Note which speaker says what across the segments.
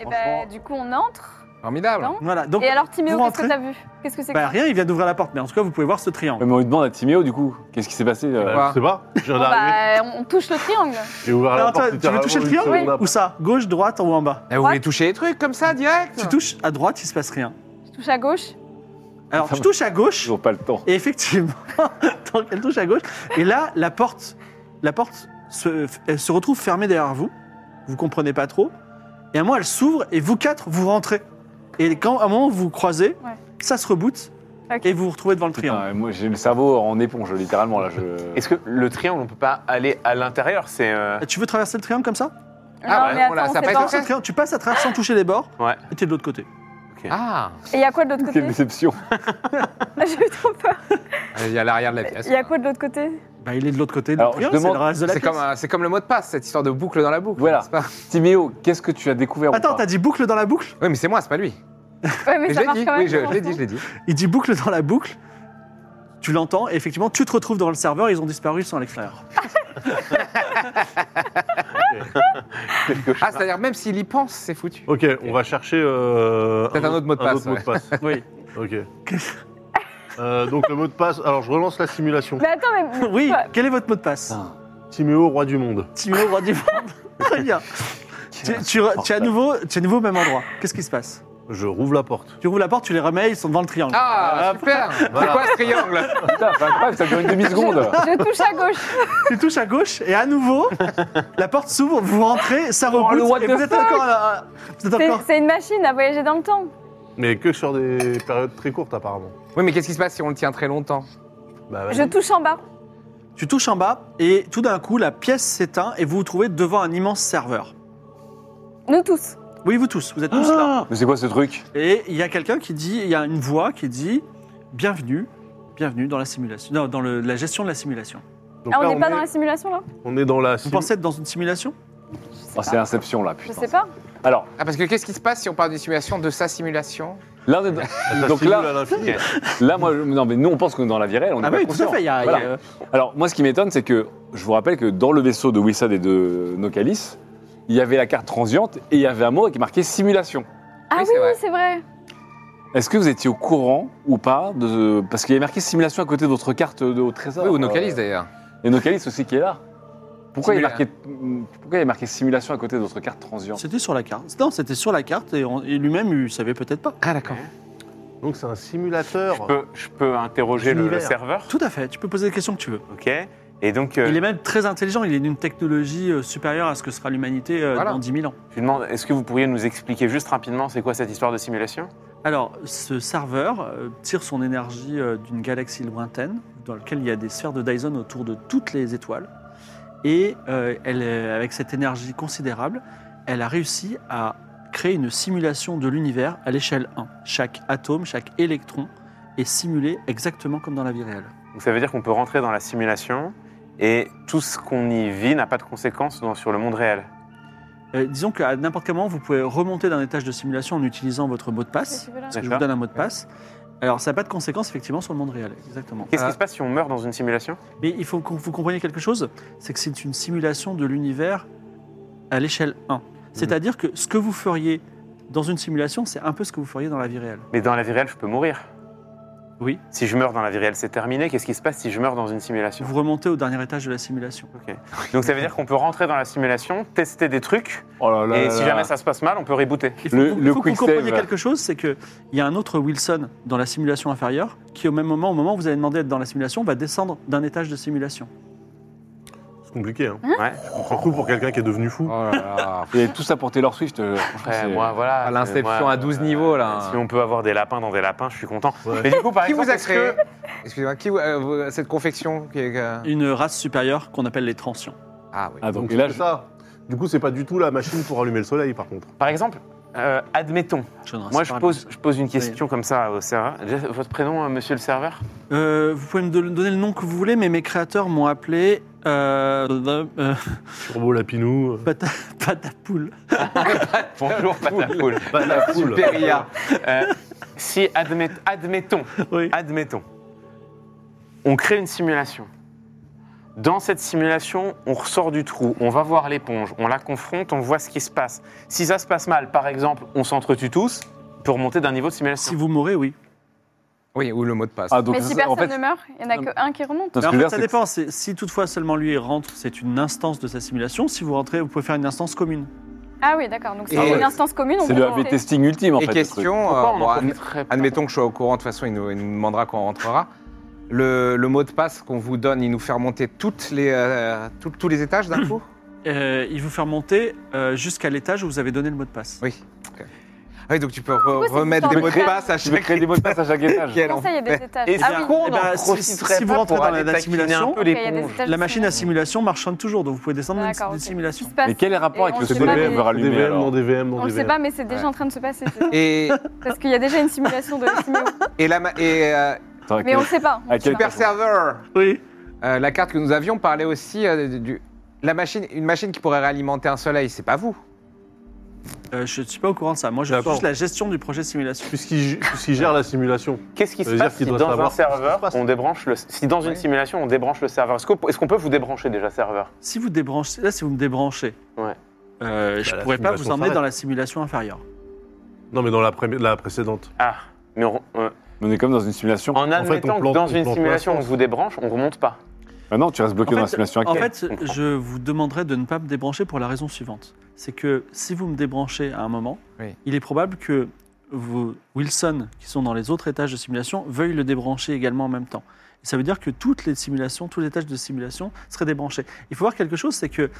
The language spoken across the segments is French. Speaker 1: Et
Speaker 2: Franchement.
Speaker 1: du coup, on entre.
Speaker 3: Formidable.
Speaker 1: Non
Speaker 2: Voilà, donc
Speaker 1: Et alors, Timéo,
Speaker 2: vous
Speaker 1: qu'est-ce que
Speaker 2: rentrez
Speaker 1: t'as vu Qu'est-ce que c'est que
Speaker 2: bah,
Speaker 1: ça
Speaker 2: rien, il vient d'ouvrir la porte, mais en tout cas, vous pouvez voir ce
Speaker 4: Mais
Speaker 2: triangle.
Speaker 4: on lui demande à Timéo, du coup, qu'est-ce qui s'est passé euh,
Speaker 3: Voilà.
Speaker 4: voilà.
Speaker 3: Quoi
Speaker 5: Je sais pas, je viens
Speaker 1: Bon,
Speaker 5: d'arriver.
Speaker 1: bah, on on touche le triangle.
Speaker 5: J'ai ouvert
Speaker 2: Alors,
Speaker 5: la
Speaker 2: toi,
Speaker 5: porte.
Speaker 2: tu veux
Speaker 5: littéralement
Speaker 2: toucher le
Speaker 5: une
Speaker 2: triangle
Speaker 5: seconde
Speaker 2: Où
Speaker 5: après.
Speaker 2: ça Gauche, droite ou en bas
Speaker 3: Eh, vous voulez toucher les trucs comme ça, direct
Speaker 2: Tu touches à droite, il se passe rien.
Speaker 1: Je touche à gauche.
Speaker 2: Alors, tu touches à gauche,
Speaker 4: Toujours pas le temps.
Speaker 2: et effectivement, tant qu'elle touche à gauche, et là, la porte, la porte se, elle se retrouve fermée derrière vous. Vous comprenez pas trop. Et à un moment, elle s'ouvre, et vous quatre, vous rentrez. Et quand à un moment, vous vous croisez,
Speaker 1: Ouais.
Speaker 2: ça se reboot,
Speaker 1: Ok.
Speaker 2: et vous vous retrouvez devant le
Speaker 4: Putain,
Speaker 2: triangle.
Speaker 4: moi, j'ai le cerveau en éponge, littéralement, là.
Speaker 1: euh,
Speaker 4: Je...
Speaker 6: Est-ce que le triangle, on peut pas aller à l'intérieur C'est. euh,
Speaker 2: Tu veux traverser le triangle comme ça
Speaker 3: Ah
Speaker 1: non,
Speaker 3: ouais,
Speaker 1: mais
Speaker 3: voilà,
Speaker 1: attends,
Speaker 3: ça
Speaker 1: on sait
Speaker 3: peut
Speaker 1: pas.
Speaker 3: être-
Speaker 2: Traverser le triangle, Tu passes à travers sans toucher les bords,
Speaker 6: Ouais.
Speaker 2: et t'es de l'autre côté.
Speaker 3: Ah
Speaker 1: Et il y a quoi de l'autre
Speaker 4: Quelle
Speaker 1: côté
Speaker 4: déception.
Speaker 1: J'ai eu trop peur.
Speaker 3: Il y a l'arrière de la pièce.
Speaker 1: Il y a quoi de l'autre côté
Speaker 2: Bah, il est de l'autre côté du
Speaker 4: Alors,
Speaker 2: triangle,
Speaker 4: je demande-
Speaker 2: c'est le reste de la
Speaker 3: C'est
Speaker 2: pièce.
Speaker 3: comme, euh, c'est comme le mot de passe, cette histoire de boucle dans la boucle.
Speaker 4: Voilà.
Speaker 3: n'est-ce pas
Speaker 4: Timéo, qu'est-ce que tu as découvert ou
Speaker 2: Attends,
Speaker 4: pas
Speaker 2: t'as dit boucle dans la boucle
Speaker 3: Oui, mais c'est moi, c'est pas lui.
Speaker 1: Ouais, mais
Speaker 3: Mais je
Speaker 1: ça
Speaker 3: l'ai
Speaker 1: marche
Speaker 3: dit,
Speaker 1: quand même.
Speaker 3: oui, je, je l'ai
Speaker 1: franchement.
Speaker 3: dit, je l'ai dit.
Speaker 2: Il dit boucle dans la boucle. Tu l'entends, et effectivement, tu te retrouves devant le serveur, ils ont disparu, ils sont à l'extérieur.
Speaker 3: Ah, c'est-à-dire, même s'il y pense, c'est foutu.
Speaker 5: Ok, on va chercher. euh,
Speaker 3: Peut-être un autre mot de passe, ouais.
Speaker 5: passe.
Speaker 2: Oui.
Speaker 5: Ok. Euh, donc le mot de passe. Alors je relance la simulation.
Speaker 1: Mais attends, mais.
Speaker 2: Oui, quel est votre mot de passe
Speaker 5: Timéo, roi du monde.
Speaker 2: Timéo, roi du monde. Très bien. Tu, tu- tu es à nouveau, tu es à nouveau au même endroit. Qu'est-ce qui se passe
Speaker 5: Je rouvre la porte.
Speaker 2: Tu ouvres la porte, tu les remets, ils sont devant le triangle.
Speaker 3: Ah, super C'est
Speaker 5: Voilà.
Speaker 3: quoi ce triangle
Speaker 4: Putain, c'est incroyable, ça dure une demi-seconde.
Speaker 1: Je touche à gauche.
Speaker 2: Tu touches à gauche, et à nouveau, la porte s'ouvre, vous rentrez, ça reboot,
Speaker 3: Oh, what
Speaker 2: et
Speaker 3: the
Speaker 2: vous êtes encore... à- Vous êtes
Speaker 1: C'est-
Speaker 2: encore...
Speaker 1: C'est une machine à voyager dans le temps.
Speaker 5: Mais que sur des périodes très courtes apparemment.
Speaker 3: Oui, mais qu'est-ce qui se passe si on le tient très longtemps
Speaker 5: Bah, vas-y.
Speaker 1: Je touche en bas.
Speaker 2: Tu touches en bas, et tout d'un coup, la pièce s'éteint, et vous vous trouvez devant un immense serveur.
Speaker 1: Nous tous.
Speaker 2: Oui, vous tous, vous êtes tous là.
Speaker 4: Mais c'est quoi ce truc
Speaker 2: Et il y a quelqu'un qui dit, il y a une voix qui dit Bienvenue, bienvenue dans la simulation, non, dans le- la gestion de la simulation.
Speaker 5: Donc
Speaker 1: Ah, on
Speaker 5: là,
Speaker 1: n'est pas dans la simulation là
Speaker 5: on est dans la.
Speaker 2: Vous
Speaker 5: sim-
Speaker 2: pensez être dans une simulation
Speaker 1: Je
Speaker 4: Ah,
Speaker 1: sais
Speaker 4: C'est
Speaker 1: pas.
Speaker 4: Inception, là,
Speaker 1: Je
Speaker 4: putain.
Speaker 1: sais pas.
Speaker 4: Alors,
Speaker 3: Ah, parce que qu'est-ce qui se passe si on part d'une simulation de sa simulation
Speaker 4: l'un des...
Speaker 5: la
Speaker 4: Donc
Speaker 5: simule
Speaker 4: là-
Speaker 5: à l'infini.
Speaker 4: Là, moi, je- non, mais nous, on pense qu'on est dans la vie réelle, on est
Speaker 2: Ah
Speaker 4: pas
Speaker 2: oui, tout
Speaker 4: conscient.
Speaker 2: à fait. il y a- euh, il y a-
Speaker 4: Alors, moi, ce qui m'étonne, c'est que je vous rappelle que dans le vaisseau de Wissad et de Nocalis, il y avait la carte transiente et il y avait un mot qui marquait simulation.
Speaker 1: Ah
Speaker 3: Oui,
Speaker 1: oui,
Speaker 3: c'est vrai.
Speaker 1: oui, c'est vrai.
Speaker 4: Est-ce que vous étiez au courant ou pas de... Parce qu'il y avait marqué simulation à côté d'autres cartes de... au trésor.
Speaker 3: Oui, ou nos
Speaker 4: Euh,
Speaker 3: calices, d'ailleurs.
Speaker 4: Et Nocalis aussi qui est là. Pourquoi il, y a
Speaker 3: Simula-
Speaker 4: marqué... Pourquoi il y a marqué simulation à côté d'autres cartes transientes
Speaker 2: C'était sur la carte. Non, c'était sur la carte et, on- et lui-même, il savait peut-être pas.
Speaker 3: Ah, d'accord.
Speaker 5: Donc c'est un simulateur.
Speaker 6: je, peux, je peux interroger le, le
Speaker 5: Univers.
Speaker 6: serveur
Speaker 2: Tout à fait, tu peux poser les questions que tu veux.
Speaker 6: Ok. Et donc, euh,
Speaker 2: Il est même très intelligent, il est d'une technologie euh, supérieure à ce que sera l'humanité euh,
Speaker 3: Voilà.
Speaker 2: dans 10 000 ans.
Speaker 6: je lui demande est-ce que vous pourriez nous expliquer juste rapidement c'est quoi cette histoire de simulation
Speaker 2: Alors, ce serveur euh, tire son énergie euh, d'une galaxie lointaine, dans laquelle il y a des sphères de Dyson autour de toutes les étoiles. Et euh, elle, euh, avec cette énergie considérable, elle a réussi à créer une simulation de l'univers à l'échelle 1. Chaque atome, chaque électron est simulé exactement comme dans la vie réelle.
Speaker 6: Donc, ça veut dire qu'on peut rentrer dans la simulation et tout ce qu'on y vit n'a pas de conséquences dans- sur le monde réel.
Speaker 2: Euh, disons qu'à n'importe quel moment, vous pouvez remonter d'un étage de simulation en utilisant votre mot de passe. Parce que je vous
Speaker 6: D'accord.
Speaker 2: donne un mot de passe. Alors, ça n'a pas de conséquence effectivement sur le monde réel, exactement. Euh,
Speaker 6: Qu'est-ce
Speaker 3: Ah.
Speaker 6: qui se passe si on meurt dans une simulation
Speaker 2: Mais il faut que vous compreniez quelque chose, c'est que c'est une simulation de l'univers à l'échelle 1. C'est-à-dire que ce que vous feriez dans une simulation, c'est un peu ce que vous feriez dans la vie réelle.
Speaker 6: Mais dans la vie réelle, je peux mourir.
Speaker 2: Oui.
Speaker 6: Si je meurs dans la vie réelle, c'est terminé. Qu'est-ce qui se passe si je meurs dans une simulation
Speaker 2: Vous remontez au dernier étage de la simulation.
Speaker 6: Donc ça veut dire qu'on peut rentrer dans la simulation, tester des trucs,
Speaker 4: Oh là là
Speaker 6: et
Speaker 4: là
Speaker 6: si
Speaker 4: là.
Speaker 6: jamais ça se passe mal, on peut rebooter.
Speaker 2: Il faut,
Speaker 4: Le-
Speaker 2: que vous- faut
Speaker 4: le
Speaker 2: que vous
Speaker 4: quick
Speaker 2: compreniez
Speaker 4: save.
Speaker 2: quelque chose, c'est qu'il y a un autre Wilson dans la simulation inférieure qui, au même moment, au moment où vous allez demander d'être dans la simulation, va descendre d'un étage de simulation.
Speaker 5: Est-ce compliqué. Hein.
Speaker 6: Ouais.
Speaker 5: Surtout pour quelqu'un qui est devenu fou.
Speaker 4: Ah,
Speaker 3: Oh là là.
Speaker 4: Et tous apporter leur Swift. euh, franchement,
Speaker 6: Après,
Speaker 4: c'est-
Speaker 6: moi, voilà.
Speaker 3: À
Speaker 6: c'est-
Speaker 3: l'inception,
Speaker 6: moi,
Speaker 3: à 12 niveaux, là.
Speaker 6: Si on peut avoir des lapins dans des lapins, je suis content.
Speaker 5: Ouais.
Speaker 6: Mais du coup, par
Speaker 3: Qui
Speaker 6: exemple,
Speaker 3: vous a
Speaker 6: est-ce
Speaker 3: créé
Speaker 6: que-
Speaker 3: Excusez-moi, qui vous- euh, vous- cette confection qui est, euh,
Speaker 2: Une race supérieure qu'on appelle les transients.
Speaker 3: Ah oui.
Speaker 4: Ah, donc,
Speaker 5: Donc
Speaker 4: et là,
Speaker 5: c'est
Speaker 4: je-
Speaker 5: ça. Du coup, c'est pas du tout la machine pour allumer le soleil, par contre.
Speaker 6: par exemple, euh, admettons,
Speaker 2: Je ne
Speaker 3: Ah,
Speaker 2: reste
Speaker 6: moi
Speaker 2: pas
Speaker 6: je
Speaker 2: là.
Speaker 6: pose, je pose une question comme ça au serveur. Déjà, Votre prénom, euh, monsieur le serveur
Speaker 2: Euh, vous pouvez me don- donner le nom que vous voulez, mais mes créateurs m'ont appelé euh, the- euh,
Speaker 5: Turbo Lapinou. euh,
Speaker 2: Pata- Patapoule.
Speaker 6: Bonjour, Patapoule.
Speaker 5: Pas Bah, la poule.
Speaker 3: Superia.
Speaker 6: Euh, si, admet- admettons,
Speaker 2: Oui.
Speaker 6: admettons, on crée une simulation. Dans cette simulation, on ressort du trou, on va voir l'éponge, on la confronte, on voit ce qui se passe. Si ça se passe mal, par exemple, on s'entretue tous pour monter d'un niveau de simulation.
Speaker 2: Si vous mourez, oui.
Speaker 3: Oui, ou le mot de passe.
Speaker 4: Ah, donc,
Speaker 1: Mais si
Speaker 4: ça, en
Speaker 1: personne
Speaker 4: fait,
Speaker 1: ne meurt, il n'y en a qu'un qui remonte.
Speaker 4: non, ce
Speaker 2: Alors,
Speaker 4: que je veux
Speaker 2: en fait,
Speaker 4: dire,
Speaker 2: ça
Speaker 4: c'est que-
Speaker 2: dépend. C'est- Si toutefois seulement lui rentre, c'est une instance de sa simulation. Si vous rentrez, vous pouvez faire une instance commune.
Speaker 1: Ah oui, d'accord. Donc c'est
Speaker 3: Et-
Speaker 1: une instance commune. on
Speaker 4: c'est
Speaker 1: peut
Speaker 4: le
Speaker 1: monter.
Speaker 4: A/B testing ultime, en
Speaker 3: Et
Speaker 4: fait. ce truc.
Speaker 3: question,
Speaker 6: Pourquoi
Speaker 3: euh,
Speaker 6: on
Speaker 3: bon,
Speaker 6: en
Speaker 3: admet-
Speaker 6: profiterait pas
Speaker 3: admettons que je sois au courant, de toute façon, il nous, il nous demandera quand on rentrera. Le, le mot de passe qu'on vous donne, il nous fait remonter toutes les, euh, tout- tous les étages d'un coup
Speaker 2: Euh, il vous fait remonter euh, jusqu'à l'étage où vous avez donné le mot de passe.
Speaker 3: Oui. Ok. Ah oui, donc tu peux re-
Speaker 1: quoi cette
Speaker 3: remettre des
Speaker 1: histoire
Speaker 3: mots
Speaker 1: de
Speaker 3: de passe à
Speaker 4: Tu veux
Speaker 3: chaque
Speaker 4: créer des mots de passe à chaque étage
Speaker 3: Quel
Speaker 1: Comment ça, il y a des étages
Speaker 6: Et
Speaker 1: Ah
Speaker 6: c'est
Speaker 1: oui.
Speaker 6: con, on
Speaker 2: Eh
Speaker 6: en
Speaker 2: ben, si-
Speaker 6: profiterait
Speaker 2: si vous
Speaker 6: pas
Speaker 2: rentrez
Speaker 6: pour
Speaker 2: dans la-
Speaker 6: aller
Speaker 2: la
Speaker 6: taquiner
Speaker 2: simulation,
Speaker 6: un peu
Speaker 1: Ok, il y a des
Speaker 6: l'éponge.
Speaker 1: étages
Speaker 2: La machine à
Speaker 1: simulation.
Speaker 2: simulation marchonne toujours, donc vous pouvez descendre dans une,
Speaker 1: D'accord,
Speaker 2: une
Speaker 1: ok.
Speaker 2: simulation.
Speaker 1: Qui se passe
Speaker 4: Mais quel est le rapport
Speaker 1: Et
Speaker 4: avec
Speaker 1: on
Speaker 4: le
Speaker 1: sait
Speaker 4: soleil
Speaker 1: pas
Speaker 4: que
Speaker 1: des-
Speaker 4: veut
Speaker 5: Des
Speaker 4: rallumer
Speaker 5: VM
Speaker 4: alors
Speaker 5: dans des VM dans
Speaker 1: On
Speaker 5: des
Speaker 1: ne sait
Speaker 5: VM.
Speaker 1: pas, mais c'est déjà en train de se passer. c'est-
Speaker 3: Et,
Speaker 1: Parce qu'il y a déjà une simulation de Simio.
Speaker 3: et, la, ma- et euh,
Speaker 4: Attends,
Speaker 1: Mais
Speaker 4: quel-
Speaker 1: on ne sait pas. on
Speaker 4: à
Speaker 1: sait
Speaker 4: quel
Speaker 1: pas.
Speaker 3: Super Server
Speaker 2: Oui.
Speaker 3: Euh, La carte que nous avions parlait aussi euh, du. La machine, une machine qui pourrait réalimenter un soleil, c'est pas vous.
Speaker 2: Euh, je ne suis pas au courant de ça. Moi, je suis
Speaker 5: D'accord.
Speaker 2: juste la gestion du projet simulation.
Speaker 5: Puisqu'il puisqu'il gère la simulation.
Speaker 6: Qu'est-ce qui se
Speaker 5: Ça veut dire
Speaker 6: passe
Speaker 5: qu'il
Speaker 6: si
Speaker 5: doit
Speaker 6: dans un
Speaker 5: savoir ce qui se
Speaker 6: serveur,
Speaker 5: passe.
Speaker 6: on débranche le... Si dans une
Speaker 3: Ouais.
Speaker 6: simulation, on débranche le serveur, est-ce qu'on est-ce qu'on peut vous débrancher déjà serveur
Speaker 2: Si vous débranchez, là, si vous me débranchez,
Speaker 6: Ouais.
Speaker 2: euh, je
Speaker 5: Bah, la
Speaker 2: pourrais pas vous
Speaker 5: simulation
Speaker 2: emmener
Speaker 5: s'arrête.
Speaker 2: dans la simulation inférieure.
Speaker 5: Non, mais dans la, pré- la précédente.
Speaker 6: Ah, mais on- euh,
Speaker 4: On est comme dans une simulation.
Speaker 6: en
Speaker 5: on
Speaker 6: admettant
Speaker 5: plante-
Speaker 6: que dans
Speaker 5: on
Speaker 6: une
Speaker 5: plante
Speaker 6: simulation,
Speaker 5: la
Speaker 6: on vous débranche, on remonte pas.
Speaker 4: Ah non, tu restes bloqué
Speaker 2: En
Speaker 4: dans la
Speaker 2: fait,
Speaker 4: simulation
Speaker 2: En
Speaker 4: actuelle.
Speaker 2: fait,
Speaker 6: comprends.
Speaker 2: je vous demanderai de ne pas me débrancher pour la raison suivante. C'est que si vous me débranchez à un moment,
Speaker 3: Oui.
Speaker 2: il est probable que vos Wilson, qui sont dans les autres étages de simulation, veuillent le débrancher également en même temps. Et ça veut dire que toutes les simulations, tous les étages de simulation seraient débranchés. Il faut voir quelque chose, c'est que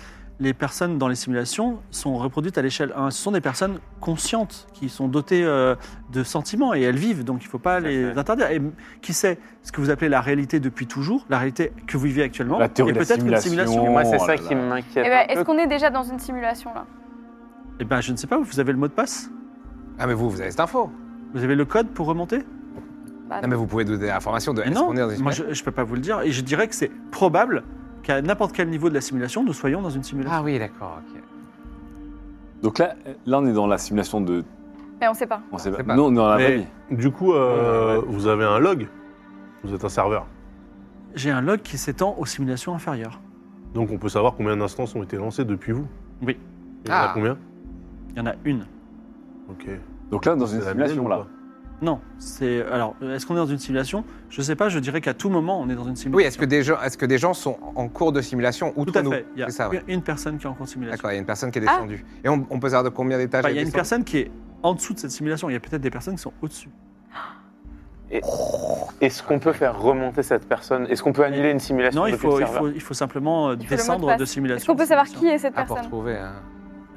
Speaker 2: les personnes dans les simulations sont reproduites à l'échelle 1. Ce sont des personnes conscientes qui sont dotées euh, de sentiments et elles vivent, donc il ne faut pas
Speaker 6: Tout à
Speaker 2: les
Speaker 6: fait.
Speaker 2: interdire. Et qui sait ce que vous appelez la réalité depuis toujours, la réalité que vous vivez actuellement,
Speaker 4: La théorie
Speaker 2: et
Speaker 4: de la
Speaker 2: peut-être une
Speaker 4: simulation.
Speaker 2: simulation.
Speaker 6: Moi, c'est
Speaker 4: Oh
Speaker 6: ça
Speaker 4: là
Speaker 6: qui
Speaker 4: là.
Speaker 1: Eh
Speaker 6: m'inquiète.
Speaker 1: ben,
Speaker 6: un peu.
Speaker 1: Est-ce qu'on est déjà dans une simulation là
Speaker 2: Eh ben, je ne sais pas, vous avez le mot de passe
Speaker 3: Ah, mais vous, vous avez cette info.
Speaker 2: Vous avez le code pour remonter
Speaker 1: Bah,
Speaker 3: Non, mais vous pouvez nous donner l'information de.
Speaker 2: Mais
Speaker 3: Bah, est-ce
Speaker 2: Non,
Speaker 3: qu'on est dans une
Speaker 2: moi je ne peux pas vous le dire. Et je dirais que c'est probable qu'à n'importe quel niveau de la simulation, nous soyons dans une simulation.
Speaker 3: Ah oui, d'accord, ok.
Speaker 4: Donc là, là, on est dans la simulation de.
Speaker 1: mais on ne sait pas.
Speaker 4: On sait
Speaker 3: C'est
Speaker 4: pas.
Speaker 3: pas-
Speaker 4: Nous, on est dans la
Speaker 5: Mais-
Speaker 4: vraie vie.
Speaker 5: Du coup, euh,
Speaker 6: Ouais, ouais.
Speaker 5: vous avez un log. Vous êtes un serveur.
Speaker 2: J'ai un log qui s'étend aux simulations inférieures.
Speaker 5: Donc on peut savoir combien d'instances ont été lancées depuis vous.
Speaker 2: Oui.
Speaker 5: Il y en a
Speaker 3: Ah.
Speaker 5: combien
Speaker 2: Il y en a une.
Speaker 5: Ok.
Speaker 4: Donc là, dans
Speaker 5: C'est
Speaker 4: une
Speaker 5: la
Speaker 4: simulation,
Speaker 5: mienne ou
Speaker 4: là.
Speaker 2: Non, c'est. Alors, est-ce qu'on est dans une simulation Je ne sais pas, je dirais qu'à tout moment, on est dans une simulation.
Speaker 3: Oui, est-ce que, des gens, est-ce que des gens sont en cours de simulation ou
Speaker 2: Tout à
Speaker 3: nous
Speaker 2: fait. Il y a
Speaker 3: C'est ça, ouais.
Speaker 2: une- une personne qui est en cours de simulation.
Speaker 3: D'accord, il y a une personne qui est
Speaker 1: Ah.
Speaker 3: descendue. Et on, on peut savoir de combien d'étages
Speaker 2: Enfin,
Speaker 3: elle
Speaker 2: il y a
Speaker 3: est
Speaker 2: une
Speaker 3: descendue
Speaker 2: personne qui est en dessous de cette simulation. Il y a peut-être des personnes qui sont au-dessus.
Speaker 6: Est-ce qu'on peut faire remonter cette personne Est-ce qu'on peut annuler une simulation
Speaker 2: Non, il
Speaker 6: depuis
Speaker 2: faut,
Speaker 6: le
Speaker 2: il,
Speaker 6: serveur
Speaker 2: faut, il faut simplement euh,
Speaker 1: Il faut le mot de
Speaker 2: descendre
Speaker 1: passe.
Speaker 2: de
Speaker 1: Est-ce
Speaker 2: simulation.
Speaker 1: qu'on peut savoir qui est cette
Speaker 3: Ah, pour
Speaker 1: personne
Speaker 3: trouver. hein.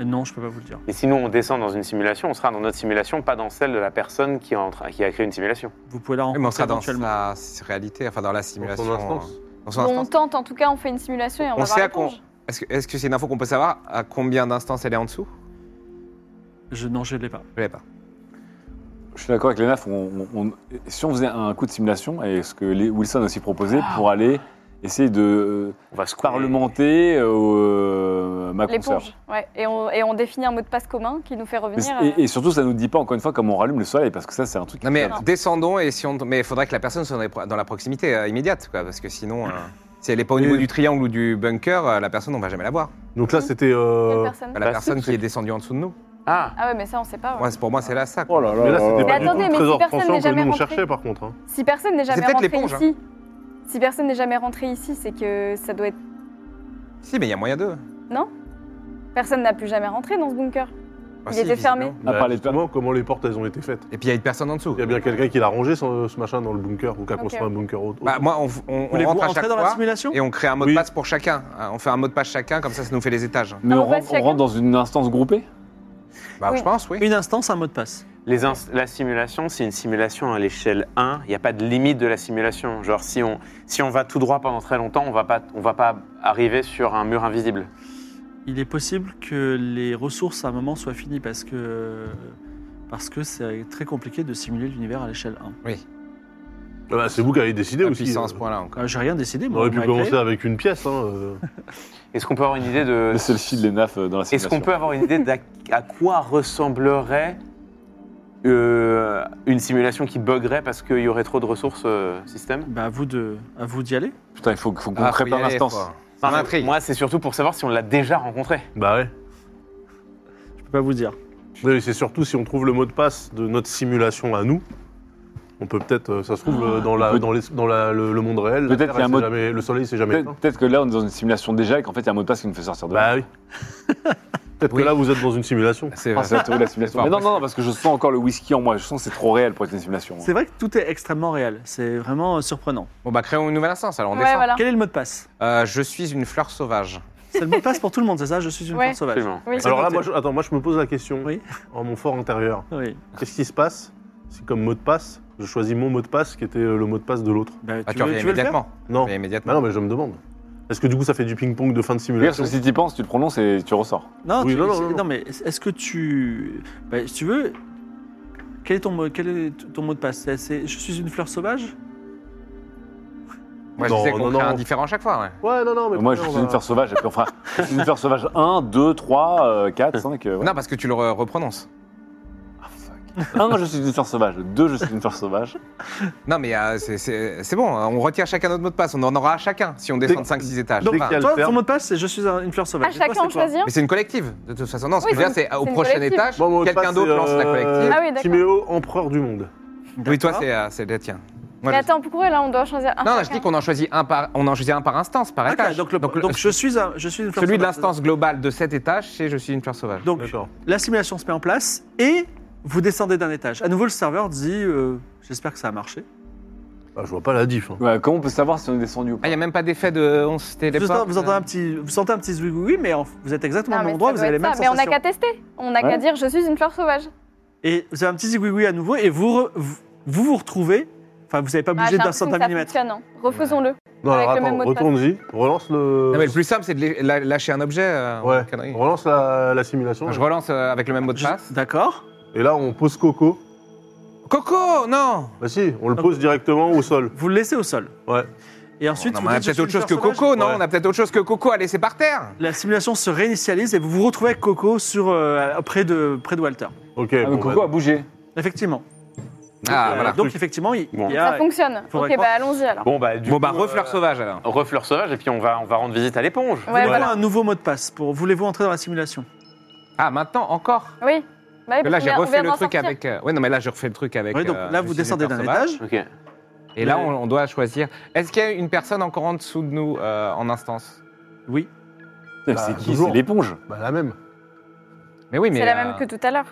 Speaker 2: Non, je ne peux pas vous le dire.
Speaker 6: Et sinon, on descend dans une simulation, on sera dans notre simulation, pas dans celle de la personne qui, est en train- qui a créé une simulation.
Speaker 2: Vous pouvez la
Speaker 3: Oui, Eh, mais on
Speaker 2: rencontrer
Speaker 3: sera dans
Speaker 2: éventuellement.
Speaker 3: la réalité, enfin dans la
Speaker 5: Dans
Speaker 3: simulation.
Speaker 5: son instance.
Speaker 3: euh, Dans son
Speaker 1: Bon, On
Speaker 3: instance.
Speaker 1: tente en tout cas, on fait une simulation et on,
Speaker 3: On
Speaker 1: va voir
Speaker 3: sait à
Speaker 1: l'éponge.
Speaker 3: Est-ce que est-ce que c'est une info qu'on peut savoir à combien d'instances elle est en dessous
Speaker 2: Je, non, je ne l'ai pas.
Speaker 3: Je ne l'ai pas.
Speaker 4: Je suis d'accord avec Léna. faut- on- on- si on faisait un coup de simulation, et ce que les- Wilson a aussi proposé,
Speaker 1: Ah.
Speaker 4: pour aller essayer de euh,
Speaker 6: On va se couler.
Speaker 4: parlementer euh, ma consoeur.
Speaker 1: L'éponge, ouais. Et on, et on définit un mot de passe commun qui nous fait
Speaker 4: Mais
Speaker 1: revenir.
Speaker 4: c'est-
Speaker 1: euh,
Speaker 4: Et, et surtout, ça nous dit pas encore une fois comment on rallume le soleil, parce que ça, c'est un truc.
Speaker 3: Non mais
Speaker 1: Non.
Speaker 3: descendons et si on. Mais il faudrait que la personne soit dans les pro- dans la proximité euh, immédiate, quoi, parce que sinon, euh, si elle n'est pas au niveau
Speaker 5: Et-
Speaker 3: du triangle ou du bunker, euh, la personne on va jamais la voir.
Speaker 5: Donc là, c'était. euh,
Speaker 1: quelle personne
Speaker 3: Enfin, la
Speaker 6: Bah,
Speaker 3: personne
Speaker 6: c'est-
Speaker 3: qui est descendue en dessous de nous.
Speaker 6: Ah,
Speaker 1: Ah ouais, mais ça on sait pas. ouais.
Speaker 3: Moi, c'est- pour moi, c'est là ça. quoi.
Speaker 4: Oh là là.
Speaker 5: Mais là, c'était
Speaker 4: là
Speaker 5: pas
Speaker 4: là.
Speaker 5: du
Speaker 1: Mais attendez,
Speaker 5: tout le
Speaker 1: mais si
Speaker 5: trésor
Speaker 1: personne
Speaker 5: transient
Speaker 1: n'est
Speaker 5: que nous
Speaker 1: jamais
Speaker 5: on
Speaker 1: rentré.
Speaker 5: cherchait, par contre. hein.
Speaker 1: Si personne n'est jamais
Speaker 3: peut-être
Speaker 1: rentré
Speaker 3: l'éponge, hein.
Speaker 1: ici, si personne n'est jamais rentré ici, c'est que ça doit être.
Speaker 3: Si, mais il y a moyen d'eux.
Speaker 1: Personne n'a plus jamais rentré dans ce bunker.
Speaker 3: Ah,
Speaker 1: Il
Speaker 3: si,
Speaker 1: était fermé.
Speaker 3: visiblement.
Speaker 4: À part les
Speaker 1: Bah,
Speaker 5: justement, comment les portes elles ont été faites
Speaker 3: Et puis il y a une personne en dessous.
Speaker 5: Il y a bien quelqu'un qui l'a rangé ce, ce machin dans le bunker ou qui a
Speaker 1: Ok.
Speaker 5: construit un bunker autre.
Speaker 3: Bah, moi, on, on, on
Speaker 2: Voulez-vous
Speaker 3: rentre à
Speaker 2: entrer
Speaker 3: chaque
Speaker 2: dans la
Speaker 3: fois
Speaker 2: simulation
Speaker 3: et on crée un mot de
Speaker 5: Oui.
Speaker 3: passe pour chacun. Hein, On fait un mot de passe chacun, comme ça, ça nous fait les étages.
Speaker 4: Mais
Speaker 1: Ah,
Speaker 4: on
Speaker 1: on passe
Speaker 4: rentre, on
Speaker 1: chacun.
Speaker 4: rentre dans une instance groupée
Speaker 3: Bah,
Speaker 1: Oui.
Speaker 3: je pense, oui.
Speaker 2: Une instance, un mot de passe.
Speaker 6: Les ins- la simulation, c'est une simulation à l'échelle 1. Il n'y a pas de limite de la simulation. Genre, si on, si on va tout droit pendant très longtemps, on va pas, on va pas arriver sur un mur invisible.
Speaker 2: Il est possible que les ressources à un moment soient finies parce que parce que c'est très compliqué de simuler l'univers à l'échelle 1.
Speaker 5: Ah bah, c'est vous qui avez décidé
Speaker 3: La
Speaker 5: aussi.
Speaker 3: puissance,
Speaker 5: euh.
Speaker 3: point là encore.
Speaker 2: Euh, J'ai rien décidé,
Speaker 5: On
Speaker 2: moi.
Speaker 5: aurait
Speaker 2: on
Speaker 5: pu
Speaker 2: m'a créé.
Speaker 5: commencer avec une pièce. Hein. euh.
Speaker 6: Est-ce qu'on peut avoir une idée de.
Speaker 4: C'est le fil des nafs euh, dans la
Speaker 6: Est-ce
Speaker 4: simulation.
Speaker 6: qu'on peut avoir une idée d'à à quoi ressemblerait euh, une simulation qui buggerait parce qu'il y aurait trop de ressources euh, système
Speaker 2: Bah, à vous de, à vous d'y aller.
Speaker 4: Putain, il faut, faut qu'on
Speaker 3: Ah, faut y
Speaker 4: prépare
Speaker 3: aller,
Speaker 4: l'instance.
Speaker 3: quoi. Ça
Speaker 6: Enfin,
Speaker 3: m'intrigue.
Speaker 6: Moi, c'est surtout pour savoir si on l'a déjà rencontré.
Speaker 5: Bah ouais.
Speaker 2: Je peux pas vous dire.
Speaker 5: Oui, mais c'est surtout si on trouve le mot de passe de notre simulation à nous. On peut peut-être, euh, ça se trouve, euh, dans, la,
Speaker 4: peut-
Speaker 5: dans, les- dans la- le, le monde réel, la
Speaker 4: Ah, Peut-être
Speaker 5: Terre,
Speaker 4: qu'il y a
Speaker 5: elle
Speaker 4: un
Speaker 5: s'est
Speaker 4: mot-
Speaker 5: jamais- le soleil s'est jamais
Speaker 4: Peut-être
Speaker 5: éteint.
Speaker 4: peut-être que là, on est dans une simulation déjà et qu'en fait, il y a un mot de passe qui nous fait sortir de là.
Speaker 5: Bah oui. peut-être
Speaker 3: Oui.
Speaker 5: que là, vous êtes dans une simulation.
Speaker 3: C'est
Speaker 4: Ah, c'est la théorie de la simulation.
Speaker 3: C'est
Speaker 4: Mais
Speaker 3: pas
Speaker 4: non, non, non, parce que je sens encore le whisky en moi. Je sens que c'est trop réel pour être une simulation. hein.
Speaker 2: C'est vrai que tout est extrêmement réel. C'est vraiment euh, surprenant.
Speaker 3: Bon, bah, créons une nouvelle instance, alors on
Speaker 1: Ouais,
Speaker 3: descend.
Speaker 1: voilà.
Speaker 2: Quel est le mot de passe
Speaker 3: Euh, je suis une fleur sauvage.
Speaker 2: C'est le mot de passe pour tout le monde, c'est ça Je suis une
Speaker 1: Ouais.
Speaker 2: plante sauvage.
Speaker 6: Absolument.
Speaker 1: Oui.
Speaker 5: Alors là,
Speaker 2: noté.
Speaker 5: moi je, attends, moi, je me pose la question,
Speaker 2: Oui.
Speaker 5: en mon fort intérieur.
Speaker 2: Oui.
Speaker 5: Qu'est-ce qui se passe si, comme mot de passe, je choisis mon mot de passe qui était euh, le mot de passe de l'autre
Speaker 2: Bah, tu
Speaker 3: Ah, tu
Speaker 2: veux,
Speaker 3: reviens
Speaker 2: tu veux le faire
Speaker 3: immédiatement.
Speaker 5: Non.
Speaker 3: Tu reviens immédiatement.
Speaker 5: Bah non, mais je me demande. Est-ce que du coup, ça fait du ping-pong de fin de
Speaker 4: Regarde, parce
Speaker 5: simulation
Speaker 4: que si t'y penses, tu le prononces et tu ressors.
Speaker 2: Non,
Speaker 5: Oui,
Speaker 2: tu-
Speaker 5: non, non,
Speaker 2: c'est-
Speaker 5: non, non.
Speaker 2: mais est-ce que tu. bah, si tu veux. Quel est ton mot, quel est ton mot de passe C'est- c'est- Je suis une fleur sauvage
Speaker 3: Moi, je
Speaker 5: Non,
Speaker 3: disais qu'on
Speaker 5: non,
Speaker 3: crée
Speaker 5: non.
Speaker 3: un différent à chaque fois, ouais.
Speaker 5: Ouais, non, non, mais
Speaker 4: Moi, je
Speaker 5: putain,
Speaker 4: suis
Speaker 5: on
Speaker 4: une
Speaker 5: va-
Speaker 4: fleur sauvage. Et puis, enfin, je suis une fleur sauvage 1, 2, 3, 4, 5.
Speaker 3: Non, parce que tu le re- reprononces.
Speaker 4: Un, je suis une fleur sauvage. Deux, je suis une fleur sauvage.
Speaker 3: Non, mais euh, c'est- c'est c'est bon, hein. on retire chacun notre mot de passe, on en aura à chacun si on descend
Speaker 5: Dès-
Speaker 3: de 5-6 étages.
Speaker 5: dès
Speaker 3: Enfin,
Speaker 5: qu'il y a le
Speaker 2: Toi, ton
Speaker 5: terme.
Speaker 2: mot de passe, c'est je suis un- une fleur
Speaker 1: À
Speaker 2: sauvage. Et toi,
Speaker 1: chacun
Speaker 2: c'est
Speaker 1: en
Speaker 2: quoi
Speaker 1: choisir
Speaker 3: mais c'est une collective, de toute façon. Non, ce
Speaker 1: Oui,
Speaker 3: que je veux
Speaker 1: c'est
Speaker 3: dire, c'est euh, au
Speaker 1: une
Speaker 3: prochain
Speaker 1: collective.
Speaker 3: étage,
Speaker 5: Bon, mon mot de
Speaker 3: quelqu'un
Speaker 5: passe,
Speaker 3: d'autre
Speaker 5: c'est,
Speaker 3: lance la
Speaker 5: euh,
Speaker 3: collective.
Speaker 1: Ah oui, d'accord.
Speaker 5: Timéo, empereur du monde.
Speaker 3: Oui, toi,
Speaker 2: D'accord.
Speaker 3: c'est euh, c'est le tien. Moi,
Speaker 1: Mais
Speaker 3: je-
Speaker 1: attends, pourquoi là on doit choisir un
Speaker 3: Non, non, je
Speaker 1: chacun
Speaker 3: dis qu'on en choisit un par, on en choisit un par instance, par
Speaker 2: D'accord,
Speaker 3: étage.
Speaker 2: donc, le- donc,
Speaker 3: le-
Speaker 5: euh,
Speaker 2: je, suis un- je suis une fleur
Speaker 3: celui de
Speaker 2: sauvage.
Speaker 3: l'instance globale de cet étage, c'est je suis une fleur sauvage.
Speaker 2: Donc,
Speaker 5: D'accord.
Speaker 2: la simulation se met en place et vous descendez d'un étage. À nouveau, le serveur dit euh, J'espère que ça a marché.
Speaker 5: Bah, je vois pas la diff. hein.
Speaker 4: Ouais, comment on peut savoir si on est descendu ou
Speaker 3: Ah,
Speaker 4: pas
Speaker 3: il n'y a même pas d'effet de on se
Speaker 2: Vous,
Speaker 3: téléporte.
Speaker 2: entendez- vous entendez un petit, vous sentez un petit zouigoui, mais en- vous êtes exactement
Speaker 1: Non,
Speaker 2: au
Speaker 1: mais
Speaker 2: même endroit,
Speaker 1: ça
Speaker 2: vous
Speaker 1: doit
Speaker 2: avez
Speaker 1: être
Speaker 2: les mêmes
Speaker 1: ça. Mais on n'a
Speaker 2: sensations.
Speaker 1: qu'à tester. On n'a
Speaker 4: Ouais.
Speaker 1: qu'à dire je suis une fleur sauvage.
Speaker 2: Et vous avez un petit zouigoui à nouveau et vous re- vous vous, vous retrouvez. Enfin, vous n'avez pas
Speaker 1: Ah, j'ai
Speaker 2: bougé d'un
Speaker 1: l'impression que
Speaker 2: centime
Speaker 1: ça
Speaker 2: de millimètre.
Speaker 1: fonctionne, hein. Refaisons-le.
Speaker 5: Non,
Speaker 1: Avec
Speaker 5: alors
Speaker 1: le même
Speaker 5: attends,
Speaker 1: mot de passe.
Speaker 5: retourne-y, relance le.
Speaker 4: Ah,
Speaker 3: Non, mais le plus simple, c'est de lé- la- lâcher un objet.
Speaker 4: hein,
Speaker 3: euh,
Speaker 5: Ouais,
Speaker 3: connerie.
Speaker 5: on relance la, la
Speaker 4: Ah,
Speaker 5: simulation.
Speaker 3: Je relance euh, avec le même mot de
Speaker 2: Je-
Speaker 3: passe.
Speaker 2: D'accord.
Speaker 5: Et là, on pose Coco.
Speaker 3: Coco, non
Speaker 5: Bah si, on le
Speaker 4: Ah,
Speaker 5: pose directement au sol.
Speaker 2: Vous le laissez au sol.
Speaker 5: Ouais.
Speaker 2: Et ensuite,
Speaker 3: Non, mais
Speaker 2: vous
Speaker 3: On a
Speaker 2: dites, Je
Speaker 3: peut-être
Speaker 2: suis
Speaker 3: autre
Speaker 2: une
Speaker 3: chose que
Speaker 2: fleur sauvage.
Speaker 3: Coco, non
Speaker 5: Ouais.
Speaker 3: On a peut-être autre chose que Coco à laisser par terre.
Speaker 2: La simulation se réinitialise et vous vous retrouvez avec Coco sur, euh, près, de, près de Walter.
Speaker 5: Ok.
Speaker 4: Ah,
Speaker 5: bon,
Speaker 4: mais
Speaker 5: bah,
Speaker 4: Coco a bougé.
Speaker 2: Effectivement.
Speaker 3: Ah,
Speaker 5: euh,
Speaker 3: voilà.
Speaker 2: Donc, effectivement, il,
Speaker 6: Bon.
Speaker 2: il y
Speaker 1: Ça
Speaker 2: a.
Speaker 1: fonctionne.
Speaker 2: faudrait
Speaker 1: Ok,
Speaker 2: croire.
Speaker 1: bah allons-y alors.
Speaker 6: Bon, bah, du
Speaker 3: Bon, bah,
Speaker 6: coup,
Speaker 3: refleur sauvage alors.
Speaker 6: euh, refleur sauvage, et puis on va, on va rendre visite à l'éponge.
Speaker 1: Ouais,
Speaker 2: Voulez-vous
Speaker 1: voilà.
Speaker 2: un nouveau mot de passe pour... Voulez-vous entrer dans la simulation
Speaker 3: Ah, maintenant encore
Speaker 1: Oui. Bah oui,
Speaker 3: Parce que Là,
Speaker 1: parce
Speaker 3: j'ai
Speaker 1: qu'on vient- on
Speaker 3: refait
Speaker 1: vient
Speaker 3: le
Speaker 1: d'en
Speaker 3: truc
Speaker 1: sortir.
Speaker 3: avec. euh, Ouais, non, mais là, je refais le truc avec.
Speaker 2: Oui, donc
Speaker 3: euh,
Speaker 2: là,
Speaker 3: je
Speaker 2: vous
Speaker 3: suis une
Speaker 2: descendez
Speaker 3: fleur
Speaker 2: d'un
Speaker 3: sauvage.
Speaker 2: étage.
Speaker 6: Ok.
Speaker 3: Et là, on, on doit choisir. Est-ce qu'il y a une personne encore en dessous de nous euh, en instance
Speaker 2: Oui.
Speaker 4: Putain,
Speaker 5: Bah,
Speaker 4: C'est qui
Speaker 5: toujours.
Speaker 4: C'est l'éponge.
Speaker 5: Bah la même.
Speaker 3: Mais oui, mais.
Speaker 1: C'est la
Speaker 3: euh,
Speaker 1: même que tout à l'heure.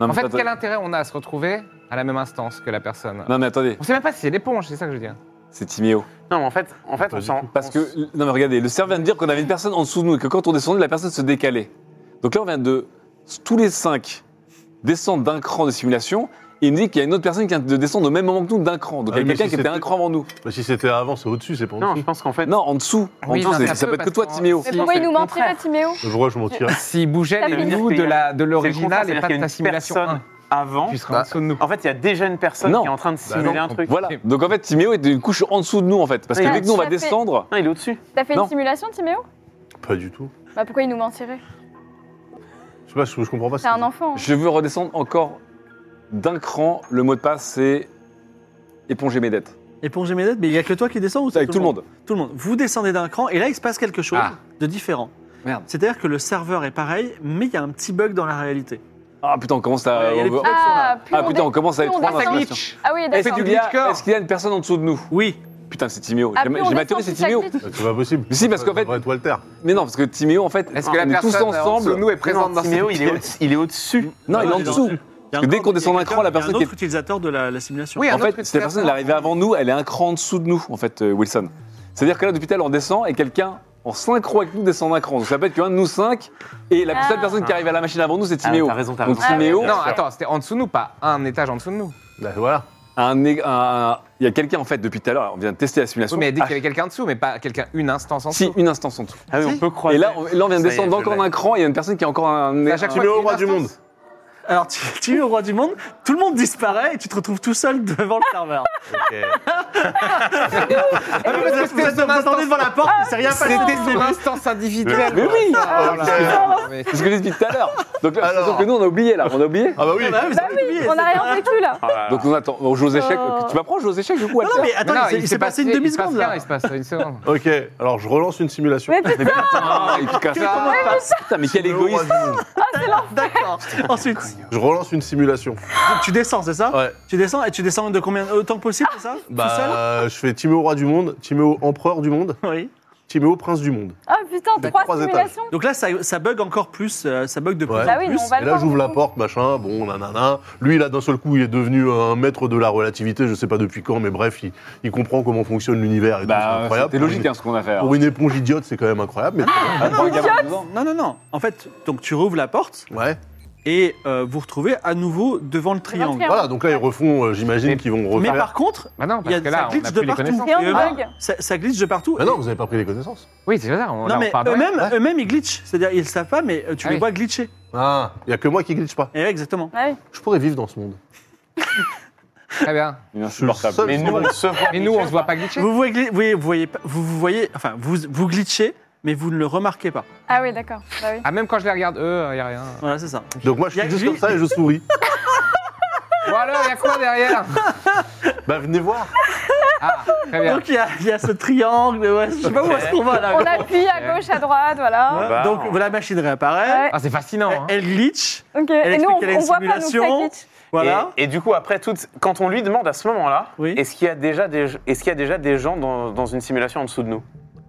Speaker 4: Non,
Speaker 3: En
Speaker 4: mais
Speaker 3: fait,
Speaker 4: attends-
Speaker 3: quel intérêt on a à se retrouver à la même instance que la personne
Speaker 4: non, mais attendez,
Speaker 3: On sait même pas si c'est l'éponge, c'est ça que je veux dire.
Speaker 4: c'est Timéo.
Speaker 6: Non, mais en fait, en fait
Speaker 5: Pas
Speaker 6: on
Speaker 5: du
Speaker 6: s'en.
Speaker 4: Parce que, non mais regardez, le serveur vient de dire qu'on avait une personne en dessous de nous et que quand on descendait, la personne se décalait. Donc là, on vient de tous les cinq descendre d'un cran de simulation et il me dit qu'il y a une autre personne qui vient de descendre au même moment que nous d'un cran. Donc il y
Speaker 5: Ah
Speaker 4: a
Speaker 5: oui, mais
Speaker 4: quelqu'un
Speaker 5: si
Speaker 4: qui était
Speaker 5: c'était-
Speaker 4: un cran avant nous.
Speaker 5: Bah si c'était avant, c'est au-dessus, c'est pas en
Speaker 6: Non, je
Speaker 5: dessous.
Speaker 6: pense qu'en fait.
Speaker 4: Non, en dessous. En
Speaker 3: Oui,
Speaker 4: dessous,
Speaker 3: non,
Speaker 4: c'est-
Speaker 3: ça
Speaker 4: ça
Speaker 3: peut,
Speaker 4: peut être que
Speaker 3: parce
Speaker 4: toi,
Speaker 3: qu'on-
Speaker 4: Timéo.
Speaker 1: Mais
Speaker 3: Si,
Speaker 1: pourquoi
Speaker 3: c'est
Speaker 1: il nous
Speaker 3: le
Speaker 1: mentirait,
Speaker 3: contraire.
Speaker 1: Timéo
Speaker 5: Je vois, je m'en tire.
Speaker 3: S'il bougeait
Speaker 1: Ça
Speaker 3: les
Speaker 1: veut dire
Speaker 3: minous
Speaker 6: qu'il y
Speaker 3: de
Speaker 6: a-
Speaker 3: la- de
Speaker 6: c'est le contraire,
Speaker 3: l'original et
Speaker 6: c'est-à-dire
Speaker 3: pas
Speaker 6: qu'il y
Speaker 3: de
Speaker 6: a
Speaker 3: ta
Speaker 6: une
Speaker 3: simulation
Speaker 6: personne Bah,
Speaker 3: 1.
Speaker 6: Avant.
Speaker 3: Tu seras en dessous de nous.
Speaker 6: En fait, il y a déjà une personne
Speaker 4: Non.
Speaker 6: qui est en train de simuler
Speaker 5: non.
Speaker 6: un truc.
Speaker 4: Voilà. Donc en fait, Timéo est une couche en dessous de nous, en fait. Parce que
Speaker 1: Oui.
Speaker 4: dès que nous, on va
Speaker 1: Ça fait-
Speaker 4: descendre,
Speaker 6: Non, il est au-dessus.
Speaker 1: T'as fait
Speaker 4: Non.
Speaker 1: une simulation, Timéo
Speaker 5: Pas du tout.
Speaker 1: Bah pourquoi il nous mentirait
Speaker 5: Je sais pas, je, je comprends pas.
Speaker 1: C'est un enfant.
Speaker 4: je veux redescendre encore d'un cran. Le mot de passe, c'est éponger mes dettes.
Speaker 2: Éponger mes dettes, mais il n'y a que toi qui descends ou c'est
Speaker 4: Avec tout le monde.
Speaker 2: Tout le monde. Vous descendez d'un cran et là, il se passe quelque chose
Speaker 3: Ah.
Speaker 2: de différent.
Speaker 4: Merde.
Speaker 2: C'est-à-dire que le serveur est pareil, mais il y a un petit bug dans la réalité.
Speaker 4: Ah putain, on commence à...
Speaker 2: Ouais, il y a les petits-
Speaker 1: Ah, plus
Speaker 4: Ah
Speaker 1: on
Speaker 4: putain, on
Speaker 1: dé-
Speaker 4: commence à
Speaker 1: plus
Speaker 4: être
Speaker 1: on
Speaker 4: trois dans la
Speaker 1: descend.
Speaker 4: simulation.
Speaker 1: Ah oui,
Speaker 4: Est-ce
Speaker 1: d'accord.
Speaker 4: qu'il y, a-
Speaker 3: glitchcore.
Speaker 4: est-ce qu'il y a une personne en dessous de nous
Speaker 2: Oui,
Speaker 4: Putain, c'est Timéo.
Speaker 1: Ah,
Speaker 4: J'ai
Speaker 1: plus
Speaker 4: ma
Speaker 1: on
Speaker 4: j'ai ma
Speaker 1: descend,
Speaker 4: théorie, c'est
Speaker 1: plus ça
Speaker 4: Timéo.
Speaker 1: glisse.
Speaker 5: C'est pas possible.
Speaker 4: Mais si, parce qu'en fait-
Speaker 5: Ça devrait être Walter.
Speaker 4: Mais non, parce que Timéo, en fait,
Speaker 3: Est-ce que la
Speaker 4: on est
Speaker 3: personne
Speaker 4: tous
Speaker 3: ensemble
Speaker 4: ensemble.
Speaker 3: nous est présente
Speaker 6: Non,
Speaker 3: dans
Speaker 6: Timéo,
Speaker 3: cette
Speaker 6: il est
Speaker 3: pièce
Speaker 6: au- il est au-dessus.
Speaker 4: Non, il est en
Speaker 2: il est
Speaker 4: dessous.
Speaker 2: Il y a
Speaker 4: Parce que dès
Speaker 2: encore-
Speaker 4: qu'on descend d'un
Speaker 2: il y a
Speaker 4: cran, la
Speaker 2: quelqu'un-
Speaker 4: personne
Speaker 2: Il y a un
Speaker 4: qui
Speaker 2: autre utilisateur de la, la simulation.
Speaker 3: Oui, un
Speaker 4: En fait,
Speaker 3: autre
Speaker 4: cette personne, elle est arrivée avant nous, elle est un cran en dessous de nous, en fait, euh, Wilson. C'est-à-dire que là, depuis tout à l'heure, on descend et quelqu'un en synchro avec nous descend d'un cran. Donc ça peut être qu'un de nous cinq et la
Speaker 1: Ah.
Speaker 4: seule personne qui arrive à la machine avant nous, c'est Timéo.
Speaker 6: Ah, t'as raison, t'as
Speaker 4: Donc
Speaker 6: raison.
Speaker 4: Timéo,
Speaker 3: Non, attends, c'était en dessous de nous, pas un étage en dessous de nous.
Speaker 5: Bah, voilà.
Speaker 1: Oh,
Speaker 4: un ég- un- il y a quelqu'un, en fait, depuis tout à l'heure, on vient de tester la simulation.
Speaker 3: Oui, mais elle dit
Speaker 4: Ah,
Speaker 3: qu'il y avait quelqu'un en dessous, mais pas quelqu'un, une instance en
Speaker 4: si,
Speaker 3: dessous.
Speaker 4: une instance en dessous.
Speaker 6: Ah oui, on peut croiser.
Speaker 4: Et là, on, là, on vient de
Speaker 6: Ça y est,
Speaker 4: descendre
Speaker 6: je
Speaker 4: encore
Speaker 6: l'ai.
Speaker 4: d'un cran et il y a une personne qui a encore un.
Speaker 3: À chaque
Speaker 4: un-
Speaker 3: fois,
Speaker 5: Timéo,
Speaker 3: une
Speaker 5: roi du
Speaker 3: instance.
Speaker 5: monde.
Speaker 2: Alors, tu, tu es le roi du monde, tout le monde disparaît et tu te retrouves tout seul devant le serveur.
Speaker 3: Ah oui, parce que
Speaker 2: vous êtes-
Speaker 3: c'était
Speaker 2: vous
Speaker 3: son
Speaker 2: attendez devant
Speaker 3: instance.
Speaker 2: la porte, Ah,
Speaker 6: Ah,
Speaker 2: il s'est rien passé.
Speaker 3: C'était son instance individuelle.
Speaker 4: Mais oui
Speaker 1: bah,
Speaker 3: Ah, voilà. Mais-
Speaker 4: C'est ce que j'ai dit tout à l'heure. Donc,
Speaker 5: Alors.
Speaker 4: sauf que nous, on a oublié là, on a oublié.
Speaker 5: Ah bah oui.
Speaker 2: Ah bah oui, vous
Speaker 1: Bah
Speaker 2: avez
Speaker 1: oui,
Speaker 2: oublié,
Speaker 1: on
Speaker 2: c'est
Speaker 1: a rien
Speaker 2: vrai.
Speaker 1: vécu là.
Speaker 4: Donc, on attend. On joue aux échecs.
Speaker 1: Oh.
Speaker 4: Tu m'apprends, je joue aux échecs du coup,
Speaker 2: Non,
Speaker 4: Walter
Speaker 2: non, mais attends,
Speaker 3: Mais non,
Speaker 2: il s'est- il s'est passé une
Speaker 3: il se
Speaker 2: demi-seconde
Speaker 3: passe rien,
Speaker 2: là.
Speaker 3: Il se passe une seconde.
Speaker 1: bah.
Speaker 5: Ok, alors je relance une simulation.
Speaker 1: Mais putain,
Speaker 4: Ah, et puis comme ça. Putain, mais quel
Speaker 5: Timéo, roi
Speaker 4: égoïste.
Speaker 5: du monde.
Speaker 2: D'accord. Ensuite,
Speaker 5: Je relance une simulation.
Speaker 2: tu descends, c'est ça
Speaker 5: Ouais.
Speaker 2: Tu descends et tu descends de combien autant que possible, c'est ça Tout seul
Speaker 5: Bah, je fais Timéo roi du monde, Timéo empereur du monde,
Speaker 2: Oui.
Speaker 5: Timéo prince du monde.
Speaker 1: ah putain,
Speaker 5: Mais
Speaker 1: trois
Speaker 5: trois étages.
Speaker 1: simulations.
Speaker 2: Donc là, ça, ça bug encore plus, euh, ça bug de plus
Speaker 5: Ouais.
Speaker 2: en
Speaker 1: Bah oui,
Speaker 2: plus.
Speaker 1: mais on va
Speaker 5: Et
Speaker 1: le
Speaker 5: là,
Speaker 1: voir.
Speaker 5: j'ouvre la porte, machin, bon, nanana. Lui, là, d'un seul coup, il est devenu un maître de la relativité, je sais pas depuis quand, mais bref, il, il comprend comment fonctionne l'univers et tout, c'est
Speaker 4: Bah,
Speaker 5: incroyable.
Speaker 4: c'était logique
Speaker 5: Pour
Speaker 4: hein, ce qu'on a fait.
Speaker 5: une-
Speaker 4: hein.
Speaker 5: Pour une éponge idiote, c'est quand même incroyable, mais.
Speaker 4: Ah, non, il y a pas de raison.
Speaker 2: Non, non, non. En fait, donc tu rouvres la porte
Speaker 5: Ouais.
Speaker 2: et euh, vous retrouvez à nouveau devant le triangle.
Speaker 1: triangle.
Speaker 5: Voilà, donc là, ils refont, euh, j'imagine
Speaker 3: Mais-
Speaker 5: qu'ils vont
Speaker 2: Mais
Speaker 5: refaire.
Speaker 2: par contre,
Speaker 3: Bah
Speaker 2: il
Speaker 3: non,
Speaker 2: y
Speaker 3: parce
Speaker 2: a,
Speaker 3: que
Speaker 2: ça
Speaker 3: là, on
Speaker 2: glitche
Speaker 3: a
Speaker 2: de
Speaker 3: plus les
Speaker 2: partout.
Speaker 3: connaissances.
Speaker 1: Et un
Speaker 2: Et eux-
Speaker 1: bug.
Speaker 2: ça, ça glitche de partout.
Speaker 5: Ah non, vous avez pas pris les connaissances.
Speaker 3: Oui, c'est ça, on, là,
Speaker 2: Non,
Speaker 3: on
Speaker 2: mais
Speaker 3: part de rien.
Speaker 2: eux-mêmes, eux-mêmes, ils glitchent. C'est-à-dire, ils le savent pas, mais euh, tu
Speaker 3: Ah
Speaker 2: les
Speaker 3: oui.
Speaker 2: vois glitcher.
Speaker 5: Ah, il y a que moi qui glitch pas.
Speaker 2: Et ouais, exactement.
Speaker 1: Ah oui.
Speaker 5: Je pourrais vivre dans ce monde.
Speaker 3: Très bien.
Speaker 4: Il est
Speaker 5: Je suis le
Speaker 4: insupportable.
Speaker 5: seul.
Speaker 6: Mais nous, on se voit.
Speaker 3: Et nous, on se voit pas glitcher
Speaker 2: Vous voyez, gli- vous voyez, vous voyez, pas- vous, vous voyez, enfin, vous, vous glitchez, mais vous ne le remarquez pas.
Speaker 1: Ah oui, d'accord. Bah oui.
Speaker 3: Ah, même quand je les regarde, eux, il y a rien.
Speaker 2: Voilà, c'est ça.
Speaker 5: Donc moi, je
Speaker 2: Y a
Speaker 5: suis juste
Speaker 2: lui-
Speaker 5: comme ça et je souris.
Speaker 3: Bon alors, il y a quoi derrière
Speaker 5: bah, venez voir.
Speaker 3: Ah, très bien.
Speaker 2: Donc il y, a- il y a ce triangle. ouais, je sais pas où est-ce qu'on va là.
Speaker 1: On appuie à gauche, à droite, voilà.
Speaker 2: Ouais, Donc la machine réapparaît.
Speaker 1: Ouais.
Speaker 3: Ah, c'est fascinant.
Speaker 2: Elle,
Speaker 3: hein.
Speaker 2: elle glitch.
Speaker 1: Ok.
Speaker 2: Elle
Speaker 1: Et nous,
Speaker 2: explique
Speaker 1: on,
Speaker 2: qu'elle a une
Speaker 1: on voit pas, donc ça
Speaker 2: simulation.
Speaker 1: glitch.
Speaker 2: Voilà.
Speaker 6: Et, et du coup, après, toute- quand on lui demande à ce moment-là,
Speaker 2: Oui.
Speaker 6: est-ce qu'il y, a déjà des- est-ce qu'il y a déjà des gens dans, dans une simulation en dessous de nous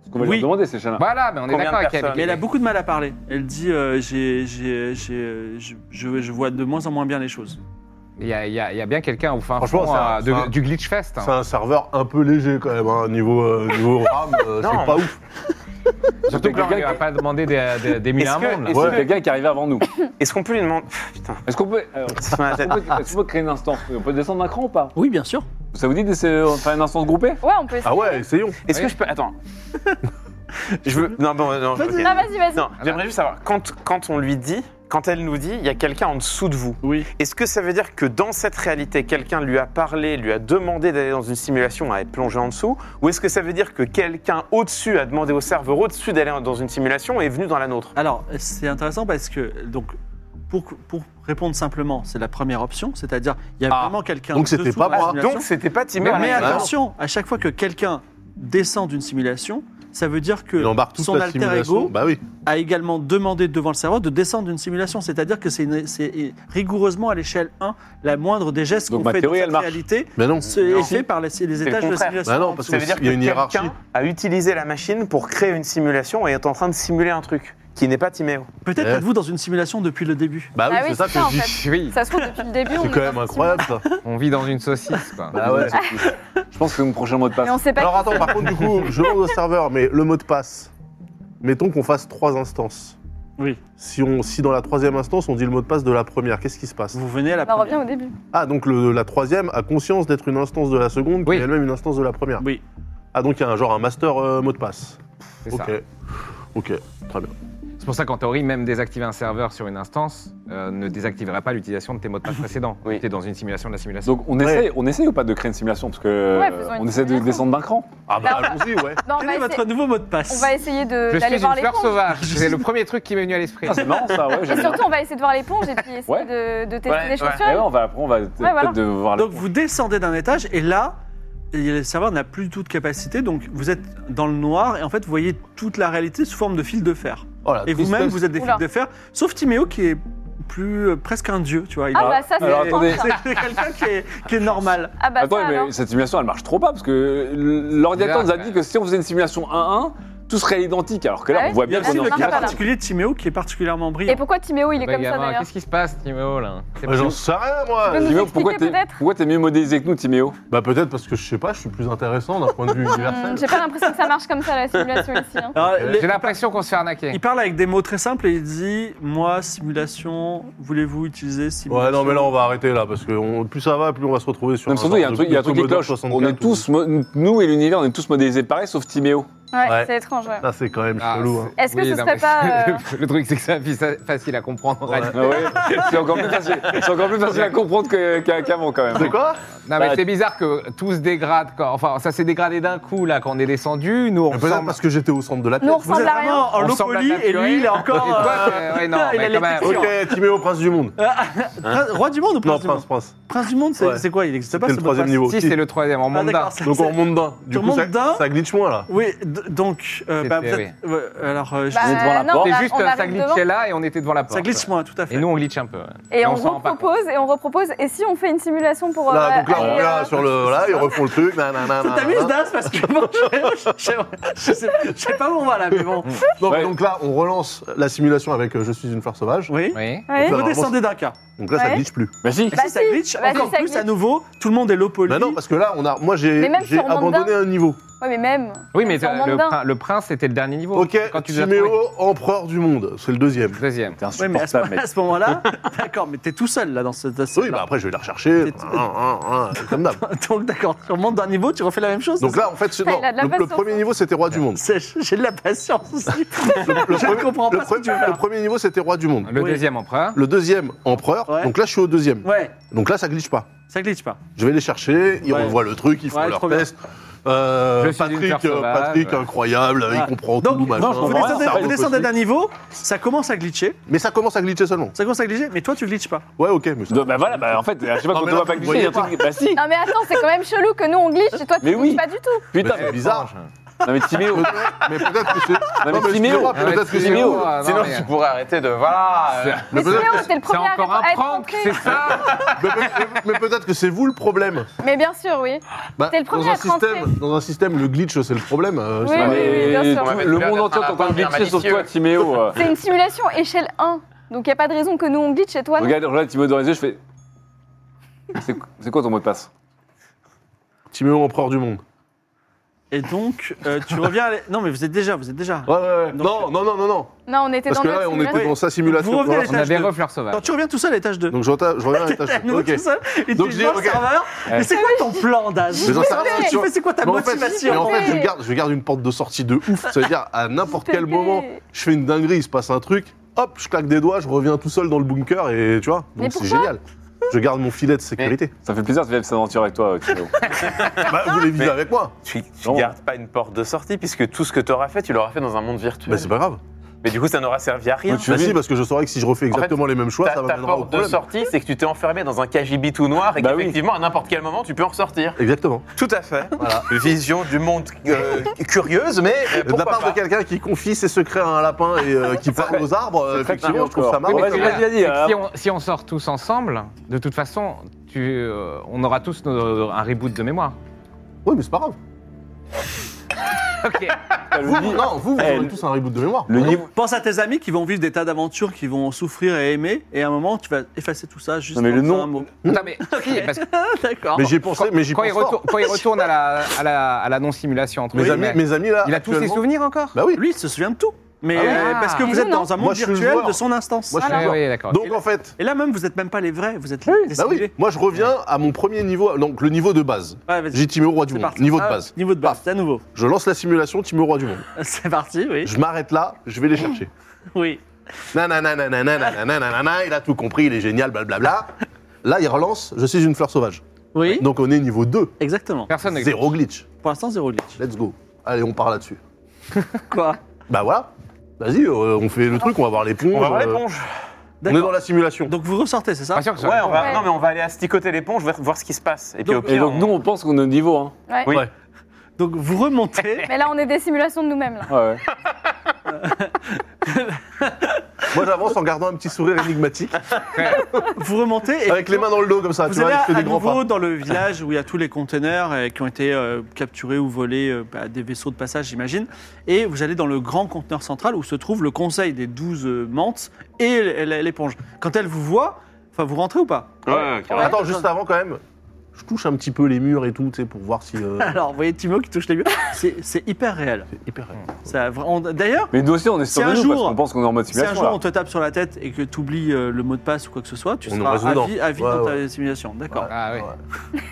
Speaker 4: Ce qu'on va
Speaker 2: Oui.
Speaker 4: lui demander, ces chiens-là.
Speaker 3: Voilà, mais on est
Speaker 6: Combien de
Speaker 3: d'accord avec elle.
Speaker 6: personnes
Speaker 2: Mais elle a beaucoup de mal à parler. Elle dit euh, j'ai, j'ai, j'ai, euh, je, je- je vois de moins en moins bien les choses.
Speaker 3: Il y a, il y a- il y a bien quelqu'un au fin
Speaker 5: Franchement,
Speaker 3: fond,
Speaker 5: c'est un-
Speaker 3: euh, de-
Speaker 5: c'est un-
Speaker 3: du glitch fest. hein.
Speaker 5: C'est un serveur un peu léger quand même, hein, niveau, euh, niveau RAM, euh,
Speaker 6: Non.
Speaker 5: c'est pas ouf.
Speaker 3: Surtout que là, on lui a pas demandé des, des, des mille et un
Speaker 6: Est-ce que-
Speaker 3: monde.
Speaker 6: est-ce
Speaker 3: là.
Speaker 4: C'est
Speaker 6: Ouais.
Speaker 4: quelqu'un qui est arrivé avant nous.
Speaker 6: Est-ce qu'on peut lui demander Pff, Putain,
Speaker 4: Est-ce qu'on peut, euh,
Speaker 6: c'est ma tête.
Speaker 4: on peut- est-ce qu'on peut créer une instance On peut descendre d'un cran ou pas
Speaker 2: Oui, bien sûr.
Speaker 4: Ça vous dit de euh, faire une instance groupée
Speaker 1: Ouais, on peut. essayer.
Speaker 5: Ah ouais, essayons.
Speaker 6: Est-ce que je peux Attends. je veux. Non, bon, non. ok.
Speaker 1: Non, Ah, vas-y, vas-y.
Speaker 6: Non, j'aimerais juste savoir. Quand, quand on lui dit, quand elle nous dit, il y a quelqu'un en dessous de vous.
Speaker 2: Oui.
Speaker 6: Est-ce que ça veut dire que dans cette réalité, quelqu'un lui a parlé, lui a demandé d'aller dans une simulation à être plongé en dessous Ou est-ce que ça veut dire que quelqu'un au-dessus a demandé au serveur au-dessus d'aller dans une simulation et est venu dans la nôtre
Speaker 2: Alors, c'est intéressant parce que, donc, pour, pour répondre simplement, c'est la première option, c'est-à-dire, il y a
Speaker 4: Ah.
Speaker 2: vraiment quelqu'un.
Speaker 5: Donc, c'était
Speaker 2: dessous
Speaker 5: pas
Speaker 2: de la
Speaker 5: moi.
Speaker 2: simulation.
Speaker 6: Donc c'était pas Timur.
Speaker 2: mais,
Speaker 6: à la
Speaker 2: mais
Speaker 6: base.
Speaker 2: attention, à chaque fois que quelqu'un descend d'une simulation, ça veut dire que
Speaker 5: Il embarque toute
Speaker 2: son
Speaker 5: la
Speaker 2: alter
Speaker 5: simulation.
Speaker 2: ego
Speaker 5: Bah oui.
Speaker 2: a également demandé devant le serveur de descendre d'une simulation. C'est-à-dire que c'est une- c'est rigoureusement à l'échelle 1, la moindre des gestes
Speaker 4: Donc,
Speaker 2: qu'on
Speaker 4: ma
Speaker 2: fait
Speaker 4: théorie,
Speaker 2: dans
Speaker 4: elle
Speaker 2: cette
Speaker 4: marche.
Speaker 2: réalité
Speaker 5: Mais non.
Speaker 2: c'est- est
Speaker 6: Non.
Speaker 2: fait par les, les
Speaker 6: le
Speaker 2: étages de la
Speaker 6: contraire.
Speaker 2: simulation.
Speaker 5: Bah non, parce
Speaker 6: Ça veut dire
Speaker 5: qu'il y
Speaker 6: que
Speaker 5: a une hiérarchie.
Speaker 6: quelqu'un a utilisé la machine pour créer une simulation et est en train de simuler un truc qui n'est pas Timéo.
Speaker 2: Peut-être
Speaker 5: Ouais.
Speaker 2: êtes-vous dans une simulation depuis le début.
Speaker 5: Bah oui,
Speaker 1: Ah oui,
Speaker 5: c'est ça
Speaker 1: c'est
Speaker 5: que
Speaker 1: ça, en
Speaker 5: je dis.
Speaker 1: fait.
Speaker 3: Oui,
Speaker 1: Ça se trouve depuis le début.
Speaker 5: C'est
Speaker 1: on
Speaker 5: quand
Speaker 1: est
Speaker 5: même
Speaker 1: dans une
Speaker 5: incroyable ça.
Speaker 3: on vit dans une saucisse, quoi.
Speaker 5: Bah ouais.
Speaker 4: Je pense que mon prochain mot de
Speaker 1: simulation. Et on
Speaker 4: passe.
Speaker 1: sait pas.
Speaker 5: Alors attends, par contre, du coup, je demande au serveur, mais le mot de passe, mettons qu'on fasse trois instances.
Speaker 2: Oui.
Speaker 5: Si, on, si dans la troisième instance, on dit le mot de passe de la première, qu'est-ce qui se passe
Speaker 2: Vous venez à la
Speaker 1: On en
Speaker 2: première.
Speaker 1: revient au début.
Speaker 5: Ah, donc le- la troisième a conscience d'être une instance de la seconde,
Speaker 3: Oui.
Speaker 5: qui est elle-même une instance de la première.
Speaker 2: Oui.
Speaker 5: Ah, donc il y a un genre un master euh, mot de passe.
Speaker 3: C'est
Speaker 5: Ok.
Speaker 3: ça.
Speaker 5: Ok, très bien.
Speaker 3: C'est pour ça qu'en théorie, même désactiver un serveur sur une instance euh, ne désactiverait pas l'utilisation de tes mots de passe précédents.
Speaker 6: Oui.
Speaker 3: T'es dans une simulation de la simulation.
Speaker 4: Donc on essaye, on essaye ou pas de créer une simulation parce que euh,
Speaker 1: Ouais, faisons une
Speaker 4: on essaie de
Speaker 1: simulation.
Speaker 4: descendre d'un cran.
Speaker 5: Ah bah
Speaker 1: Là, on va-
Speaker 5: allons-y, ouais.
Speaker 1: Non, on
Speaker 2: Quel
Speaker 1: va,
Speaker 2: est
Speaker 1: essayer,
Speaker 2: votre nouveau mot de passe
Speaker 1: on va essayer de-
Speaker 3: je suis
Speaker 1: d'aller
Speaker 3: une
Speaker 1: voir les
Speaker 3: fleur
Speaker 1: ponts.
Speaker 3: sauvage. C'est le premier truc qui m'est venu à l'esprit.
Speaker 4: Ah, c'est marrant ça, ouais.
Speaker 1: Et
Speaker 4: j'aime bien.
Speaker 1: surtout, on va essayer de voir les ponts et puis essayer
Speaker 4: Ouais.
Speaker 1: de, de tester
Speaker 6: Ouais,
Speaker 1: les
Speaker 6: ouais.
Speaker 1: chaussures.
Speaker 4: Eh ouais, on va après on va peut-être
Speaker 1: voilà.
Speaker 4: de voir.
Speaker 2: Donc vous descendez d'un étage et là, le serveur n'a plus toute capacité, donc vous êtes dans le noir et en fait vous voyez toute la réalité sous forme de fils de fer.
Speaker 5: Oh, la
Speaker 2: Et vous-même
Speaker 5: tristesse.
Speaker 2: vous êtes des
Speaker 1: Oula.
Speaker 2: fils de fer, sauf Timéo qui est plus euh, presque un dieu, tu vois. Il
Speaker 1: Ah
Speaker 2: a-
Speaker 1: bah ça, c'est
Speaker 4: Alors,
Speaker 1: le
Speaker 4: attendez.
Speaker 1: prince, hein.
Speaker 2: c'est quelqu'un qui est, qui est normal.
Speaker 1: Ah bah
Speaker 4: Attends,
Speaker 1: ça,
Speaker 4: mais
Speaker 1: alors.
Speaker 4: cette simulation, elle marche trop pas, parce que l'ordinateur
Speaker 3: Là,
Speaker 4: nous a
Speaker 3: ouais.
Speaker 4: dit que si on faisait une simulation 1-1, tout serait identique, alors que là,
Speaker 1: Ouais.
Speaker 4: on voit
Speaker 2: Il y a
Speaker 4: bien
Speaker 1: Ah,
Speaker 2: aussi
Speaker 4: qu'on est
Speaker 1: non,
Speaker 2: le
Speaker 1: ça
Speaker 4: en
Speaker 2: cas
Speaker 1: va, là.
Speaker 2: particulier de Timéo qui est particulièrement brillant.
Speaker 1: Et pourquoi Timéo, il est
Speaker 3: Bah,
Speaker 1: comme ça
Speaker 3: gamin,
Speaker 1: d'ailleurs
Speaker 3: Qu'est-ce qui se passe, Timéo, là C'est
Speaker 5: Bah,
Speaker 3: parti.
Speaker 5: J'en sais rien, moi.
Speaker 1: Tu peux nous
Speaker 4: Timéo,
Speaker 1: expliquer
Speaker 4: pourquoi t'es
Speaker 1: peut-être
Speaker 4: pourquoi t'es mieux modélisé que nous, Timéo
Speaker 5: Bah peut-être parce que je sais pas, je suis plus intéressant d'un point de vue
Speaker 1: Hmm,
Speaker 5: universel.
Speaker 1: J'ai pas l'impression que ça marche comme ça la simulation ici. hein.
Speaker 2: Alors, les-
Speaker 3: J'ai l'impression qu'on se fait arnaquer.
Speaker 2: il parle avec des mots très simples et il dit Moi, simulation, voulez-vous utiliser simulation
Speaker 5: Ouais, non, mais là, on va arrêter là, parce que on- plus ça va, plus on va se retrouver sur
Speaker 4: Non, mais surtout, il y a un
Speaker 5: genre
Speaker 4: truc,
Speaker 5: de-
Speaker 4: il y a un
Speaker 5: de
Speaker 4: truc qui
Speaker 5: Commodore
Speaker 4: cloche. On est
Speaker 5: 64
Speaker 4: tous, mo- nous et l'univers, on est tous modélisés pareil, sauf Timéo.
Speaker 1: Ouais,
Speaker 5: Ouais.
Speaker 1: c'est étrange. ouais.
Speaker 5: ou- Ça, c'est quand même
Speaker 3: Ah,
Speaker 5: chelou. hein.
Speaker 3: c'est-
Speaker 1: Est-ce que ce
Speaker 3: non,
Speaker 1: serait
Speaker 3: mais
Speaker 1: pas, euh,
Speaker 3: c'est- Le truc, c'est que c'est fa- facile à comprendre. en réalité.
Speaker 4: Ah ouais, c'est encore plus facile. C'est encore plus facile à comprendre que- qu'à- qu'avant quand même.
Speaker 5: C'est quoi
Speaker 3: Non,
Speaker 4: Bah,
Speaker 3: mais c'est bizarre que tout se dégrade. Quand... Enfin, ça s'est dégradé d'un coup, là, quand on est descendu. Nous, on
Speaker 5: Mais Peut-être
Speaker 3: ressemble-
Speaker 5: parce que j'étais au centre de la
Speaker 1: Nous, on
Speaker 5: Terre.
Speaker 2: Vous êtes
Speaker 1: ressemble à rien.
Speaker 2: vraiment en
Speaker 3: On ressemble à
Speaker 2: low-poly
Speaker 3: la
Speaker 2: et lui, il est encore.
Speaker 3: Et toi,
Speaker 2: euh,
Speaker 3: t'es- ouais, non,
Speaker 2: il a
Speaker 3: mais
Speaker 2: les
Speaker 3: quand même.
Speaker 2: textures.
Speaker 5: Ok, Timéo, prince du monde.
Speaker 2: Euh, ah, Prince- Roi du monde ou
Speaker 5: Hein Non,
Speaker 2: prince,
Speaker 5: prince,
Speaker 2: du monde
Speaker 5: prince.
Speaker 2: Prince du monde, c'est
Speaker 5: Ouais.
Speaker 2: c'est quoi Il n'existe pas ce
Speaker 5: C'était le
Speaker 2: mot de
Speaker 5: troisième
Speaker 2: passe.
Speaker 5: niveau.
Speaker 3: Si, c'est le troisième, en
Speaker 2: Ah,
Speaker 3: monde
Speaker 2: d'accord,
Speaker 3: d'art.
Speaker 2: c'est-
Speaker 5: Donc on remonte d'un. Du
Speaker 2: Tu
Speaker 5: coup, ça,
Speaker 2: remontes d'un
Speaker 5: ça glitch moins là.
Speaker 2: Oui, d- donc, euh, bah,
Speaker 3: C'était-
Speaker 2: vous êtes- ouais, alors, euh, je-
Speaker 1: Bah,
Speaker 4: Vous êtes devant la
Speaker 1: non,
Speaker 4: porte.
Speaker 1: on
Speaker 3: C'est
Speaker 1: a-
Speaker 3: juste,
Speaker 1: on
Speaker 3: ça
Speaker 1: arrive devant.
Speaker 3: glitchait là et on était devant la porte.
Speaker 2: ça glitche moins, tout à fait.
Speaker 3: Et nous, on glitche un peu.
Speaker 1: Et
Speaker 3: Et
Speaker 1: on,
Speaker 3: on s'en rend pas
Speaker 1: repropose, et on repropose. Et si on fait une simulation pour. euh,
Speaker 5: Là, donc là, on
Speaker 1: aller,
Speaker 5: est là,
Speaker 1: euh,
Speaker 5: sur le. Là, ils refont le truc. nanana,
Speaker 2: Ça t'amuse,
Speaker 5: nanana.
Speaker 2: Das, parce que moi, je, je- je sais, je sais pas où on va là, mais bon.
Speaker 5: Non, mais
Speaker 4: Ouais.
Speaker 5: Donc là, on relance la simulation avec euh, Je suis une fleur sauvage.
Speaker 2: Oui.
Speaker 3: Oui.
Speaker 1: ouais.
Speaker 2: Vous descendez d'un cas.
Speaker 5: Donc là, ça
Speaker 1: Ouais.
Speaker 5: glitche plus.
Speaker 4: Bah si.
Speaker 2: Et
Speaker 1: Bah
Speaker 2: si, ça
Speaker 1: si,
Speaker 2: glitch,
Speaker 1: bah si,
Speaker 2: encore
Speaker 1: ça
Speaker 2: plus
Speaker 1: glitch.
Speaker 2: à nouveau, tout le monde est low poly.
Speaker 5: Bah non, parce que là, on a. Moi,
Speaker 1: Mais
Speaker 5: j'ai
Speaker 1: même
Speaker 5: j'ai
Speaker 1: sur Mandin.
Speaker 5: abandonné un niveau.
Speaker 1: Ouais, mais même.
Speaker 3: Oui, mais
Speaker 1: Ça
Speaker 3: euh,
Speaker 1: remonte
Speaker 3: le,
Speaker 1: d'un.
Speaker 3: prin- le prince, c'était le dernier niveau.
Speaker 5: Ok,
Speaker 3: Quand tu l'as trouvé.
Speaker 5: Timéo, empereur du monde. C'est le deuxième.
Speaker 3: Deuxième.
Speaker 4: T'es
Speaker 2: Ouais, mais à ce,
Speaker 4: insupportable, mec.
Speaker 2: à ce moment-là, d'accord, mais t'es tout seul là dans ce. dans ce-
Speaker 5: Oui, bah après, je vais la rechercher.
Speaker 2: C'est-
Speaker 5: Un, un, un, Comme d'hab.
Speaker 2: Donc d'accord, tu remontes d'un niveau, tu refais la même chose.
Speaker 5: Donc là, en fait, c'est-
Speaker 1: Ah,
Speaker 5: non,
Speaker 1: il a de la
Speaker 5: le, le
Speaker 1: patience,
Speaker 5: premier
Speaker 1: hein.
Speaker 5: niveau, c'était roi du monde.
Speaker 2: C'est- j'ai de la patience aussi.
Speaker 5: Le
Speaker 2: Je
Speaker 5: premier-
Speaker 2: comprends
Speaker 5: le
Speaker 2: pas ce que
Speaker 5: premier-
Speaker 2: tu veux faire.
Speaker 5: le premier niveau, c'était roi du monde.
Speaker 3: Le
Speaker 2: Oui.
Speaker 3: deuxième empereur.
Speaker 5: Le deuxième, empereur.
Speaker 2: Ouais.
Speaker 5: Donc là, je suis au deuxième.
Speaker 2: Ouais,
Speaker 5: Donc là, ça glitche pas.
Speaker 2: ça glitche pas.
Speaker 5: Je vais les chercher, ils
Speaker 2: Ouais.
Speaker 5: revoient le truc, ils font
Speaker 2: Ouais,
Speaker 5: leur
Speaker 2: trop bien.
Speaker 5: test. Euh,
Speaker 3: Je suis une
Speaker 5: Patrick,
Speaker 3: personne
Speaker 5: euh, Patrick
Speaker 3: sauvage.
Speaker 5: incroyable,
Speaker 2: bah, Ouais.
Speaker 5: il comprend
Speaker 2: Donc,
Speaker 5: tout, machin.
Speaker 4: je comprends
Speaker 2: Vous
Speaker 4: Bon, rien.
Speaker 2: descendez,
Speaker 5: Ça
Speaker 2: vous
Speaker 5: roule
Speaker 2: descendez
Speaker 5: aussi.
Speaker 2: d'un niveau, ça commence à glitcher.
Speaker 5: Mais ça commence à glitcher seulement.
Speaker 2: Ça commence à glitcher, mais toi tu glitches pas.
Speaker 5: Ouais, ok, mais ça...
Speaker 4: Donc, Bah voilà, bah en fait, à chaque fois
Speaker 5: Non,
Speaker 4: qu'on
Speaker 5: mais
Speaker 4: te
Speaker 5: là,
Speaker 4: voit pas
Speaker 5: vous
Speaker 4: glisser, il y a un
Speaker 5: voyez
Speaker 4: truc. Bah si,
Speaker 1: Non, mais attends, c'est quand même chelou que nous on glitche et toi tu
Speaker 4: Mais
Speaker 1: glitches
Speaker 4: oui.
Speaker 1: pas du tout.
Speaker 5: Mais
Speaker 4: putain.
Speaker 5: c'est bizarre.
Speaker 4: Non mais Timéo.
Speaker 5: Peut- mais peut-être que c'est.
Speaker 4: mais
Speaker 5: Non, mais
Speaker 4: Timéo,
Speaker 5: excusez-moi,
Speaker 3: Euh,
Speaker 4: arrête,
Speaker 5: peut-être que
Speaker 4: Timéo.
Speaker 5: c'est.
Speaker 4: vidéo. Ah, non,
Speaker 3: Sinon,
Speaker 4: mais-
Speaker 3: tu pourrais arrêter de. Voilà.
Speaker 5: Mais
Speaker 1: Mais
Speaker 5: peut-être
Speaker 1: Timéo, c'était le
Speaker 3: euh, C'est
Speaker 1: premier à
Speaker 3: encore un
Speaker 1: être
Speaker 3: prank,
Speaker 1: rentré.
Speaker 3: c'est ça
Speaker 5: mais peut- mais peut-être que c'est vous le problème.
Speaker 1: Mais bien sûr, oui.
Speaker 5: Bah,
Speaker 1: T'es le premier
Speaker 5: dans un
Speaker 1: à te rentrer.
Speaker 5: système, dans un système, le glitch, c'est le problème. euh,
Speaker 1: Oui,
Speaker 5: c'est
Speaker 4: Ah,
Speaker 5: pas-
Speaker 1: oui, oui, bien
Speaker 4: mais
Speaker 1: sûr.
Speaker 4: tout- Le monde entier est en train de glitcher sauf toi, Timéo. euh.
Speaker 1: C'est une simulation échelle 1. Donc il n'y a pas de raison que nous on glitche et toi non.
Speaker 4: Regarde, regarde Timéo dans les yeux, je fais. C'est- C'est quoi ton mot de passe
Speaker 5: Timéo, empereur du monde.
Speaker 2: Et donc euh, tu reviens. à l'é- Non, mais vous êtes déjà, vous êtes déjà.
Speaker 5: Ouais, ouais, ouais.
Speaker 2: Donc-
Speaker 5: Non, non, non, non, non.
Speaker 1: Non, on était
Speaker 5: Parce
Speaker 1: dans
Speaker 5: que
Speaker 1: notre
Speaker 5: là, on
Speaker 1: simulation.
Speaker 5: était dans sa simulation.
Speaker 2: Vous revenez à
Speaker 5: Voilà.
Speaker 2: l'étage
Speaker 3: On avait
Speaker 2: deux.
Speaker 3: refleur
Speaker 2: Quand
Speaker 3: sauvage.
Speaker 2: tu reviens tout seul à l'étage 2.
Speaker 5: Donc je reta- je reviens à l'étage.
Speaker 2: À nouveau
Speaker 5: Ok.
Speaker 2: tout seul, il
Speaker 5: Donc,
Speaker 2: te
Speaker 5: je
Speaker 2: dit
Speaker 5: dis,
Speaker 2: dans le
Speaker 5: ok.
Speaker 2: serveur. Mais c'est quoi ton plan, Daz
Speaker 5: Mais j'en sais rien,
Speaker 2: Qu'est-ce que
Speaker 5: tu
Speaker 2: tu
Speaker 5: vois.
Speaker 2: fais C'est quoi ta
Speaker 5: Mais en fait,
Speaker 2: motivation
Speaker 5: mais en fait,
Speaker 1: Ouais.
Speaker 5: je garde, je garde une porte de sortie de ouf. Ça veut dire, à n'importe quel
Speaker 1: Pété.
Speaker 5: moment, je fais une dinguerie, il se passe un truc, hop, je claque des doigts, je reviens tout seul dans le bunker et tu vois,
Speaker 1: Mais
Speaker 5: donc c'est
Speaker 1: pourquoi
Speaker 5: génial. Je garde mon filet de sécurité.
Speaker 4: Ça fait plaisir de vivre cette aventure avec toi, euh, Timéo.
Speaker 5: Bah, vous les vivez
Speaker 6: Mais-
Speaker 5: avec moi.
Speaker 6: Tu, tu
Speaker 4: Non.
Speaker 6: gardes pas une porte de sortie puisque tout ce que tu auras fait, tu l'auras fait dans un monde virtuel.
Speaker 5: Bah, c'est pas grave.
Speaker 6: Mais du coup, ça n'aura servi à rien.
Speaker 4: Mais tu
Speaker 5: Bah,
Speaker 4: veux
Speaker 5: si,
Speaker 4: dire-
Speaker 5: parce que je saurais que si je refais
Speaker 6: fait,
Speaker 5: exactement les mêmes choix,
Speaker 6: Ta,
Speaker 5: ça
Speaker 6: ta
Speaker 5: m'amènera au
Speaker 6: porte de
Speaker 5: problème.
Speaker 6: sortie, c'est que tu t'es enfermé dans un KGB tout noir et
Speaker 4: Bah oui.
Speaker 6: qu'effectivement, à n'importe quel moment, tu peux en ressortir.
Speaker 5: Exactement.
Speaker 6: Tout à fait. Vision du monde euh, curieuse, mais euh,
Speaker 5: De la
Speaker 6: pourquoi
Speaker 5: part
Speaker 6: pas.
Speaker 5: de quelqu'un qui confie ses secrets à un lapin et euh, qui part aux arbres, euh,
Speaker 4: très
Speaker 5: effectivement,
Speaker 4: clair,
Speaker 5: je trouve ça
Speaker 4: encore.
Speaker 5: marrant.
Speaker 4: Oui, mais
Speaker 3: C'est
Speaker 4: Vas-y,
Speaker 3: que-
Speaker 4: vas-y,
Speaker 3: c'est que
Speaker 4: hein.
Speaker 3: si, on, si on sort tous ensemble, de toute façon, tu, euh, on aura tous nos- un reboot de mémoire.
Speaker 5: Oui, mais c'est pas grave.
Speaker 3: Ok.
Speaker 5: Vous, non, vous, vous
Speaker 4: Eh,
Speaker 5: aurez
Speaker 4: le-
Speaker 5: tous un reboot de mémoire.
Speaker 4: Le niveau.
Speaker 2: Pense à tes amis qui vont vivre des tas d'aventures, qui vont souffrir et aimer, et à un moment tu vas effacer tout ça juste
Speaker 4: Non, mais
Speaker 2: en
Speaker 4: le
Speaker 2: disant
Speaker 4: nom-
Speaker 2: un mot.
Speaker 3: non, mais si, parce que
Speaker 2: D'accord.
Speaker 5: Mais j'y ai pensé, mais j'y
Speaker 3: quand,
Speaker 5: pense
Speaker 3: il
Speaker 5: fort.
Speaker 3: retourne, quand il retourne à la, à la, à la non-simulation, entre
Speaker 5: Mes amis,
Speaker 3: guillemets,
Speaker 5: mes amis, là.
Speaker 3: il a tous ses
Speaker 5: actuellement-
Speaker 3: souvenirs encore
Speaker 5: Bah oui.
Speaker 2: Lui, il se souvient de tout. Mais
Speaker 3: Ah oui.
Speaker 2: euh, parce que
Speaker 1: Ah.
Speaker 2: vous
Speaker 1: Mais
Speaker 2: êtes
Speaker 1: nous, non.
Speaker 2: dans un monde
Speaker 5: Moi, je suis le
Speaker 2: virtuel
Speaker 5: joueur.
Speaker 2: de son instance.
Speaker 5: Moi, je suis
Speaker 3: Oui,
Speaker 5: le joueur.
Speaker 3: Ah, oui, d'accord.
Speaker 5: Donc en fait,
Speaker 2: Et là même, vous n'êtes même pas les vrais, vous êtes les
Speaker 5: Bah oui,
Speaker 2: simulés.
Speaker 5: moi je reviens à mon premier niveau, donc le niveau de base.
Speaker 2: Ouais, vas-y.
Speaker 5: J'ai Timéo Roi du
Speaker 2: C'est
Speaker 5: Monde,
Speaker 2: parti.
Speaker 5: niveau de
Speaker 2: Ah,
Speaker 5: base.
Speaker 2: Niveau de base, c'est à nouveau.
Speaker 5: Je lance la simulation Timéo Roi du Monde.
Speaker 2: C'est parti, oui.
Speaker 5: Je m'arrête là, je vais les chercher.
Speaker 2: Oui.
Speaker 5: Nanana, nanana, nanana, nanana, il a tout compris, il est génial, blablabla. Là, il relance, je suis une fleur sauvage.
Speaker 2: Oui,
Speaker 5: Donc on est niveau 2,
Speaker 2: exactement.
Speaker 3: Personne ne
Speaker 5: zéro glitch.
Speaker 2: Pour l'instant, zéro glitch.
Speaker 5: Let's go. Allez, on part là-dessus.
Speaker 2: Quoi
Speaker 5: Bah voilà, vas-y, euh, on fait le truc, on va voir l'éponge.
Speaker 6: On va voir
Speaker 5: euh,
Speaker 6: l'éponge.
Speaker 5: on est dans la simulation.
Speaker 2: Donc vous ressortez, c'est ça
Speaker 3: Pas sûr que ça.
Speaker 6: Ouais, on va,
Speaker 1: Ouais.
Speaker 6: non, mais on va aller asticoter l'éponge, voir, voir ce qui se passe. Et puis
Speaker 2: Donc-
Speaker 6: au
Speaker 4: Et
Speaker 6: pire,
Speaker 4: donc nous, on pense qu'on est au niveau, hein.
Speaker 1: Ouais.
Speaker 6: Oui.
Speaker 2: Donc vous remontez.
Speaker 1: Mais là, on est des simulations de nous-mêmes. là.
Speaker 4: Ouais.
Speaker 5: Moi, j'avance en gardant un petit sourire énigmatique,
Speaker 2: Vous remontez et
Speaker 5: avec les mains dans le dos, comme ça.
Speaker 2: Vous
Speaker 5: tu vois,
Speaker 2: allez
Speaker 5: je fais
Speaker 2: à
Speaker 5: des grands
Speaker 2: nouveau
Speaker 5: pas.
Speaker 2: dans le village où il y a tous les containers euh, qui ont été euh, capturés ou volés euh, par des vaisseaux de passage, j'imagine. Et vous allez dans le grand conteneur central où se trouve le conseil des 12 euh, mantes et l- l- l'éponge. Quand elle vous voit, enfin vous rentrez ou pas
Speaker 7: Ouais, carrément.
Speaker 5: Attends, juste avant, quand même, je touche un petit peu les murs et tout, tu sais, pour voir si. euh,
Speaker 2: Alors vous voyez Timo qui touche les murs, c'est c'est hyper réel.
Speaker 5: c'est hyper réel.
Speaker 2: Ça a vra- on- D'ailleurs,
Speaker 4: Mais nous aussi, on est sur
Speaker 2: Si un
Speaker 4: nous
Speaker 2: jour-
Speaker 4: parce qu'on pense qu'on est en mode
Speaker 2: si un
Speaker 4: simulation.
Speaker 2: jour on
Speaker 4: là.
Speaker 2: te tape sur la tête et que tu oublies euh, le mot de passe ou quoi que ce soit, tu
Speaker 5: On
Speaker 2: seras
Speaker 5: reste dedans.
Speaker 2: à vie, à vie
Speaker 5: Ouais,
Speaker 2: dans
Speaker 5: ouais.
Speaker 2: ta simulation, d'accord
Speaker 3: Ah oui.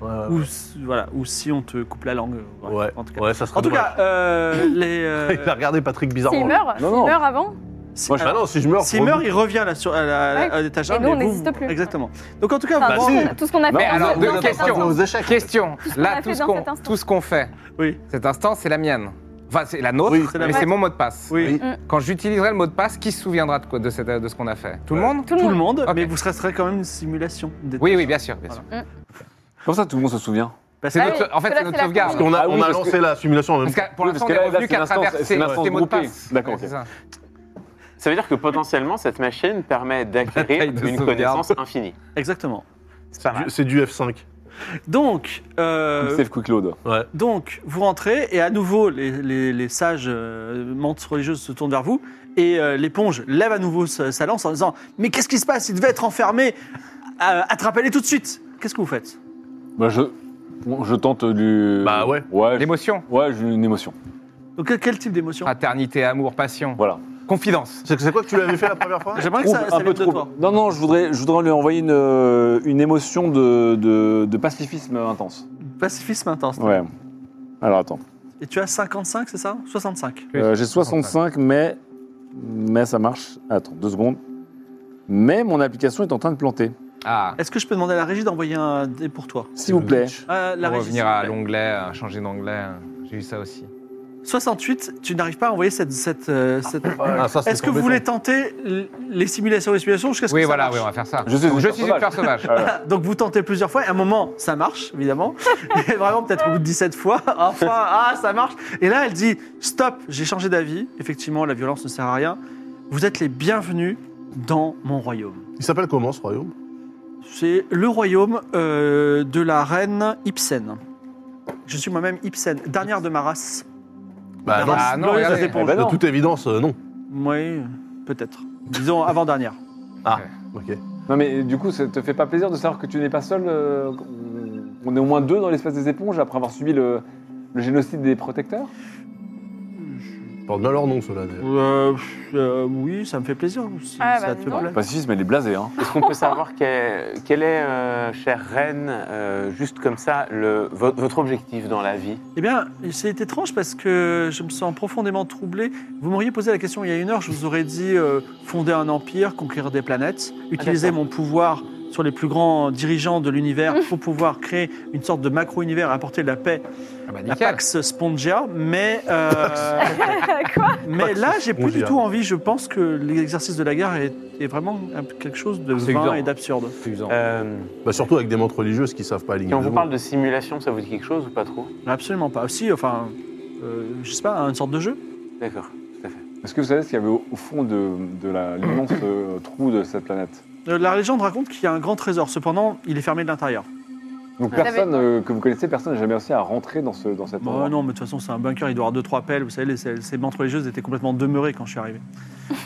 Speaker 5: Ouais, ouais,
Speaker 2: Ou, s- voilà, ou si on te coupe la langue. euh,
Speaker 5: ouais.
Speaker 2: bref,
Speaker 5: Ouais,
Speaker 2: En tout cas,
Speaker 5: ouais, ça serait
Speaker 2: En tout
Speaker 5: dommage.
Speaker 2: cas, euh, les. euh,
Speaker 5: Il a regardé Patrick bizarrement.
Speaker 1: S'il
Speaker 5: lui.
Speaker 1: meurt,
Speaker 4: Non,
Speaker 1: s'il
Speaker 4: non.
Speaker 1: meurt avant,
Speaker 2: si-
Speaker 4: Moi, je-
Speaker 5: Ah non, si je meurs.
Speaker 2: S'il
Speaker 5: faut-
Speaker 2: meurt, il revient à la sur- à la-
Speaker 1: Ouais.
Speaker 2: à l'étagère.
Speaker 1: Et nous, on
Speaker 2: mais vous-
Speaker 1: n'existe plus.
Speaker 2: Exactement. Donc, en tout cas,
Speaker 1: enfin,
Speaker 2: vous-
Speaker 1: tout- tout ce qu'on a
Speaker 4: Non,
Speaker 1: fait
Speaker 4: mais
Speaker 1: avant-
Speaker 3: alors,
Speaker 1: dans
Speaker 3: deux
Speaker 1: cet
Speaker 3: questions.
Speaker 1: instant.
Speaker 5: aux échecs.
Speaker 3: Question.
Speaker 1: Tout ce qu'on
Speaker 3: Là,
Speaker 1: a
Speaker 3: tout
Speaker 1: fait
Speaker 3: ce
Speaker 1: dans
Speaker 3: qu'on
Speaker 1: cet instant. Ah
Speaker 3: tout ce qu'on fait,
Speaker 2: Oui.
Speaker 3: cet instant, c'est la mienne. Enfin, c'est la nôtre,
Speaker 5: Oui, c'est la
Speaker 3: mais
Speaker 1: mienne.
Speaker 3: c'est mon mot de passe.
Speaker 2: Oui.
Speaker 1: Mm.
Speaker 3: Quand j'utiliserai le mot de passe, qui se souviendra de, quoi, de, cette- de ce qu'on a fait Tout le monde
Speaker 1: Tout
Speaker 2: Tout le monde,
Speaker 3: Ok.
Speaker 2: mais vous resterez quand même une simulation. d'étage.
Speaker 3: Oui, oui, bien sûr. bien
Speaker 2: Voilà.
Speaker 3: sûr.
Speaker 4: Comme ça, tout le monde se souvient.
Speaker 2: Parce
Speaker 3: C'est
Speaker 1: Ah
Speaker 2: que-
Speaker 1: oui,
Speaker 3: notre, en
Speaker 1: parce que
Speaker 3: fait, c'est
Speaker 1: là,
Speaker 3: notre
Speaker 1: c'est la
Speaker 3: sauvegarde.
Speaker 5: Parce qu'on a,
Speaker 4: Ah oui,
Speaker 5: on a
Speaker 4: parce
Speaker 5: lancé la simulation en même
Speaker 3: Parce
Speaker 5: temps.
Speaker 3: que pour
Speaker 4: Oui,
Speaker 3: l'instant,
Speaker 4: parce que
Speaker 3: on est
Speaker 4: là, là,
Speaker 3: revenu
Speaker 4: c'est
Speaker 3: qu'à
Speaker 4: l'instance-
Speaker 3: traverser
Speaker 4: c'est l'instance
Speaker 3: les mots de
Speaker 4: groupée.
Speaker 3: passe. Ouais,
Speaker 4: D'accord, ok.
Speaker 3: c'est ça.
Speaker 7: Ça veut dire que potentiellement, cette machine permet d'acquérir
Speaker 3: taille
Speaker 7: une
Speaker 3: de sauvegarde.
Speaker 7: connaissance infinie.
Speaker 2: Exactement.
Speaker 6: C'est pas mal.
Speaker 5: C'est du F5.
Speaker 2: Donc, euh,
Speaker 4: Save Quick Load.
Speaker 5: Ouais.
Speaker 2: donc, vous rentrez et à nouveau, les, les- les sages euh, mentes religieuses se tournent vers vous et euh, l'éponge lève à nouveau sa, sa lance en disant Mais qu'est-ce qui se passe Il devait être enfermé. Euh, Attrapez-les tout de suite. Qu'est-ce que vous faites
Speaker 4: Bah, je. bon, je tente du.
Speaker 5: Bah ouais.
Speaker 4: Ouais, je-
Speaker 3: L'émotion,
Speaker 4: ouais j'ai une émotion.
Speaker 2: Donc, quel, quel type d'émotion
Speaker 3: Ah. fraternité, amour, passion,
Speaker 4: Voilà.
Speaker 3: confidence.
Speaker 5: C'est c'est quoi que tu l'avais fait la première fois
Speaker 2: J'aimerais que ça,
Speaker 4: Trouble,
Speaker 2: ça
Speaker 4: un peu
Speaker 2: vienne de
Speaker 4: trouble.
Speaker 2: toi.
Speaker 4: Non, non, je voudrais, je voudrais lui envoyer une, euh, une émotion de, de, de pacifisme intense.
Speaker 2: Pacifisme intense.
Speaker 4: Ouais. Alors attends.
Speaker 2: Et tu as 55, c'est ça 65.
Speaker 4: Euh, J'ai 65, mais, mais ça marche. Attends, deux secondes. Mais mon application est en train de planter.
Speaker 3: Ah,
Speaker 2: Est-ce que je peux demander à la régie d'envoyer un dé pour toi
Speaker 4: S'il vous plaît.
Speaker 2: Euh, la
Speaker 3: pour
Speaker 2: régie,
Speaker 3: revenir
Speaker 2: s'il
Speaker 3: à
Speaker 2: vous plaît.
Speaker 3: l'onglet, euh, changer d'onglet, euh, j'ai eu ça aussi.
Speaker 2: 68, tu n'arrives pas à envoyer cette. cette, euh, cette-
Speaker 5: Ah, ça, c'est
Speaker 2: Est-ce que vous
Speaker 5: embêtant.
Speaker 2: voulez tenter l- les simulations et simulations jusqu'à ce
Speaker 3: Oui,
Speaker 2: que ça
Speaker 3: voilà,
Speaker 2: marche
Speaker 3: oui, on va faire ça.
Speaker 4: Je suis
Speaker 3: Donc,
Speaker 4: une
Speaker 3: je
Speaker 4: fleur
Speaker 3: suis une fleur sauvage.
Speaker 4: Euh,
Speaker 2: Donc vous tentez plusieurs fois et à un moment ça marche évidemment. Et vraiment peut-être au bout de 17 fois, enfin ah ça marche. Et là elle dit stop, j'ai changé d'avis. Effectivement la violence ne sert à rien. Vous êtes les bienvenus dans mon royaume.
Speaker 5: Il s'appelle comment ce royaume
Speaker 2: C'est le royaume euh, de la reine Ibsen. Je suis moi-même Ibsen, dernière de ma race.
Speaker 5: Bah non,
Speaker 3: Ah, non,
Speaker 2: Glorieuse
Speaker 3: regardez.
Speaker 2: éponge.
Speaker 4: Eh ben
Speaker 5: de
Speaker 4: non.
Speaker 5: toute évidence, euh, non.
Speaker 2: Oui, peut-être. Disons avant-dernière.
Speaker 5: Ok.
Speaker 4: Non, mais du coup, ça te fait pas plaisir de savoir que tu n'es pas seul euh, On est au moins deux dans l'espace des éponges après avoir subi le, le génocide des protecteurs
Speaker 5: Porte bien leur nom, cela. d'ailleurs.
Speaker 2: Euh, euh, oui, ça me fait plaisir. si
Speaker 1: Ah,
Speaker 2: ça
Speaker 1: bah,
Speaker 2: te
Speaker 1: dis
Speaker 2: fait
Speaker 1: donc.
Speaker 2: plaisir.
Speaker 4: Pacifisme, elle est blasée. Hein.
Speaker 7: Est-ce qu'on peut savoir quelle, quelle est, euh, chère reine, euh, juste comme ça, le, vo- votre objectif dans la vie
Speaker 2: Eh bien, c'est étrange parce que je me sens profondément troublé. Vous m'auriez posé la question il y a une heure, je vous aurais dit euh, fonder un empire, conquérir des planètes, utiliser mon pouvoir sur les plus grands dirigeants de l'univers pour pouvoir créer une sorte de macro-univers, apporter de la paix,
Speaker 3: Ah bah
Speaker 2: la
Speaker 3: nickel.
Speaker 2: Pax Spongia, mais, euh, mais là, j'ai plus du
Speaker 5: Spongia.
Speaker 2: tout envie. Je pense que l'exercice de la guerre est, est vraiment un- quelque chose de
Speaker 3: C'est
Speaker 2: vain
Speaker 3: évident.
Speaker 2: et d'absurde.
Speaker 7: Euh,
Speaker 5: Bah, surtout avec des montres religieuses qui savent pas aligner.
Speaker 7: Quand on
Speaker 5: les
Speaker 7: vous
Speaker 5: mots.
Speaker 7: parle de simulation, ça vous dit quelque chose ou pas trop
Speaker 2: Absolument pas. Ah, Si, enfin, euh, je sais pas, une sorte de jeu
Speaker 7: D'accord.
Speaker 4: Est-ce que vous savez ce qu'il y avait au, au fond de, de la- l'immense euh, trou de cette planète
Speaker 2: Euh, La légende raconte qu'il y a un grand trésor, cependant, il est fermé de l'intérieur.
Speaker 4: Donc
Speaker 1: Ah.
Speaker 4: personne euh, que vous connaissez, personne n'a jamais réussi à rentrer dans, ce, dans cette
Speaker 2: Bon, Euh, non, mais de toute façon, c'est un bunker, il doit avoir deux, trois pelles. Vous savez, les- ces bandes religieuses étaient complètement demeurées quand je suis arrivé.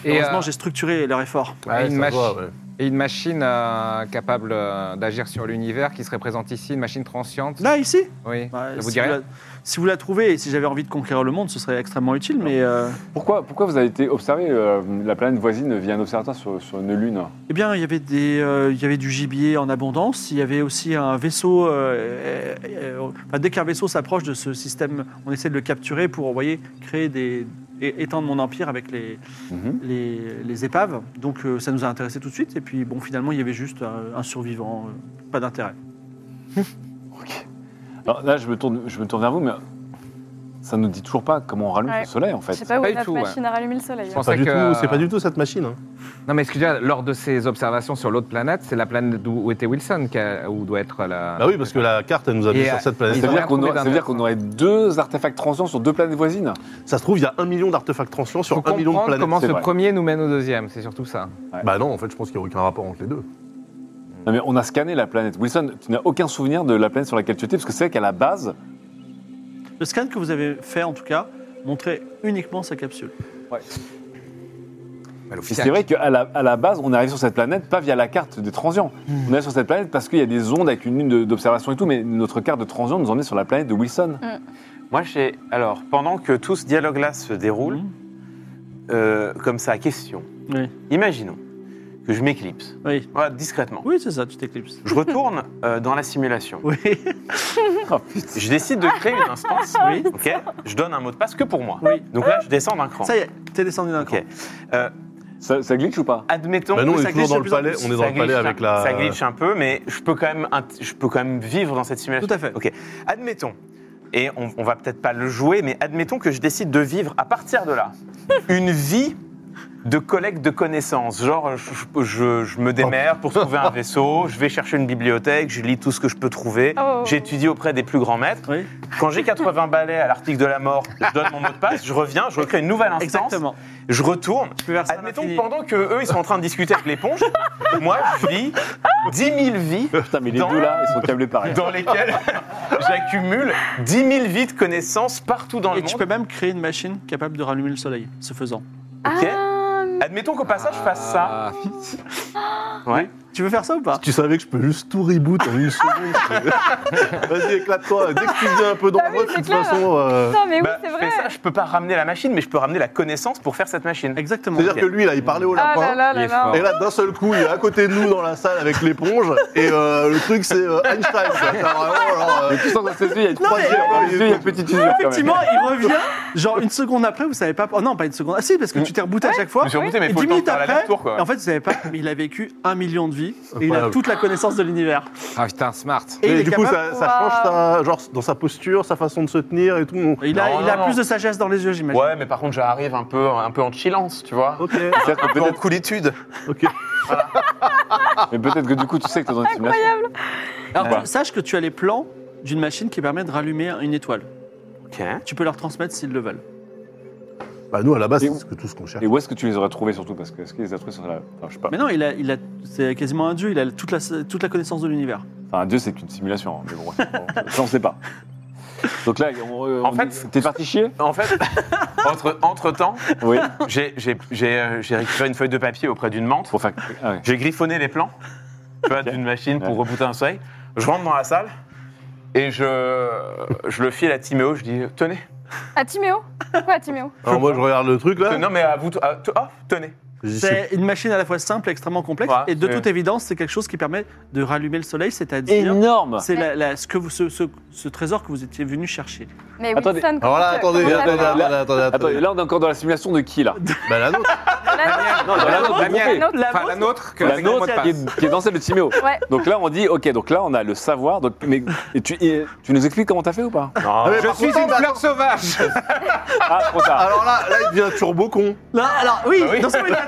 Speaker 3: Et,
Speaker 2: Heureusement,
Speaker 3: euh,
Speaker 2: j'ai structuré leur effort.
Speaker 5: Ouais,
Speaker 3: une
Speaker 5: ça
Speaker 3: machine.
Speaker 5: va, ouais.
Speaker 3: et une machine euh, capable euh, d'agir sur l'univers qui se représente ici, une machine transciente.
Speaker 2: Là, ici
Speaker 3: Oui,
Speaker 2: Bah,
Speaker 3: ça vous
Speaker 2: si,
Speaker 3: dit
Speaker 2: vous
Speaker 3: rien
Speaker 2: la, si vous la trouvez et si j'avais envie de conquérir le monde, ce serait extrêmement utile, mais. euh,
Speaker 4: Pourquoi, pourquoi vous avez été observé euh, la planète voisine via un observatoire sur, sur une lune
Speaker 2: eh bien, il y, avait des, euh, il y avait du gibier en abondance, il y avait aussi un vaisseau. euh, euh, euh, enfin, dès qu'un vaisseau s'approche de ce système, on essaie de le capturer pour, vous voyez, créer des. et étendre mon empire avec les,
Speaker 4: Mhm.
Speaker 2: les, les épaves. Donc euh, ça nous a intéressés tout de suite. Et puis bon, finalement, il y avait juste euh, un survivant, euh, pas d'intérêt.
Speaker 4: Ok. Alors là, je me tourne, je me tourne vers vous, mais ça nous dit toujours pas comment on rallume
Speaker 1: Ouais.
Speaker 4: le soleil en
Speaker 1: Je sais
Speaker 4: fait.
Speaker 1: pas où
Speaker 3: pas
Speaker 1: est
Speaker 3: du
Speaker 1: notre
Speaker 3: tout,
Speaker 1: machine à rallumer le soleil.
Speaker 3: Je
Speaker 1: hein.
Speaker 3: pense
Speaker 5: Pas du
Speaker 3: que- euh,
Speaker 5: tout, c'est pas du tout cette machine. hein.
Speaker 3: Non, mais excusez-moi, lors de ces observations sur l'autre planète, c'est la planète d'où où était Wilson qui a- où doit être la.
Speaker 5: Bah oui, parce que la carte, elle nous a mis
Speaker 3: Et,
Speaker 5: sur
Speaker 3: euh,
Speaker 5: cette
Speaker 3: ils
Speaker 5: planète.
Speaker 3: ont rien
Speaker 4: C'est-à-dire qu'on
Speaker 3: trouvé
Speaker 4: aurait, ça veut dire qu'on aurait deux artefacts transients sur deux planètes voisines.
Speaker 5: Ça se trouve, il y a un million d'artefacts transients
Speaker 3: Faut
Speaker 5: sur un million de
Speaker 3: comprendre
Speaker 5: planètes.
Speaker 3: comment
Speaker 4: c'est
Speaker 3: ce
Speaker 4: vrai.
Speaker 3: premier nous mène au deuxième, c'est surtout ça.
Speaker 5: Bah non, en fait, je pense qu'il n'y a aucun rapport entre les deux.
Speaker 4: Non, mais on a scanné la planète. Wilson, tu n'as aucun souvenir de la planète sur laquelle tu étais parce que c'est vrai qu'à la base,
Speaker 2: Le scan que vous avez fait, en tout cas, montrait uniquement sa capsule.
Speaker 4: Et c'est vrai qu'à la, à la base, on arrive sur cette planète pas via la carte des transients. On arrive sur cette planète parce qu'il y a des ondes avec une lune de- d'observation et tout, mais notre carte de transient nous emmène sur la planète de Wilson.
Speaker 6: Moi, j'ai. Alors, pendant que tout ce dialogue-là se déroule,
Speaker 7: Mhm.
Speaker 6: euh, comme ça, question.
Speaker 2: Oui.
Speaker 6: Imaginons que je m'éclipse.
Speaker 2: Oui,
Speaker 6: Voilà, discrètement.
Speaker 2: oui c'est ça, tu t'éclipses.
Speaker 6: Je retourne euh, dans la simulation.
Speaker 2: Oui,
Speaker 4: Oh,
Speaker 6: Je décide de créer une instance.
Speaker 2: Oui.
Speaker 6: Ok. Je donne un mot de passe que pour moi.
Speaker 2: Oui.
Speaker 6: Donc là, je descends d'un cran.
Speaker 2: ça y est, t'es descendu d'un
Speaker 6: Ok.
Speaker 2: cran.
Speaker 4: Ça, ça glitch ou pas
Speaker 6: Admettons.
Speaker 5: bah non,
Speaker 6: que
Speaker 5: on
Speaker 6: ça
Speaker 5: est toujours
Speaker 6: glitche
Speaker 5: dans
Speaker 6: de
Speaker 5: le
Speaker 6: plus en
Speaker 5: palais,
Speaker 6: plus.
Speaker 5: on est dans
Speaker 6: Ça
Speaker 5: le palais
Speaker 6: glitche
Speaker 5: avec
Speaker 6: un-
Speaker 5: la.
Speaker 6: Ça glitche un peu, mais je peux quand même, int- je peux quand même vivre dans cette simulation.
Speaker 2: Tout à fait.
Speaker 6: Ok. Admettons. Et on, on va peut-être pas le jouer, mais admettons que je décide de vivre à partir de là une vie de collecte de connaissances. Genre, je, je- je- je me démerde pour trouver un vaisseau, je vais chercher une bibliothèque, je lis tout ce que je peux trouver,
Speaker 1: Oh.
Speaker 6: j'étudie auprès des plus grands maîtres.
Speaker 2: Oui,
Speaker 6: Quand j'ai 80 balais à l'article de la mort, je donne mon mot de passe, je reviens, je recrée une nouvelle instance,
Speaker 2: exactement.
Speaker 6: je retourne.
Speaker 2: Tu peux faire ça à
Speaker 6: Ah, Admettons
Speaker 2: l'infini.
Speaker 6: que pendant que eux ils sont en train de discuter avec l'éponge, moi je vis 10 000 vies
Speaker 4: Putain, mais les
Speaker 6: Dans-
Speaker 4: deux là, ils sont câblés pareil.
Speaker 6: dans lesquelles j'accumule 10 000 vies de connaissances partout dans le
Speaker 2: Et tu peux
Speaker 6: monde.
Speaker 2: même créer une machine capable de rallumer le soleil, ce faisant.
Speaker 6: Ok.
Speaker 1: Ah,
Speaker 6: Admettons qu'au passage je fasse ça.
Speaker 3: Ah,
Speaker 6: Ouais.
Speaker 2: Tu veux faire ça ou pas
Speaker 5: Ah, Tu savais que je peux juste tout reboot en une seconde. Vas-y, éclate-toi. Dès que tu deviens un peu
Speaker 1: Bah oui,
Speaker 5: dangereux, de
Speaker 1: c'est
Speaker 5: toute
Speaker 1: clair.
Speaker 5: façon. euh,
Speaker 1: putain, mais oui,
Speaker 6: Bah,
Speaker 1: c'est
Speaker 6: je
Speaker 1: vrai.
Speaker 6: fais ça, je peux pas ramener la machine, mais je peux ramener la connaissance pour faire cette machine.
Speaker 2: Exactement.
Speaker 5: C'est-à-dire que lui, là, il parlait au
Speaker 1: Ah
Speaker 5: lapin.
Speaker 1: là là
Speaker 3: il
Speaker 1: là
Speaker 3: est
Speaker 1: là.
Speaker 3: fort.
Speaker 5: Et là, d'un seul coup, il est à côté de nous dans la salle avec l'éponge. Et euh, le truc, c'est euh, Einstein. quoi. C'est vraiment, genre, euh,
Speaker 4: Mais tu sens dans ses yeux, il y a une
Speaker 5: Non, mais-
Speaker 4: petite usure, dans les yeux, il y a une petite usure. quand même.
Speaker 2: Effectivement, il revient, genre une seconde après, vous savez pas. Oh non, pas une seconde. Ah si, parce que tu t'es rebooté à chaque fois.
Speaker 6: Je me suis rebooté, mais
Speaker 2: Et
Speaker 6: faut
Speaker 2: 10
Speaker 6: le temps de
Speaker 2: minutes
Speaker 6: faire
Speaker 2: après,
Speaker 6: l'aller-retour quoi.
Speaker 2: et en fait, vous savez pas, mais il a vécu un million de vies et il a
Speaker 5: Incroyable.
Speaker 2: toute la connaissance de l'univers.
Speaker 3: ah, putain, smart.
Speaker 2: Et il
Speaker 5: mais
Speaker 2: est
Speaker 5: du coup,
Speaker 2: capable-
Speaker 5: ça, ça change sa, genre, dans sa posture, sa façon de se tenir et tout. on-
Speaker 2: Il a,
Speaker 6: Non,
Speaker 2: il a
Speaker 6: non, non.
Speaker 2: plus de sagesse dans les yeux, j'imagine.
Speaker 6: Ouais, mais par contre, j'arrive un peu, un peu en chillance, tu vois.
Speaker 5: Ok,
Speaker 4: C'est-à-dire que peut-être-
Speaker 6: coolitude.
Speaker 5: ok.
Speaker 4: mais peut-être que du coup, tu sais que t'es dans une simulation.
Speaker 6: Ah,
Speaker 2: Alors,
Speaker 4: Ouais.
Speaker 6: bah.
Speaker 2: tu- Euh, sache que tu as les plans d'une machine qui permet de rallumer une étoile.
Speaker 6: Ok.
Speaker 2: Tu peux leur transmettre s'ils le veulent.
Speaker 5: Bah, nous, à la base,
Speaker 4: Et-
Speaker 5: c'est ce que tout ce qu'on cherche.
Speaker 4: Et où est-ce que tu les aurais trouvés surtout Parce que est-ce qu'ils les a trouvés sur la. Enfin, je sais pas.
Speaker 2: Mais non, il a, il a, c'est quasiment un dieu. Il a toute la, toute la connaissance de l'univers.
Speaker 4: Enfin, un dieu, c'est qu'une simulation. hein, Mais bon, bon, ça, on sait pas. Donc là, on,
Speaker 6: En
Speaker 4: on-
Speaker 6: fait-
Speaker 4: t'es parti chier
Speaker 6: En fait, entre, entre temps,
Speaker 4: Oui.
Speaker 6: j'ai j'ai- j'ai, euh, j'ai récupéré une feuille de papier auprès d'une menthe.
Speaker 4: Pour faire. Ah ouais.
Speaker 6: J'ai griffonné les plans tu vois, d'une machine pour
Speaker 4: Ouais.
Speaker 6: rebooter un soleil. Je rentre dans la salle et je, je le file à Timéo. Je dis Tenez.
Speaker 1: À Timéo Pourquoi à Timéo
Speaker 5: Alors, moi, je regarde le truc là.
Speaker 6: Non, mais à vous. t- à- t- ah, tenez.
Speaker 5: J'y suis
Speaker 2: C'est une machine à la fois simple et extrêmement complexe.
Speaker 6: Ouais,
Speaker 2: et de
Speaker 6: c'est-
Speaker 2: toute évidence, c'est quelque chose qui permet de rallumer le soleil, c'est-à-dire.
Speaker 4: Énorme
Speaker 2: C'est la- la- ce, que vous- ce- ce- ce trésor que vous étiez venu chercher.
Speaker 1: Mais
Speaker 4: Attendez.
Speaker 1: Wilson,
Speaker 5: Alors là,
Speaker 1: comment-
Speaker 5: attendez,
Speaker 1: comment
Speaker 5: attendez,
Speaker 1: t'appelles
Speaker 5: attendez, attendez,
Speaker 4: Attends, et
Speaker 5: attendez.
Speaker 4: là, on est encore dans la simulation de qui, là
Speaker 5: Bah la nôtre.
Speaker 1: La-
Speaker 4: Non, dans la nôtre,
Speaker 2: La
Speaker 4: groupée.
Speaker 1: nôtre.
Speaker 2: La
Speaker 3: Enfin, la
Speaker 2: vôtre-
Speaker 3: nôtre, que
Speaker 4: La nôtre qui
Speaker 3: passe.
Speaker 4: est, qui est dans celle de Timéo.
Speaker 1: Ouais.
Speaker 4: Donc là, on dit, ok, donc là, on a le savoir. Donc, mais, et tu, et tu nous expliques comment t'as fait ou pas
Speaker 5: Ah, mais
Speaker 3: Je
Speaker 5: par
Speaker 3: suis
Speaker 5: contre,
Speaker 3: une
Speaker 5: bah,
Speaker 3: fleur sauvage.
Speaker 4: Ah, trop tard.
Speaker 5: Alors là, là, il devient turbo con.
Speaker 2: Là, alors, Bah oui, dans ce cas, il y a tout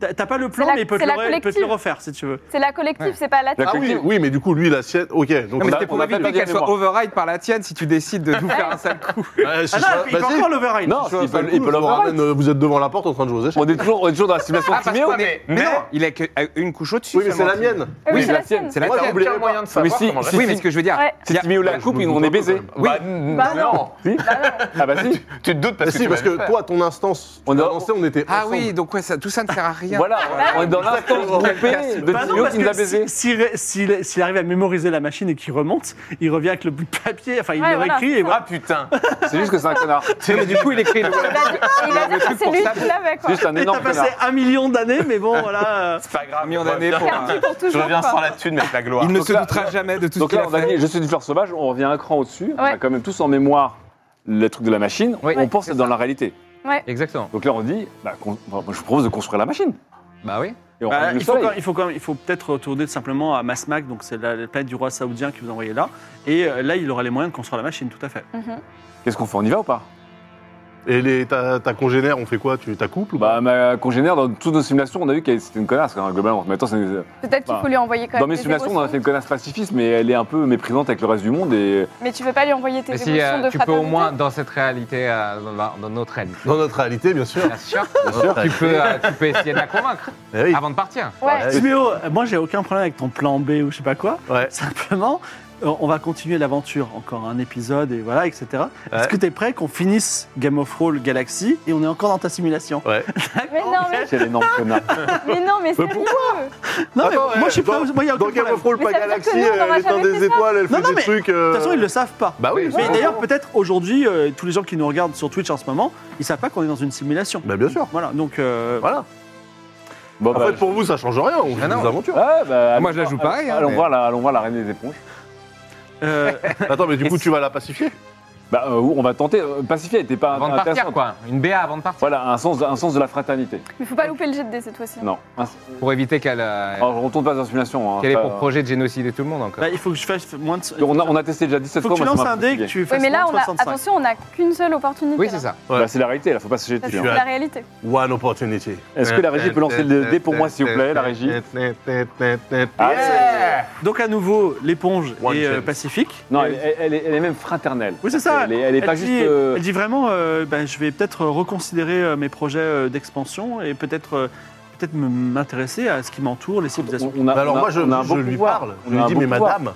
Speaker 2: t'as t'as pas le plan,
Speaker 1: C'est la-
Speaker 2: mais il peut te
Speaker 1: c'est
Speaker 2: le,
Speaker 1: la
Speaker 2: re- il peut te le
Speaker 1: collective.
Speaker 2: refaire si tu veux.
Speaker 1: C'est la collective, c'est pas la
Speaker 4: La
Speaker 1: tienne.
Speaker 5: Ah oui, oui, mais du coup, lui, la sienne. Ok, donc
Speaker 3: Non, mais
Speaker 5: là,
Speaker 3: c'était
Speaker 4: on
Speaker 3: pour
Speaker 4: a pas
Speaker 3: éviter
Speaker 4: perdu la
Speaker 3: qu'elle soit
Speaker 4: mémoire.
Speaker 3: override par la tienne si tu décides de nous faire un sale coup.
Speaker 5: Ouais, si
Speaker 2: Ah
Speaker 5: je-
Speaker 2: non, il peut
Speaker 5: vas-y.
Speaker 2: encore l'override.
Speaker 4: Non,
Speaker 5: Si je
Speaker 4: il
Speaker 5: fais un
Speaker 4: peut,
Speaker 5: coup,
Speaker 4: il peut
Speaker 5: je vous
Speaker 4: l'override.
Speaker 5: ramène, euh, Vous êtes devant la porte en train de jouer aux échecs.
Speaker 4: On est toujours, on est toujours dans la simulation de Timéo. Mais,
Speaker 3: mais, non, il est qu'une couche au-dessus.
Speaker 5: Oui, mais c'est la
Speaker 3: seulement.
Speaker 5: mienne.
Speaker 1: Ah oui,
Speaker 4: Oui,
Speaker 1: c'est
Speaker 4: la
Speaker 1: la
Speaker 4: tienne,
Speaker 1: tienne.
Speaker 3: C'est la
Speaker 5: Moi,
Speaker 3: tienne.
Speaker 5: j'oublié.
Speaker 6: Aucun moyen de savoir
Speaker 4: Mais si,
Speaker 6: comment
Speaker 4: si,
Speaker 6: j'ai-
Speaker 4: si.
Speaker 3: Oui, mais ce que je veux dire.
Speaker 1: Ouais.
Speaker 4: si Timéo la
Speaker 5: Ouais, je
Speaker 4: coupe,
Speaker 5: me
Speaker 4: on
Speaker 5: doute
Speaker 4: est
Speaker 5: un peu,
Speaker 4: baisé.
Speaker 5: quand même.
Speaker 4: Oui.
Speaker 6: Bah,
Speaker 1: Bah non.
Speaker 6: non.
Speaker 4: Si Ah bah si.
Speaker 6: Tu te doutes parce
Speaker 5: Mais
Speaker 6: que
Speaker 5: Eh, si,
Speaker 6: tu
Speaker 5: parce
Speaker 6: vas le
Speaker 5: que
Speaker 6: faire.
Speaker 5: toi, ton instance,
Speaker 4: On
Speaker 5: on
Speaker 4: est-
Speaker 5: a lancé, on était.
Speaker 3: Ah
Speaker 5: ensemble.
Speaker 3: oui, donc ouais, ça- tout ça ne sert à rien.
Speaker 4: Voilà, on est dans l'instance
Speaker 5: Exactement.
Speaker 4: groupée de
Speaker 2: Bah non,
Speaker 4: Timéo
Speaker 2: parce
Speaker 4: qui nous a
Speaker 2: que
Speaker 4: baisé.
Speaker 2: si- si- s'il s'il arrive à mémoriser la machine et qu'il remonte, il revient avec le bout de papier, enfin il
Speaker 1: Ouais,
Speaker 2: le
Speaker 1: voilà.
Speaker 2: réécrit et voilà.
Speaker 6: Ah putain.
Speaker 4: C'est juste que c'est un connard.
Speaker 3: Non, mais du coup, il écrit le.
Speaker 1: Il a dit- il a dit que c'est
Speaker 3: pour
Speaker 1: lui
Speaker 3: ça,
Speaker 1: qui l'avait,
Speaker 4: C'est
Speaker 1: quoi.
Speaker 4: juste un
Speaker 2: Et t'as
Speaker 4: énorme
Speaker 2: passé
Speaker 4: connard.
Speaker 2: un million d'années, mais bon, voilà. euh,
Speaker 6: C'est pas grave.
Speaker 3: Million
Speaker 6: je reviens-
Speaker 3: d'années pour un-
Speaker 1: Perdu pour
Speaker 6: Je
Speaker 1: toujours,
Speaker 6: reviens
Speaker 1: quoi.
Speaker 6: sans la thune, mais avec la gloire.
Speaker 3: Il ne
Speaker 4: Donc
Speaker 3: se
Speaker 4: là-
Speaker 3: doutera jamais de tout
Speaker 4: Donc
Speaker 3: ce
Speaker 4: là,
Speaker 3: qu'il
Speaker 4: on a
Speaker 3: a fait.
Speaker 4: dit, je suis une fleur sauvage, on revient un cran au-dessus, on a
Speaker 1: Ouais.
Speaker 4: quand même tous en mémoire le truc de la machine,
Speaker 3: Oui,
Speaker 4: on pense être dans la réalité.
Speaker 3: Exactement.
Speaker 4: Donc là, on dit, bah, qu'on- bah, moi, je vous propose de construire la machine.
Speaker 3: Bah oui.
Speaker 4: Et on
Speaker 2: Bah,
Speaker 4: regarde le
Speaker 2: il, faut
Speaker 4: soleil.
Speaker 2: quand- il faut quand même- il faut peut-être retourner simplement à Masmak, donc c'est la, la planète du roi saoudien qui vous a envoyé là. Et euh, là, il aura les moyens de construire la machine, tout à fait.
Speaker 1: Mhm.
Speaker 4: Qu'est-ce qu'on fait On y va ou pas
Speaker 5: Et les, ta, ta congénère, on fait quoi Tu ta couple ou
Speaker 4: Bah, ma congénère, dans toutes nos simulations, on a vu qu'elle c'était une connasse, hein, globalement. Mais attends, c'est une-
Speaker 1: Peut-être qu'il
Speaker 4: Bah,
Speaker 1: faut lui envoyer quand même.
Speaker 4: dans mes
Speaker 1: tes
Speaker 4: simulations, on a
Speaker 1: émotions.
Speaker 4: fait une connasse pacifiste, mais elle est un peu méprisante avec le reste du monde. Et
Speaker 1: Mais tu veux pas lui envoyer tes
Speaker 3: Mais
Speaker 1: émotions
Speaker 3: si euh,
Speaker 1: de
Speaker 3: tu peux au
Speaker 1: fraternité
Speaker 3: moins, dans cette réalité, euh, dans, la- dans notre réalité,
Speaker 5: Dans notre réalité, bien sûr.
Speaker 3: bien sûr, tu, peux, euh, tu peux essayer de la convaincre
Speaker 5: Eh oui.
Speaker 3: avant de partir.
Speaker 1: Ouais.
Speaker 5: Ouais.
Speaker 2: Timéo, euh, moi, j'ai aucun problème avec ton plan B ou je sais pas quoi.
Speaker 5: Ouais.
Speaker 2: Simplement, euh, on va continuer l'aventure, encore un épisode et voilà, etc. Est-ce que t'es prêt qu'on finisse Game of Roll Galaxy et on est encore dans ta simulation
Speaker 5: Ouais.
Speaker 1: Mais non, mais,
Speaker 4: c'est énorme connard.
Speaker 1: mais non, mais sérieux
Speaker 2: Non, mais
Speaker 5: Attends,
Speaker 2: moi, je suis
Speaker 5: dans-
Speaker 2: prêt. Moi, il y a aucun
Speaker 5: Dans Game
Speaker 2: problème.
Speaker 5: of Thrones,
Speaker 1: Mais
Speaker 5: pas
Speaker 1: ça veut dire
Speaker 5: Galaxy,
Speaker 1: que nous, on
Speaker 5: elle
Speaker 1: aura
Speaker 5: est dans
Speaker 1: jamais
Speaker 5: des
Speaker 1: fait ça.
Speaker 5: étoiles, elle
Speaker 2: Non,
Speaker 5: fait
Speaker 2: non,
Speaker 5: des
Speaker 2: mais-
Speaker 5: trucs. euh,
Speaker 2: De toute façon, ils le savent pas.
Speaker 5: Bah oui,
Speaker 2: Mais d'ailleurs, peut-être aujourd'hui, euh, tous les gens qui nous regardent sur Twitch en ce moment, ils savent pas qu'on est dans une simulation.
Speaker 5: Bah bien sûr.
Speaker 2: Voilà, donc euh,
Speaker 5: Voilà.
Speaker 4: Bon,
Speaker 5: En
Speaker 4: bah,
Speaker 5: fait, pour vous, ça change rien. On fait
Speaker 3: non.
Speaker 5: des aventures.
Speaker 4: ouais, bah,
Speaker 3: Moi, je la joue pareil, hein,
Speaker 4: allons,
Speaker 3: mais-
Speaker 4: voir la, allons voir la reine des éponges.
Speaker 2: euh,
Speaker 5: Attends, mais du coup, tu vas la pacifier
Speaker 4: Bah, euh, on va tenter. euh, Pacifier n'était pas
Speaker 3: Avant de partir,
Speaker 4: intéressante.
Speaker 3: quoi. Une BA avant de partir.
Speaker 4: Voilà, un sens, un sens de la fraternité.
Speaker 1: Mais faut pas louper le jet de dés cette fois-ci.
Speaker 4: Non. Un-
Speaker 3: Pour éviter qu'elle euh,
Speaker 4: Alors, je retourne pas dans la simulation. hein,
Speaker 3: qu'elle ait
Speaker 4: ça-
Speaker 3: pour projet de génocider tout le monde encore.
Speaker 2: bah, il faut que je fasse moins de. Il
Speaker 4: On a, on a testé déjà 17
Speaker 2: faut que
Speaker 4: fois.
Speaker 2: tu
Speaker 4: moi, ça
Speaker 2: lances
Speaker 4: m'a
Speaker 2: un dé et que
Speaker 4: fatigué.
Speaker 2: tu
Speaker 1: Oui,
Speaker 2: fasses
Speaker 1: mais là,
Speaker 2: moins
Speaker 1: on a...
Speaker 2: 65.
Speaker 1: attention, on a qu'une seule opportunité.
Speaker 3: Oui,
Speaker 1: là.
Speaker 3: c'est ça.
Speaker 5: Ouais.
Speaker 4: Bah, c'est la réalité, là, faut pas se jeter
Speaker 1: Ça,
Speaker 4: dessus.
Speaker 1: C'est
Speaker 4: hein.
Speaker 1: la réalité.
Speaker 5: One opportunity.
Speaker 4: Est-ce que la régie peut lancer le dé pour moi, s'il vous plaît, la régie Ah,
Speaker 2: Donc à nouveau, l'éponge
Speaker 5: One
Speaker 2: est euh,
Speaker 5: chance.
Speaker 2: pacifique.
Speaker 4: Non,
Speaker 2: Et-
Speaker 4: elle, elle- elle est, elle est même fraternelle.
Speaker 2: Oui, c'est ça.
Speaker 4: Elle est, elle est pas
Speaker 2: dit,
Speaker 4: juste. euh,
Speaker 2: elle dit vraiment, euh, ben, je vais peut-être reconsidérer euh, mes projets euh, d'expansion et peut-être euh, peut-être me- m'intéresser à ce qui m'entoure, les civilisations.
Speaker 4: on- on a-
Speaker 5: Bah alors
Speaker 4: on a-
Speaker 5: moi, je,
Speaker 4: on a un
Speaker 5: je
Speaker 4: beau
Speaker 5: lui
Speaker 4: pouvoir.
Speaker 5: parle.
Speaker 4: On
Speaker 5: Je
Speaker 4: a
Speaker 5: lui
Speaker 4: un
Speaker 5: dis,
Speaker 4: beau
Speaker 5: mais
Speaker 4: pouvoir.
Speaker 5: madame,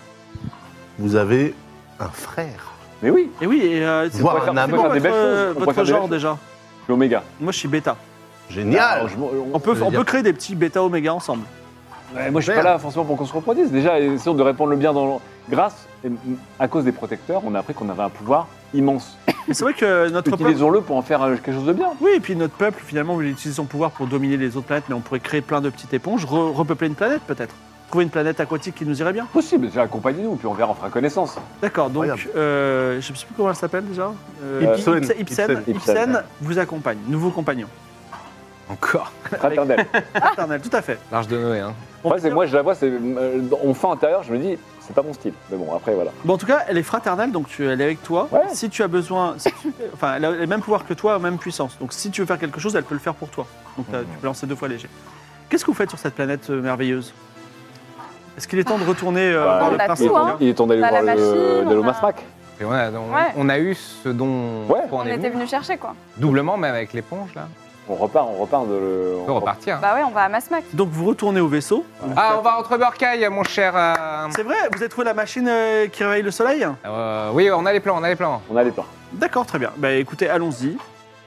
Speaker 5: vous avez un frère.
Speaker 4: Mais oui,
Speaker 2: Et oui, et, euh, c'est
Speaker 5: Voir
Speaker 2: quoi-
Speaker 5: un
Speaker 2: c'est
Speaker 5: amant.
Speaker 2: quoi
Speaker 4: On peut faire des
Speaker 2: votre,
Speaker 4: belles choses,
Speaker 2: euh,
Speaker 4: on peut
Speaker 2: votre
Speaker 4: faire des
Speaker 2: genre
Speaker 4: belles
Speaker 2: déjà
Speaker 4: je suis Oméga.
Speaker 2: Moi, je suis bêta.
Speaker 5: Génial
Speaker 4: Alors, Ah, je- on-
Speaker 2: On peut,
Speaker 5: veut
Speaker 2: on
Speaker 5: dire-
Speaker 2: peut créer des petits bêta-oméga ensemble.
Speaker 4: ouais, moi, je suis pas là forcément pour qu'on se reproduise. Déjà, essayons de répandre le bien dans. Grâce, et à cause des protecteurs, on a appris qu'on avait un pouvoir immense.
Speaker 2: Mais c'est vrai que notre peuple...
Speaker 4: Utilisons-le pour en faire euh, quelque chose de bien.
Speaker 2: Oui, et puis notre peuple, finalement, il utilise son pouvoir pour dominer les autres planètes, mais on pourrait créer plein de petites éponges, re- repeupler une planète peut-être. Trouver une planète aquatique qui nous irait bien.
Speaker 4: Possible, déjà, accompagnez-nous, puis on verra, on fera connaissance.
Speaker 2: D'accord, donc
Speaker 5: Incroyable.
Speaker 2: euh, je ne sais plus comment elle s'appelle déjà. Euh,
Speaker 5: Ibsen.
Speaker 2: Ibsen, Ibsen,
Speaker 5: Ibsen.
Speaker 2: Ibsen vous accompagne, nouveau compagnon.
Speaker 3: Encore.
Speaker 4: Fraternelle.
Speaker 5: Ah.
Speaker 2: Paternel, tout à fait.
Speaker 3: L'Arche de Noé, hein.
Speaker 2: Bon,
Speaker 4: Moi, c'est que moi, je la vois, c'est euh, dans- en fin intérieur, je me dis, c'est pas mon style. Mais bon, après, voilà.
Speaker 2: Bon, en tout cas, elle est fraternelle, donc tu- elle est avec toi.
Speaker 4: Ouais.
Speaker 2: Si tu as besoin, si tu- euh, enfin, elle a le même pouvoir que toi, même puissance. Donc, si tu veux faire quelque chose, elle peut le faire pour toi. Donc, t'as- tu peux lancer deux fois léger. Qu'est-ce que vous faites sur cette planète euh, merveilleuse Est-ce qu'il est temps de retourner euh,
Speaker 4: Bah,
Speaker 2: voir
Speaker 1: on
Speaker 2: le
Speaker 1: a
Speaker 2: prince
Speaker 4: il, est
Speaker 1: tout,
Speaker 4: temps,
Speaker 1: hein.
Speaker 4: il est temps d'aller
Speaker 1: On a
Speaker 4: voir
Speaker 1: la
Speaker 4: le
Speaker 1: machine,
Speaker 4: d'aller au
Speaker 1: on a-
Speaker 4: Masmac.
Speaker 3: Et on, a, on-
Speaker 1: Ouais.
Speaker 3: on a eu ce dont
Speaker 4: Ouais.
Speaker 3: on,
Speaker 1: On
Speaker 3: est
Speaker 1: était
Speaker 3: venu.
Speaker 1: venu chercher, quoi.
Speaker 3: Doublement, même avec l'éponge, là.
Speaker 4: On repart, on repart de le.
Speaker 3: On peut repartir. hein.
Speaker 1: Bah ouais, on va à Masmac.
Speaker 2: Donc, vous retournez au vaisseau.
Speaker 3: Ah, on va entre bercailles, mon cher. euh,
Speaker 2: C'est vrai, vous avez trouvé la machine euh, qui réveille le soleil
Speaker 3: euh, oui, on a les plans, on a les plans.
Speaker 4: On a les plans.
Speaker 2: D'accord, très bien. Bah écoutez, allons-y.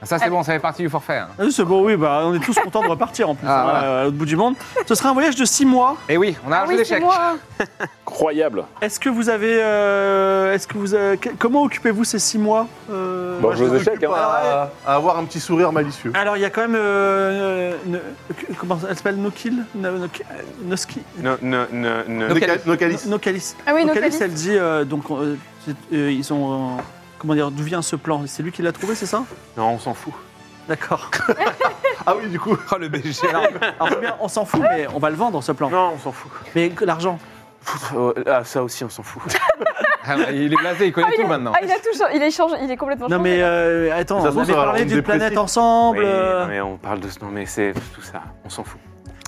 Speaker 3: Ah, Ça, c'est bon, ça fait partie du forfait. hein.
Speaker 2: Ah, C'est bon, oui, bah on est tous contents de repartir en plus,
Speaker 3: Ah,
Speaker 2: hein,
Speaker 3: voilà.
Speaker 2: euh, à l'autre bout du monde. Ce sera un voyage de six mois.
Speaker 3: Et Eh oui, on a un
Speaker 1: Ah
Speaker 3: jeu
Speaker 1: oui, c'est
Speaker 3: d'échecs.
Speaker 1: moi.
Speaker 4: Incroyable.
Speaker 2: Est-ce que vous avez. euh, Est-ce que vous. avez- que- comment occupez-vous ces six mois euh,
Speaker 4: Bon,
Speaker 5: Moi,
Speaker 4: je vous
Speaker 5: je
Speaker 4: échec.
Speaker 5: t'occupe
Speaker 4: Hein.
Speaker 5: à, à avoir un petit sourire malicieux.
Speaker 2: Alors, il y a quand même. euh, une- une- comment elle s'appelle Nokil No- Noki- Noski
Speaker 6: Ne- ne- ne- ne-
Speaker 5: Noca- Nocalis.
Speaker 2: No- Nokalis.
Speaker 1: Ah oui, nos
Speaker 2: Nokalis,
Speaker 1: calices.
Speaker 2: elle dit. euh, donc, euh, c'est- euh, ils ont. euh, comment dire D'où vient ce plan C'est lui qui l'a trouvé, c'est ça
Speaker 6: Non, on s'en fout.
Speaker 2: D'accord.
Speaker 5: Ah oui, du coup.
Speaker 3: Oh, le BG.
Speaker 2: Alors, c'est bien, on s'en fout, mais on va le vendre ce plan.
Speaker 6: Non, on s'en fout.
Speaker 2: Mais que l'argent.
Speaker 6: Pff, euh, Ah, ça aussi, on s'en fout.
Speaker 3: Ah, il est blasé, il connaît tout maintenant.
Speaker 1: Ah, il a tout changé. Il est, change... il est complètement
Speaker 2: Non,
Speaker 1: changé.
Speaker 2: mais euh, attends,
Speaker 5: Mais
Speaker 2: on
Speaker 5: ça se trouve,
Speaker 2: avait
Speaker 5: ça va
Speaker 2: parlé
Speaker 5: rendre
Speaker 2: d'une planète
Speaker 5: dépressif.
Speaker 2: ensemble.
Speaker 6: Oui,
Speaker 2: euh,
Speaker 6: non, mais on parle de ce nom, mais c'est tout ça. On s'en fout.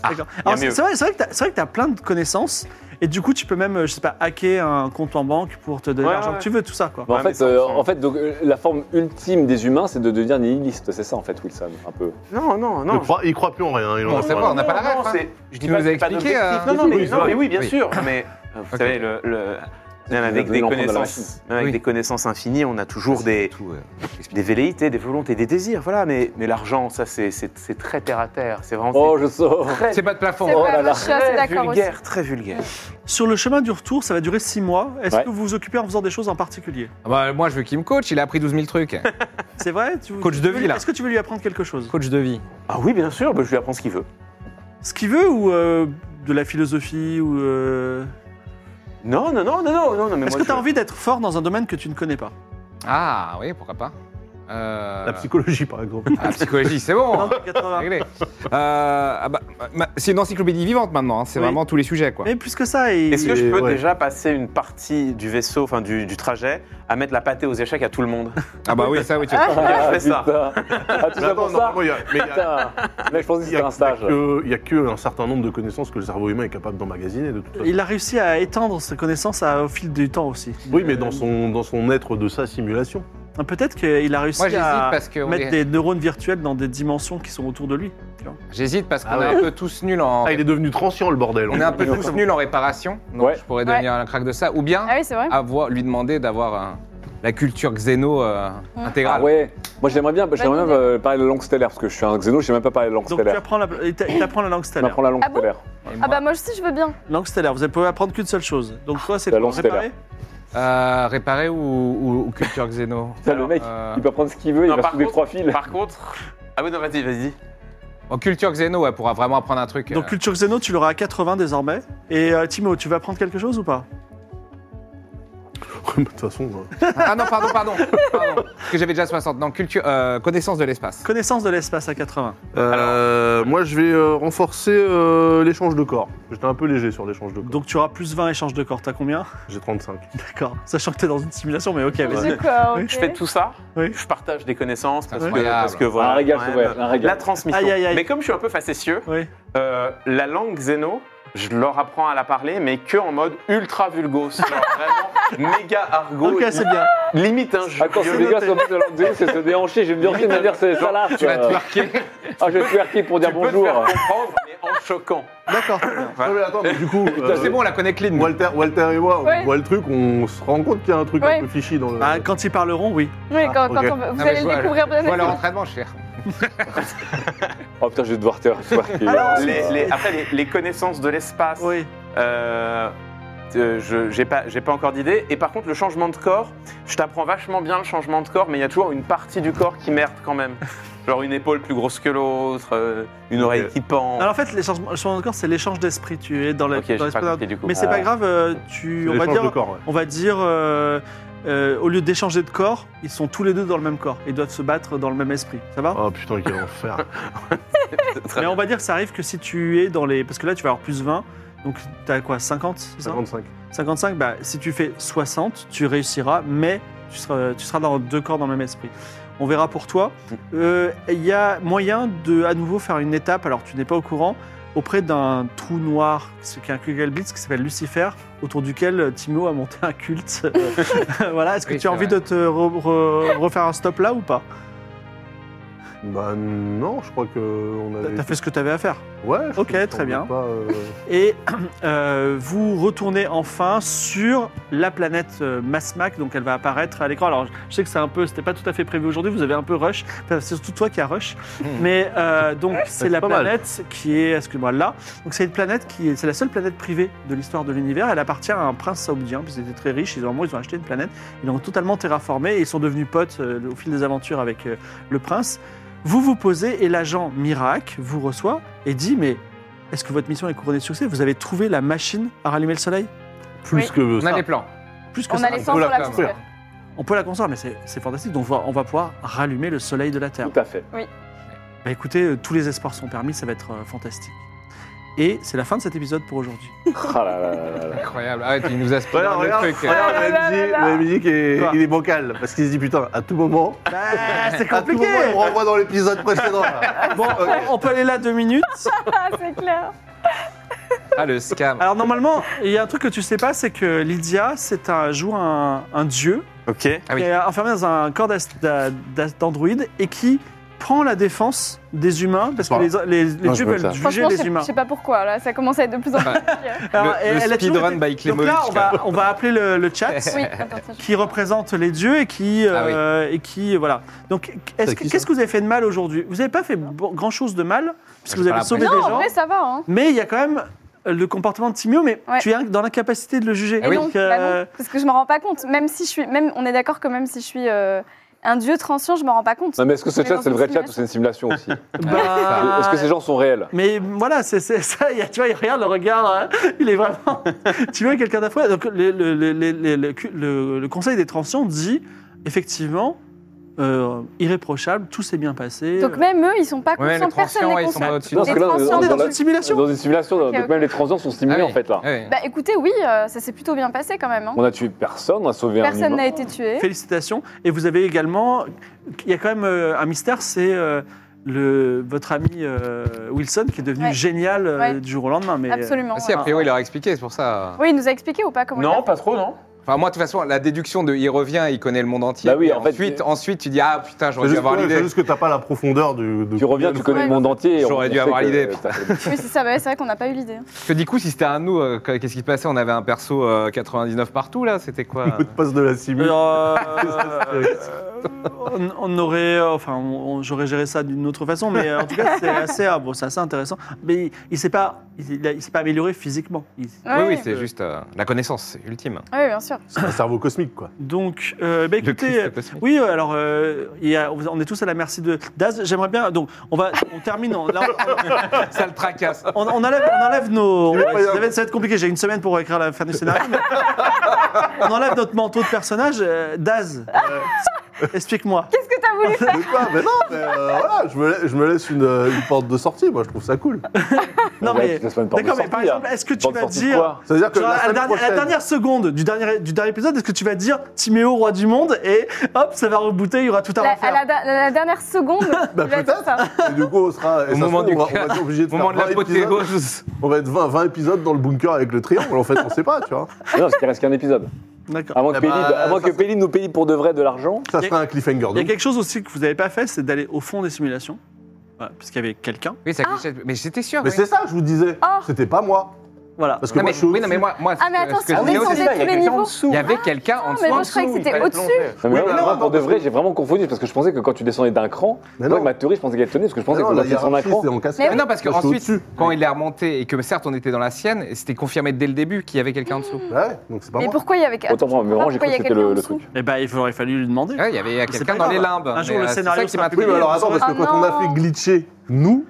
Speaker 2: D'accord. Alors,
Speaker 6: y a
Speaker 2: c'est
Speaker 6: mieux.
Speaker 2: c'est vrai, c'est vrai que t'as- c'est vrai que tu as plein de connaissances et du coup, tu peux même, euh, je sais pas, hacker un compte en banque pour te donner
Speaker 6: Ouais,
Speaker 2: l'argent
Speaker 6: ouais.
Speaker 2: que tu veux, tout ça, quoi.
Speaker 4: Bon, en
Speaker 6: Ouais, mais
Speaker 4: fait,
Speaker 6: ça,
Speaker 4: euh,
Speaker 6: on s'en-
Speaker 4: en fait donc, euh, la forme ultime des humains, c'est de devenir nihiliste. C'est ça, en fait, Wilson, un peu.
Speaker 6: Non, non,
Speaker 5: Il
Speaker 6: non.
Speaker 5: croit- Il croit plus en rien. il en
Speaker 3: Bon,
Speaker 5: a
Speaker 3: c'est
Speaker 5: plus
Speaker 3: vrai,
Speaker 5: rien.
Speaker 3: on n'a pas la
Speaker 6: Non,
Speaker 3: ref. hein.
Speaker 6: c'est- Je dis
Speaker 3: Tu
Speaker 6: pas
Speaker 3: nous
Speaker 6: que
Speaker 3: as
Speaker 6: c'est pas
Speaker 3: expliqué,
Speaker 6: d'objectif.
Speaker 3: euh,
Speaker 6: Non, non, mais,
Speaker 3: oui,
Speaker 6: non, mais oui, bien
Speaker 3: oui.
Speaker 6: sûr. Mais euh, vous
Speaker 3: Ok,
Speaker 6: savez,
Speaker 3: ok.
Speaker 6: le, le- même
Speaker 4: vous
Speaker 6: avec
Speaker 4: avez
Speaker 6: des
Speaker 4: l'enfant de la
Speaker 6: connaissances, même avec
Speaker 3: Oui.
Speaker 6: des connaissances infinies, on a toujours des,
Speaker 3: Tout, euh,
Speaker 6: des velléités, des volontés, des désirs. Voilà, mais, mais l'argent, ça, c'est- c'est c'est très terre à terre. C'est vraiment
Speaker 4: Oh, je sors.
Speaker 6: très,
Speaker 3: C'est pas de plafond.
Speaker 1: C'est
Speaker 4: oh
Speaker 1: pas
Speaker 4: là là.
Speaker 1: moi, je suis assez
Speaker 6: très
Speaker 1: d'accord aussi.
Speaker 6: vulgaire, très vulgaire.
Speaker 2: Sur le chemin du retour, ça va durer six mois. Est-ce
Speaker 4: Ouais.
Speaker 2: que vous vous occupez en faisant des choses en particulier
Speaker 3: Ah bah, moi, je veux qu'il me coach, il a appris 12 000 trucs.
Speaker 2: C'est vrai tu-
Speaker 3: Coach
Speaker 2: tu
Speaker 3: de
Speaker 2: veux
Speaker 3: vie,
Speaker 2: lui-
Speaker 3: là.
Speaker 2: Est-ce que tu veux lui apprendre quelque chose
Speaker 3: coach de vie.
Speaker 6: Ah oui, bien sûr, bah, je lui apprends ce qu'il veut.
Speaker 2: Ce qu'il veut ou euh, de la philosophie ou. euh,
Speaker 6: Non, non, non, non, non, non, non, mais
Speaker 2: Est-ce
Speaker 6: moi,
Speaker 2: que tu as
Speaker 6: je-
Speaker 2: envie d'être fort dans un domaine que tu ne connais pas
Speaker 3: Ah oui, pourquoi pas. Euh,
Speaker 5: La psychologie, par exemple.
Speaker 3: ah, psychologie, c'est
Speaker 6: Oh.
Speaker 3: bon.
Speaker 2: Non, 80.
Speaker 3: réglé. Euh, ah bah, ma- c'est une encyclopédie vivante maintenant, hein, c'est
Speaker 2: Oui.
Speaker 3: vraiment tous les sujets quoi.
Speaker 2: Mais plus que ça, et...
Speaker 6: Est-ce que je
Speaker 5: Et
Speaker 6: peux
Speaker 5: ouais.
Speaker 6: déjà passer une partie du vaisseau, enfin du, du trajet, à mettre la pâtée aux échecs à tout le monde
Speaker 3: Ah bah oui, ça oui, tu
Speaker 6: Ah, je fais ça.
Speaker 4: putain. Ah, tout
Speaker 5: Mais
Speaker 4: ça
Speaker 5: attends,
Speaker 4: pour ça
Speaker 5: normalement, il y a- mais il y a-
Speaker 4: Putain. Mec, je pensais que
Speaker 5: il y a-
Speaker 4: c'était un stage.
Speaker 5: il y a que un certain nombre de connaissances que le cerveau humain est capable d'emmagasiner, de toute façon.
Speaker 2: il a réussi à étendre ses connaissances à- au fil du temps aussi.
Speaker 5: Oui, mais dans son, dans son être de sa simulation.
Speaker 2: Euh, Peut-être qu'il a réussi
Speaker 3: Moi j'hésite
Speaker 2: à
Speaker 3: parce que on
Speaker 2: mettre
Speaker 3: est-
Speaker 2: des neurones virtuels dans des dimensions qui sont autour de lui.
Speaker 3: j'hésite parce qu'on
Speaker 5: Ah ouais.
Speaker 3: est un peu tous nuls en
Speaker 5: Ah, il est devenu transient, le bordel.
Speaker 3: on est un peu tous nuls en réparation. Donc
Speaker 4: Ouais.
Speaker 3: je pourrais
Speaker 1: Ouais.
Speaker 3: devenir un crack de ça ou bien
Speaker 1: Ah oui, c'est vrai.
Speaker 3: avoir- lui demander d'avoir un- la culture xéno euh,
Speaker 1: Ouais.
Speaker 3: intégrale.
Speaker 4: Ah ouais, moi j'aimerais bien, j'aimerais
Speaker 1: Bonne
Speaker 4: bien euh, parler de la langue stellaire parce que je suis un xéno, je sais même pas parler de la langue
Speaker 2: Donc tu
Speaker 4: stellaire.
Speaker 2: apprends la, et t'a- il t'apprend la langue
Speaker 4: On
Speaker 2: stellaire.
Speaker 4: apprend la langue
Speaker 1: Ah bon
Speaker 4: stellaire.
Speaker 3: Et
Speaker 1: Ah
Speaker 3: moi,
Speaker 1: bah moi aussi je veux bien.
Speaker 2: Langue stellaire, vous pouvez apprendre qu'une seule chose. Donc toi, c'est
Speaker 4: La
Speaker 2: quoi,
Speaker 4: langue stellaire.
Speaker 2: réparer
Speaker 3: euh, réparer ou, ou- ou culture xéno
Speaker 4: Putain, le mec,
Speaker 3: Euh,
Speaker 4: il peut prendre ce qu'il veut,
Speaker 6: Non,
Speaker 4: il va
Speaker 6: par
Speaker 4: se des
Speaker 6: contre-
Speaker 4: trois fils.
Speaker 6: Par contre. Ah oui, non, vas-y, vas-y.
Speaker 3: En oh, culture xéno, elle pourra vraiment apprendre un truc.
Speaker 2: Donc
Speaker 3: euh,
Speaker 2: culture xéno, tu l'auras à 80 désormais. Et euh, Timo, tu veux apprendre quelque chose ou pas
Speaker 5: De toute façon, euh,
Speaker 3: Ah non, pardon, pardon. pardon. Parce que j'avais déjà 60. Non, culture, euh, connaissance de l'espace.
Speaker 2: Connaissance de l'espace à 80.
Speaker 5: euh, moi, je vais euh, renforcer euh, l'échange de corps. J'étais un peu léger sur l'échange de corps.
Speaker 2: Donc tu auras plus 20 échanges de corps. T'as combien
Speaker 5: J'ai 35.
Speaker 2: D'accord. Sachant que t'es dans une simulation, mais ok, vas-y.
Speaker 1: Du corps, ok.
Speaker 6: Je fais tout ça,
Speaker 2: Oui.
Speaker 6: je partage des connaissances parce, que,
Speaker 3: Incroyable.
Speaker 6: parce que voilà.
Speaker 4: Un régal,
Speaker 6: quand
Speaker 4: c'est
Speaker 6: même,
Speaker 4: vrai, un régal.
Speaker 6: La transmission.
Speaker 2: Aïe, aïe, aïe.
Speaker 6: Mais comme je suis un peu facétieux,
Speaker 2: Oui.
Speaker 6: euh, la langue xéno, je leur apprends à la parler, mais que en mode ultra vulgos. Genre vraiment méga argot.
Speaker 2: Ok, c'est bien.
Speaker 6: Limite hein, un jeu.
Speaker 4: Ah, quand les gars sont de la langue xéno, c'est se déhancher, je vais me déhancher de manière c'est ça là.
Speaker 3: Tu vas twerker.
Speaker 4: Ah, je vais twerker pour dire
Speaker 6: tu peux te
Speaker 4: bonjour.
Speaker 6: faire comprendre, mais en choquant.
Speaker 2: D'accord. très bien.
Speaker 5: Non, mais attends, mais du coup, euh,
Speaker 3: C'est bon, on la connaît clean.
Speaker 5: Walter, Walter et moi, on
Speaker 1: Ouais.
Speaker 5: voit le truc, on se rend compte qu'il y a un truc
Speaker 1: Ouais.
Speaker 5: un peu fichi dans le.
Speaker 2: Bah, quand ils parleront, oui.
Speaker 1: Oui, quand,
Speaker 5: Ah,
Speaker 1: quand
Speaker 5: ok.
Speaker 1: on- vous
Speaker 3: Non, mais
Speaker 1: allez
Speaker 3: je
Speaker 1: le
Speaker 3: vois-
Speaker 1: découvrir
Speaker 3: je vois
Speaker 1: bien
Speaker 3: leur
Speaker 1: après.
Speaker 3: entraînement, cher.
Speaker 4: Oh putain, je vais devoir ter- twerker.
Speaker 6: Les- les- après, les, les connaissances de l'espace,
Speaker 2: Oui.
Speaker 6: euh, euh, je j'ai pas, j'ai pas encore d'idée. Et par contre, le changement de corps, je t'apprends vachement bien le changement de corps, mais il y a toujours une partie du corps qui merde quand même. Genre une épaule plus grosse que l'autre, euh, une oreille
Speaker 5: Ok.
Speaker 6: qui pend.
Speaker 2: Alors en fait, l'échange le changement de corps, c'est l'échange d'esprit. Tu es dans la-
Speaker 6: ok, j'ai
Speaker 2: dans
Speaker 6: pas
Speaker 2: l'esprit.
Speaker 6: compris du coup. Ah.
Speaker 2: mais c'est pas grave. euh, tu, on va
Speaker 5: L'échange de
Speaker 2: dire,
Speaker 5: corps, ouais.
Speaker 2: on va dire, euh, euh, au lieu d'échanger de corps, ils sont tous les deux dans le même corps. Ils doivent se battre dans le même esprit. Ça va
Speaker 5: Oh putain, quel enfer.
Speaker 2: Mais on va dire que ça arrive que si tu es dans les. Parce que là, tu vas avoir plus 20. Donc, t'as quoi 50 c'est ça
Speaker 5: 55.
Speaker 2: 55 Bah, si tu fais 60, tu réussiras, mais tu seras, tu seras dans deux corps dans le même esprit. On verra pour toi. Euh, Il y a moyen de à nouveau faire une étape, alors tu n'es pas au courant, auprès d'un trou noir, ce qui est un Kugelblitz qui s'appelle Lucifer, autour duquel Timo a monté un culte. voilà, est-ce que
Speaker 3: Oui,
Speaker 2: tu as
Speaker 3: c'est
Speaker 2: envie
Speaker 3: vrai.
Speaker 2: de te re- re- refaire un stop là ou pas
Speaker 5: Bah non, je crois que on
Speaker 3: Euh,
Speaker 5: avait.
Speaker 2: T'as fait ce que t'avais à faire.
Speaker 5: Ouais. je
Speaker 2: Ok,
Speaker 5: crois
Speaker 2: très
Speaker 5: qu'on
Speaker 2: bien.
Speaker 5: veut pas, euh,
Speaker 2: Et euh, vous retournez enfin sur la planète euh, Masmac, donc elle va apparaître à l'écran. Alors je sais que c'est un peu, c'était pas tout à fait prévu aujourd'hui, vous avez un peu rush, Enfin, c'est surtout toi qui as rush, mais euh, donc c'est la
Speaker 5: Hmm. pas mal.
Speaker 2: planète qui est, excuse-moi, là. Donc c'est une planète qui est, c'est la seule planète privée de l'histoire de l'univers, elle appartient à un prince saoudien, puis ils étaient très riches, ils ont, ils ont acheté une planète, ils l'ont totalement terraformée et ils sont devenus potes euh, au fil des aventures avec euh, le prince. Vous vous posez et l'agent Mirac vous reçoit et dit mais est-ce que votre mission est couronnée de succès Vous avez trouvé la machine à rallumer le soleil
Speaker 5: Plus
Speaker 1: Oui.
Speaker 5: que
Speaker 3: On
Speaker 5: ça.
Speaker 3: a des plans.
Speaker 2: Plus que
Speaker 1: On
Speaker 2: ça.
Speaker 1: a les sens pour
Speaker 3: la
Speaker 1: la
Speaker 3: com.
Speaker 1: construire.
Speaker 2: On peut la construire, mais c'est c'est fantastique. Donc on va, on va pouvoir rallumer le soleil de la Terre.
Speaker 4: Tout à fait.
Speaker 2: Bah écoutez, euh, tous les espoirs sont permis, ça va être euh, fantastique. Et c'est la fin de cet épisode pour aujourd'hui.
Speaker 4: Ah là là là là là.
Speaker 3: Incroyable. Ah ouais, tu nous aspires
Speaker 5: Regarde,
Speaker 3: le
Speaker 5: regarde,
Speaker 3: truc.
Speaker 5: regarde, la
Speaker 1: Ah là
Speaker 5: MJ,
Speaker 1: là là.
Speaker 5: la musique est,
Speaker 2: Quoi
Speaker 5: il est bancal parce qu'il se dit putain, à tout moment,
Speaker 2: Bah, c'est
Speaker 5: à tout moment,
Speaker 2: compliqué
Speaker 5: il me renvoie dans l'épisode précédent. là.
Speaker 2: Bon, euh, on- on peut aller là deux minutes.
Speaker 1: Ah, c'est clair.
Speaker 3: Ah, le scam.
Speaker 2: Alors normalement, il y a un truc que tu sais pas, c'est que Lydia, c'est un, joue un, un dieu
Speaker 6: Ok.
Speaker 3: Ah oui.
Speaker 2: qui est enfermé dans un corps d'as- d'a- d'as- d'androïde et qui prend la défense des humains parce que
Speaker 5: Bon.
Speaker 2: les, les- les
Speaker 4: Moi,
Speaker 2: dieux
Speaker 4: je veux
Speaker 2: veulent
Speaker 4: ça.
Speaker 2: juger
Speaker 1: Franchement, je
Speaker 2: les
Speaker 1: sais,
Speaker 2: humains.
Speaker 1: je sais pas pourquoi. Là, ça commence à être de plus en plus
Speaker 3: Ouais.
Speaker 1: compliqué.
Speaker 2: Alors, elle-
Speaker 3: Le,
Speaker 2: elle a toujours
Speaker 3: speedrun
Speaker 2: été-
Speaker 3: by
Speaker 2: Donc là, on
Speaker 3: Klemovic.
Speaker 2: va, on va appeler le, le chat
Speaker 1: Oui, attends, ça, je-
Speaker 2: qui représente les dieux et qui,
Speaker 3: Ah oui.
Speaker 2: euh, et qui euh, voilà. Donc, est-ce
Speaker 5: C'est
Speaker 2: que-
Speaker 5: qui, ça
Speaker 2: qu'est-ce que vous avez fait de mal aujourd'hui Vous n'avez pas fait grand chose de mal parce que vous
Speaker 3: J'ai pas
Speaker 2: avez sauvé
Speaker 1: Non,
Speaker 2: des
Speaker 1: en
Speaker 2: gens,
Speaker 1: vrai, ça va. Hein.
Speaker 2: mais il y a quand même euh, le comportement de Timio, mais
Speaker 1: Ouais.
Speaker 2: tu es dans l'incapacité de le juger.
Speaker 1: Et
Speaker 3: Eh
Speaker 1: non,
Speaker 2: Donc, euh,
Speaker 1: bah non, parce que je m'en rends pas compte. Même si je suis, même, on est d'accord que même si je suis euh, un dieu transient, je m'en rends pas compte.
Speaker 4: Non, mais est-ce que ce
Speaker 1: On est
Speaker 4: chat,
Speaker 1: dans
Speaker 4: c'est le
Speaker 1: une
Speaker 4: vrai chat
Speaker 1: simulation.
Speaker 4: ou c'est une simulation aussi
Speaker 2: bah,
Speaker 4: Est-ce que ces gens sont réels
Speaker 2: Mais voilà, c'est c'est ça. il y a- tu vois, il regarde le regard. hein, il est vraiment. tu vois, quelqu'un d'affreux. Donc, le, le- le- le- le- le- le- le conseil des transients dit effectivement, euh, irréprochable, tout s'est bien passé.
Speaker 1: Donc même eux, ils sont pas
Speaker 3: Ouais, mais
Speaker 1: conscients,
Speaker 3: les
Speaker 1: personne
Speaker 3: transients,
Speaker 1: n'est
Speaker 3: ils sont
Speaker 1: conscient.
Speaker 3: pas au-dessus.
Speaker 4: Non, parce
Speaker 1: Les
Speaker 4: que là, on est
Speaker 1: transients
Speaker 4: dans
Speaker 1: de
Speaker 4: la-
Speaker 1: notre-
Speaker 2: Une simulation
Speaker 4: Dans une simulation,
Speaker 1: Ok,
Speaker 4: donc
Speaker 1: ok.
Speaker 4: même les transients sont stimulés
Speaker 3: Ah oui.
Speaker 4: en fait là.
Speaker 3: Ah oui.
Speaker 1: Bah écoutez, oui, euh, ça s'est plutôt bien passé quand même. hein.
Speaker 4: On a tué personne, on a sauvé un
Speaker 1: Personne
Speaker 4: humain.
Speaker 1: n'a été tué.
Speaker 2: Félicitations. Et vous avez également, il y a quand même euh, un mystère, c'est euh, le votre ami euh, Wilson qui est devenu
Speaker 1: Ouais.
Speaker 2: génial euh,
Speaker 1: Ouais.
Speaker 2: du jour au lendemain. Mais,
Speaker 1: Absolument.
Speaker 3: Ah si, a
Speaker 1: ouais.
Speaker 3: priori, il leur a expliqué, c'est pour ça.
Speaker 1: Oui, il nous a expliqué ou pas comment il a
Speaker 6: Non,
Speaker 1: fait
Speaker 6: pas trop, non
Speaker 3: Enfin, moi, de toute façon, la déduction de il revient, il connaît le monde entier.
Speaker 4: Bah oui,
Speaker 3: Et
Speaker 4: en fait,
Speaker 3: ensuite,
Speaker 4: c'est-
Speaker 3: ensuite, tu dis ah putain,
Speaker 5: C'est
Speaker 3: j'aurais dû
Speaker 5: juste,
Speaker 3: avoir
Speaker 5: ouais, c'est
Speaker 3: l'idée.
Speaker 5: juste que t'as pas la profondeur du. de-
Speaker 4: Tu reviens, tu connais
Speaker 1: Ouais.
Speaker 4: le monde entier. on-
Speaker 3: J'aurais dû
Speaker 4: on
Speaker 3: avoir
Speaker 4: sait que-
Speaker 3: l'idée.
Speaker 1: Oui, c'est ça, bah ouais, c'est vrai qu'on n'a pas eu l'idée.
Speaker 3: Parce que du coup, si c'était à nous, euh, qu'est-ce qui se passait On avait un perso euh, 99 partout là, c'était quoi
Speaker 5: Le mot de passe de la
Speaker 2: Euh,
Speaker 5: simule.
Speaker 2: euh, on, on aurait, euh, enfin, on- on- j'aurais géré ça d'une autre façon, mais euh, en tout cas, c'est assez, ah, bon, c'est assez intéressant. Mais il, il s'est pas, il, il a- il s'est pas amélioré physiquement. Il-
Speaker 3: Oui, oui,
Speaker 1: Ouais.
Speaker 3: c'est juste euh, la connaissance, c'est ultime.
Speaker 1: Oui, bien sûr.
Speaker 5: C'est un cerveau cosmique, quoi.
Speaker 2: Donc, euh, bah,
Speaker 3: Le
Speaker 2: écoutez,
Speaker 3: Christ
Speaker 2: euh,
Speaker 3: cosmique.
Speaker 2: oui, euh, alors, euh, il y a- on est tous à la merci de Daz. J'aimerais bien, donc, on va, on termine. en- là, on-
Speaker 5: bah,
Speaker 3: Ça le tracasse.
Speaker 2: On, on enlève, on enlève nos.
Speaker 5: Il est pas
Speaker 2: ça, va être, ça va être compliqué, j'ai une semaine pour écrire la fin du scénario. mais- on enlève notre manteau de personnage. euh, Daz, euh, explique-moi.
Speaker 1: Qu'est-ce que t'as voulu faire
Speaker 5: De quoi Mais non, mais euh, voilà, je me, la- je me laisse une, euh, une porte de sortie, moi, je trouve ça cool.
Speaker 2: Non,
Speaker 4: Ouais,
Speaker 2: mais.
Speaker 4: la semaine porte de
Speaker 2: D'accord, mais par
Speaker 4: sortie,
Speaker 2: exemple,
Speaker 4: hein.
Speaker 2: est-ce que tu
Speaker 4: Porte
Speaker 2: vas
Speaker 4: sortie de
Speaker 2: dire.
Speaker 4: quoi
Speaker 5: Ça veut dire que
Speaker 2: genre,
Speaker 5: la
Speaker 2: à, la
Speaker 5: semaine
Speaker 2: dernière, à la
Speaker 5: prochaine-
Speaker 2: dernière seconde du dernier, du dernier épisode, est-ce que tu vas dire Timéo, roi du monde, et hop, ça va rebooter, il y aura tout à
Speaker 1: La- à
Speaker 2: refaire.
Speaker 1: la, da- la- la dernière seconde,
Speaker 5: Bah,
Speaker 1: il a dit
Speaker 5: peut-être.
Speaker 1: ça.
Speaker 5: Et du coup, on sera.
Speaker 3: Au
Speaker 5: et ça se
Speaker 3: moment
Speaker 5: trouve,
Speaker 3: du
Speaker 5: on va- on va être obligé de
Speaker 3: Au
Speaker 5: faire
Speaker 3: moment de
Speaker 5: 20 épisodes.
Speaker 3: l'apothéose.
Speaker 5: On va être 20, 20 épisodes dans le bunker avec le triangle, en fait, on sait pas, tu vois.
Speaker 4: Non, parce qu'il reste qu'un épisode.
Speaker 2: D'accord.
Speaker 4: Avant
Speaker 5: Eh
Speaker 4: que Péline
Speaker 5: bah,
Speaker 4: avant
Speaker 5: ça
Speaker 4: que
Speaker 5: se-
Speaker 4: Péline nous paye pour de vrai de l'argent.
Speaker 5: Ça
Speaker 2: Il y a-
Speaker 5: serait un cliffhanger.
Speaker 2: Il y a
Speaker 5: donc.
Speaker 2: quelque chose aussi que vous n'avez pas fait, c'est d'aller au fond des simulations. Voilà, parce qu'il y avait quelqu'un.
Speaker 3: Oui, ça clichait. Mais j'étais sûr.
Speaker 5: Mais
Speaker 3: oui.
Speaker 5: c'est ça, je vous disais.
Speaker 1: Ah.
Speaker 5: C'était pas moi.
Speaker 2: Voilà.
Speaker 5: Parce que
Speaker 3: Non,
Speaker 5: moi,
Speaker 3: mais,
Speaker 5: je suis
Speaker 3: oui, non, mais
Speaker 5: au-dessus.
Speaker 3: moi, moi,
Speaker 1: Ah, mais
Speaker 3: ce que-
Speaker 1: attends,
Speaker 3: ce que
Speaker 1: c'est
Speaker 3: je
Speaker 1: on
Speaker 3: disais aussi,
Speaker 1: descendait tous les niveaux.
Speaker 3: Il y avait quelqu'un en
Speaker 1: Ah,
Speaker 3: dessous.
Speaker 1: mais moi, je croyais que
Speaker 3: en dessous,
Speaker 1: c'était
Speaker 3: il fallait
Speaker 1: au-dessus.
Speaker 3: plonger.
Speaker 4: Non, mais
Speaker 5: Oui,
Speaker 4: là,
Speaker 5: mais
Speaker 4: moi,
Speaker 5: non,
Speaker 4: pour
Speaker 5: non,
Speaker 4: de
Speaker 5: parce
Speaker 4: vrai,
Speaker 5: que-
Speaker 4: j'ai vraiment confondu parce que je pensais que quand tu descendais d'un cran,
Speaker 5: Mais
Speaker 4: moi,
Speaker 5: non.
Speaker 4: ma théorie, je pensais qu'elle tenait parce que je pensais
Speaker 5: Mais non,
Speaker 4: que
Speaker 5: la
Speaker 4: quand descend d'un
Speaker 5: hiérarchie,
Speaker 4: cran,
Speaker 5: c'est en
Speaker 1: Mais
Speaker 5: cascade.
Speaker 3: Mais Ah, non, parce
Speaker 5: Moi, je suis
Speaker 3: qu'ensuite,
Speaker 5: au-dessus.
Speaker 3: quand il est remonté et que certes on était dans la sienne, c'était confirmé dès le début qu'il y avait quelqu'un en dessous.
Speaker 1: Mmh.
Speaker 5: Bah Ouais, donc c'est pas
Speaker 1: Mais
Speaker 5: moi.
Speaker 1: pourquoi il y avait
Speaker 4: autant vraiment, mais vraiment, j'ai
Speaker 1: pourquoi
Speaker 4: cru
Speaker 1: il y
Speaker 4: que
Speaker 1: a
Speaker 4: c'était
Speaker 1: quelqu'un
Speaker 4: le,
Speaker 1: en
Speaker 4: le
Speaker 1: dessous
Speaker 4: truc.
Speaker 2: Eh ben, il aurait fallu lui demander.
Speaker 3: Ouais, il y avait quelqu'un
Speaker 2: pas
Speaker 3: dans
Speaker 2: grave.
Speaker 3: les limbes.
Speaker 2: Un jour,
Speaker 3: Mais,
Speaker 2: le
Speaker 3: euh, c'est
Speaker 2: scénario
Speaker 3: ça qui
Speaker 2: sera
Speaker 3: m'a
Speaker 2: plus
Speaker 5: Oui, mais
Speaker 3: plu.
Speaker 5: alors attends, parce que
Speaker 1: Ah
Speaker 5: quand on a
Speaker 1: non.
Speaker 5: fait glitcher nous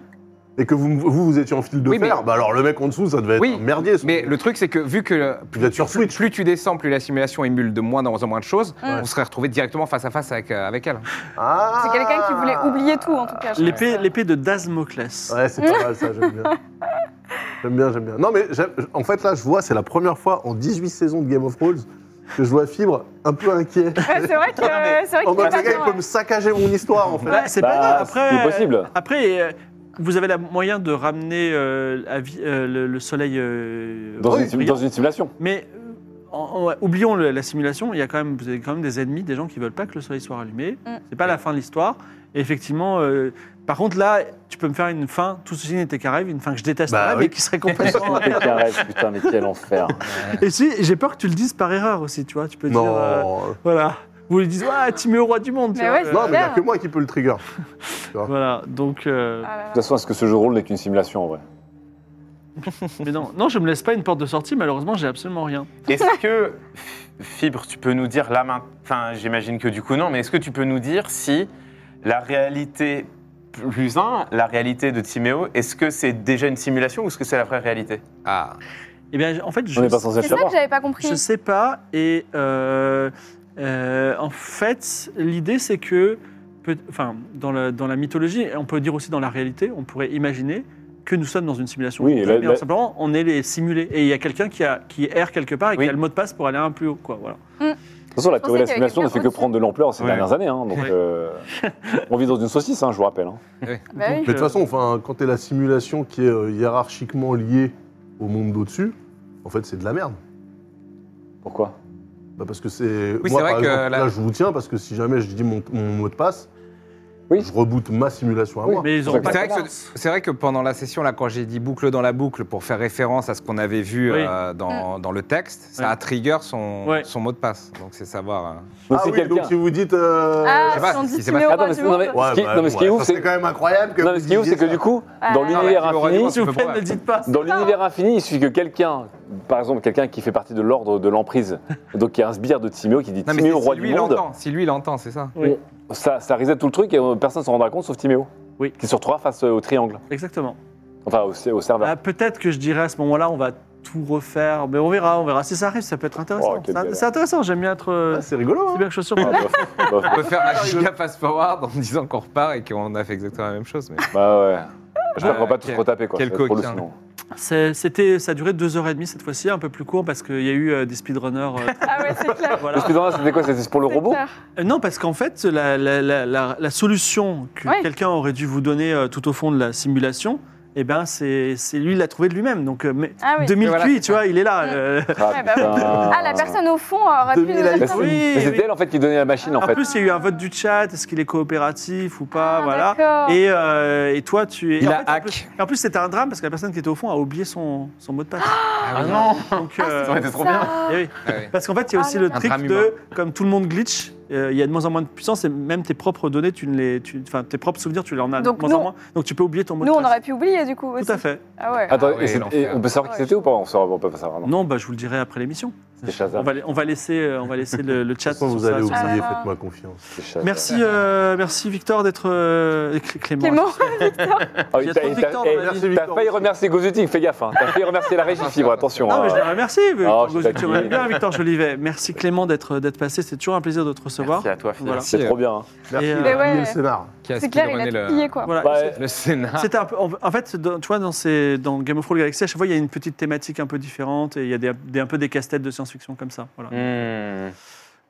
Speaker 5: et que vous, vous, vous étiez en fil de
Speaker 3: Oui, mais-
Speaker 5: fer, bah alors le mec en dessous, ça devait être
Speaker 3: Oui,
Speaker 5: un merdier. ce
Speaker 3: Mais
Speaker 5: truc.
Speaker 3: le truc, c'est que vu que
Speaker 5: Vous êtes sur Switch.
Speaker 3: plus tu descends, plus la simulation émule de moins en moins de choses,
Speaker 1: Mm.
Speaker 3: on serait retrouvé directement face à face avec, euh, avec elle.
Speaker 5: Ah.
Speaker 1: C'est quelqu'un qui voulait oublier tout, hein. en tout cas. je
Speaker 2: L'épée
Speaker 1: pense.
Speaker 2: l'épée de Dasmoclès.
Speaker 5: Ouais, c'est pas mal ça, j'aime bien. J'aime bien, j'aime bien. Non, mais j'aime- en fait, là, je vois, c'est la première fois en 18 saisons de Game of Thrones que je vois Fibre un peu inquiet.
Speaker 1: Ouais, c'est vrai que c'est vrai
Speaker 5: En
Speaker 1: qu'il est
Speaker 5: mode,
Speaker 1: pas
Speaker 5: le gars, il
Speaker 1: bien.
Speaker 5: peut me saccager mon histoire, en fait.
Speaker 2: Ouais, c'est pas
Speaker 4: Bah,
Speaker 2: grave.
Speaker 4: c'est
Speaker 2: Après,
Speaker 4: possible.
Speaker 2: Après, euh, vous avez la moyen de ramener euh, la vie- euh, le, le soleil. euh,
Speaker 4: Dans,
Speaker 2: au
Speaker 4: une,
Speaker 2: brillant.
Speaker 4: dans une simulation.
Speaker 2: Mais euh, en- en- ouais, oublions le- la simulation. Il y a quand même, vous avez quand même des ennemis, des gens qui veulent pas que le soleil soit rallumé.
Speaker 1: Mm.
Speaker 2: C'est pas la fin de l'histoire. Et effectivement, euh, par contre là, tu peux me faire une fin. Tout ceci n'était qu'un rêve, une fin que je déteste,
Speaker 5: Bah
Speaker 2: là,
Speaker 5: oui.
Speaker 2: mais qui serait complètement.
Speaker 4: Putain, qu'un rêve, putain, mais quel enfer.
Speaker 2: Et si, j'ai peur que tu le dises par erreur aussi, tu vois. Tu peux dire, euh,
Speaker 5: Non.
Speaker 2: voilà. Vous lui dites, ouais, tu mets au roi du monde. tu
Speaker 1: Mais
Speaker 2: vois.
Speaker 1: ouais, c'est
Speaker 5: Non, mais il n'y a
Speaker 1: clair.
Speaker 5: que moi qui peut le trigger.
Speaker 2: Voilà. Donc. euh,
Speaker 1: Ah là
Speaker 4: De
Speaker 1: là.
Speaker 4: toute façon, est-ce que ce jeu de rôle n'est qu'une simulation en vrai
Speaker 2: Mais non, non, je me laisse pas une porte de sortie. Malheureusement, j'ai absolument rien.
Speaker 6: Est-ce que, Fibre, tu peux nous dire là maintenant, enfin j'imagine que du coup non, mais est-ce que tu peux nous dire si la réalité plus 1, la réalité de Timéo, est-ce que c'est déjà une simulation ou est-ce que c'est la vraie réalité
Speaker 3: Ah.
Speaker 2: Eh bien, en fait, je
Speaker 4: On n'est pas censé le
Speaker 1: C'est ça que
Speaker 4: savoir.
Speaker 1: j'avais pas compris.
Speaker 2: Je sais pas. Et euh, euh, en fait, l'idée, c'est que, peut- enfin, dans la, dans la mythologie, et on peut dire aussi dans la réalité, on pourrait imaginer que nous sommes dans une simulation.
Speaker 4: Oui, et la-
Speaker 2: Mais
Speaker 4: la-
Speaker 2: simplement, on est les simulés. Et il y a quelqu'un qui, a- qui erre quelque part et
Speaker 6: Oui.
Speaker 2: qui a le mot de passe pour aller un plus haut. Quoi, voilà.
Speaker 4: De toute façon, la
Speaker 1: Je
Speaker 4: théorie de la
Speaker 1: pensais qu'il y avait
Speaker 4: simulation ne fait que
Speaker 1: quelqu'un
Speaker 4: prendre de l'ampleur ces
Speaker 3: Ouais.
Speaker 4: dernières années. hein, donc,
Speaker 2: Ouais.
Speaker 4: euh, on vit dans une saucisse, hein, je vous rappelle. hein.
Speaker 1: Bah oui.
Speaker 2: Donc,
Speaker 5: Mais de toute
Speaker 2: euh,
Speaker 5: façon, enfin, quand t'es la simulation qui est euh, hiérarchiquement liée au monde d'au-dessus, en fait, c'est de la merde.
Speaker 4: Pourquoi
Speaker 3: Ah
Speaker 5: Bah, parce que c'est.
Speaker 3: Oui,
Speaker 5: moi,
Speaker 3: c'est vrai
Speaker 5: par
Speaker 3: que
Speaker 5: exemple,
Speaker 3: la-
Speaker 5: là, je vous tiens parce que si jamais je dis mon, mon mot de passe,
Speaker 4: Oui.
Speaker 5: je reboot ma simulation à
Speaker 4: Oui,
Speaker 5: moi.
Speaker 2: Mais ils auront
Speaker 4: C'est
Speaker 2: pas
Speaker 3: vrai
Speaker 2: de
Speaker 3: que
Speaker 2: chance.
Speaker 3: C'est vrai que pendant la session, là, quand j'ai dit boucle dans la boucle pour faire référence à ce qu'on avait vu
Speaker 2: Oui.
Speaker 3: euh,
Speaker 1: Mm.
Speaker 3: dans, dans le texte, ça
Speaker 2: Ouais.
Speaker 3: a trigger son,
Speaker 2: Ouais.
Speaker 3: son mot de passe. Donc c'est savoir. euh.
Speaker 4: Donc,
Speaker 5: ah
Speaker 4: c'est
Speaker 5: oui, donc
Speaker 4: quelqu'un.
Speaker 5: si vous dites. euh,
Speaker 1: Ah,
Speaker 3: sais pas
Speaker 1: si on
Speaker 3: si
Speaker 1: dit
Speaker 3: c'est
Speaker 1: Timéo,
Speaker 4: pas-
Speaker 1: roi
Speaker 4: Attends,
Speaker 1: du
Speaker 4: mais- non, mais-
Speaker 1: monde.
Speaker 4: Ce qui- non, mais ce qui est
Speaker 5: ouais,
Speaker 4: ouf,
Speaker 5: ça,
Speaker 4: c'est-
Speaker 5: c'est quand même incroyable que
Speaker 4: Non, mais ce qui est ouf, c'est que du coup,
Speaker 1: Ah.
Speaker 4: dans l'univers
Speaker 3: Ah, bah, tu l'aurais dit,
Speaker 4: infini,
Speaker 3: moi,
Speaker 2: S'il vous plaît, ne
Speaker 3: Ouais.
Speaker 2: le dites pas.
Speaker 4: Dans l'univers infini, il suffit que quelqu'un, par exemple quelqu'un qui fait partie de l'ordre de l'emprise, donc qui est un sbire de Timéo, qui dit
Speaker 3: Non, mais
Speaker 4: Timéo
Speaker 3: si-
Speaker 4: roi
Speaker 3: si
Speaker 4: du
Speaker 3: lui il
Speaker 4: monde,
Speaker 3: l'entend, si lui il entend, c'est ça.
Speaker 2: Oui,
Speaker 4: ça, ça reset tout le truc et euh, personne ne s'en rendra compte sauf Timéo,
Speaker 2: Oui.
Speaker 4: qui se retrouvera face euh, au triangle,
Speaker 2: exactement. Bah,
Speaker 4: enfin au, au serveur.
Speaker 2: Ah, Peut-être que je dirais à ce moment-là, on va tout refaire. Mais on verra, on verra. Si ça arrive, ça peut être intéressant.
Speaker 8: Oh, quelle
Speaker 2: Ça-
Speaker 8: galère.
Speaker 2: c'est intéressant, j'aime bien être. euh,
Speaker 5: Ah, c'est rigolo,
Speaker 2: c'est
Speaker 5: hein
Speaker 2: bien que je sois
Speaker 8: Ah,
Speaker 2: surpris.
Speaker 8: bof, bof.
Speaker 3: On peut faire un giga fast forward en disant qu'on repart et qu'on a fait exactement la même chose. Mais
Speaker 8: Bah ouais. Je
Speaker 3: Ah,
Speaker 8: préfère pas tout
Speaker 3: quel-
Speaker 8: retaper quoi.
Speaker 3: quel
Speaker 8: Ça va être drôle,
Speaker 3: coquin.
Speaker 8: sinon.
Speaker 2: C'est- C'était, ça a duré deux heures et demie cette fois-ci, un peu plus court parce qu'il y a eu euh, des speedrunners. euh,
Speaker 1: Ah ouais, c'est clair.
Speaker 2: voilà.
Speaker 8: Le speedrun, c'était quoi C'était pour le
Speaker 1: c'est
Speaker 8: robot
Speaker 1: clair.
Speaker 2: Euh, Non, parce qu'en fait, la, la- la- la- la solution que
Speaker 1: Ouais.
Speaker 2: quelqu'un aurait dû vous donner euh, tout au fond de la simulation, eh ben, c'est c'est lui, il l'a trouvé de lui-même. Donc, euh, mais
Speaker 1: Ah oui.
Speaker 2: 2000
Speaker 3: Et voilà,
Speaker 2: cuits,
Speaker 3: c'est
Speaker 2: tu
Speaker 3: ça.
Speaker 2: vois, il est là.
Speaker 1: Mm.
Speaker 2: euh.
Speaker 1: Ouais, bah oui.
Speaker 8: putain.
Speaker 1: Ah, la personne au fond aurait pu nous
Speaker 5: 2000
Speaker 1: dire
Speaker 8: Mais Bah,
Speaker 1: ça.
Speaker 8: c'est-
Speaker 2: Ah Oui,
Speaker 8: mais
Speaker 2: oui.
Speaker 8: c'était elle en fait qui donnait la machine en
Speaker 2: En
Speaker 8: fait.
Speaker 2: plus, il y a eu un vote du chat, est-ce qu'il est coopératif ou pas,
Speaker 1: Ah,
Speaker 2: voilà.
Speaker 1: d'accord.
Speaker 2: Et, euh, et toi, tu es.
Speaker 3: Il
Speaker 2: en
Speaker 3: a
Speaker 2: fait, en
Speaker 3: hack.
Speaker 2: plus- En plus, c'était un drame parce que la personne qui était au fond a oublié son, son mot de passe.
Speaker 3: Ah oui.
Speaker 2: Donc, euh,
Speaker 3: Ça aurait été trop
Speaker 1: Ça.
Speaker 3: bien.
Speaker 2: eh oui.
Speaker 3: Ah oui.
Speaker 2: Parce qu'en fait, il y a
Speaker 1: Ah,
Speaker 2: aussi
Speaker 1: là,
Speaker 2: le
Speaker 1: là.
Speaker 3: Un
Speaker 2: trick
Speaker 3: drame
Speaker 2: de, comme tout le monde glitch, euh, il y a de moins en moins de puissance et même tes propres données, tu ne les, tu- enfin tes propres souvenirs, tu les en as
Speaker 1: Donc,
Speaker 2: de moins
Speaker 1: nous-
Speaker 2: en moins. Donc tu peux oublier ton mot
Speaker 1: Nous,
Speaker 2: de
Speaker 1: on
Speaker 2: passe.
Speaker 1: aurait pu oublier du coup.
Speaker 2: Tout à
Speaker 1: aussi.
Speaker 2: fait.
Speaker 1: Ah ouais.
Speaker 8: Attends,
Speaker 3: Ah ouais,
Speaker 8: et c'est-
Speaker 3: l'enfer.
Speaker 8: et on peut savoir qui
Speaker 1: Ouais.
Speaker 8: c'était ou pas On saura- on peut pas savoir. Non.
Speaker 2: Non, bah, je vous le dirai après l'émission.
Speaker 8: C'est Shazam.
Speaker 2: On va, la- on va laisser, euh, on va laisser le, le chat.
Speaker 5: De toute façon,
Speaker 2: sur
Speaker 5: vous
Speaker 2: ça,
Speaker 5: allez
Speaker 2: sur ça.
Speaker 5: oublier,
Speaker 1: Ah.
Speaker 5: faites-moi confiance.
Speaker 8: C'est Shazam.
Speaker 2: Merci, euh, merci Victor d'être euh, Clé- Clément.
Speaker 1: Clément.
Speaker 8: Ah oui,
Speaker 2: Il y a
Speaker 8: t'as-
Speaker 2: trop de Victor
Speaker 8: t'as-
Speaker 2: dans la
Speaker 8: eh,
Speaker 2: vie.
Speaker 8: T'as failli remercier Gozutik, fais gaffe. hein. T'as failli remercier la régie fibre, attention.
Speaker 2: Non, mais je
Speaker 8: hein.
Speaker 2: le remercie. mais
Speaker 8: Oh,
Speaker 2: Victor
Speaker 8: je
Speaker 2: Gosuc,
Speaker 8: suis
Speaker 2: on l'aime
Speaker 8: fatigué.
Speaker 2: bien, Victor Jolivet. Merci Clément d'être d'être passé. C'est toujours un plaisir de te recevoir.
Speaker 6: Merci à toi, Phil.
Speaker 2: Voilà.
Speaker 8: C'est trop bien. hein.
Speaker 5: Merci
Speaker 2: Et, euh,
Speaker 5: d'avoir
Speaker 1: Mais ouais.
Speaker 5: mis le scénar.
Speaker 3: Qui a
Speaker 1: C'est clair, il a
Speaker 3: speedrunné
Speaker 1: tout
Speaker 3: le-
Speaker 1: pillé quoi.
Speaker 2: Voilà.
Speaker 8: Bah,
Speaker 3: Le Sénat.
Speaker 2: C'était un peu- en en fait, dans, tu vois, dans, ces, dans Game of Thrones Galaxy, à chaque fois, il y a une petite thématique un peu différente et il y a des, des- un peu des casse-têtes de science-fiction comme ça. Voilà.
Speaker 8: Mm.
Speaker 6: Hmm.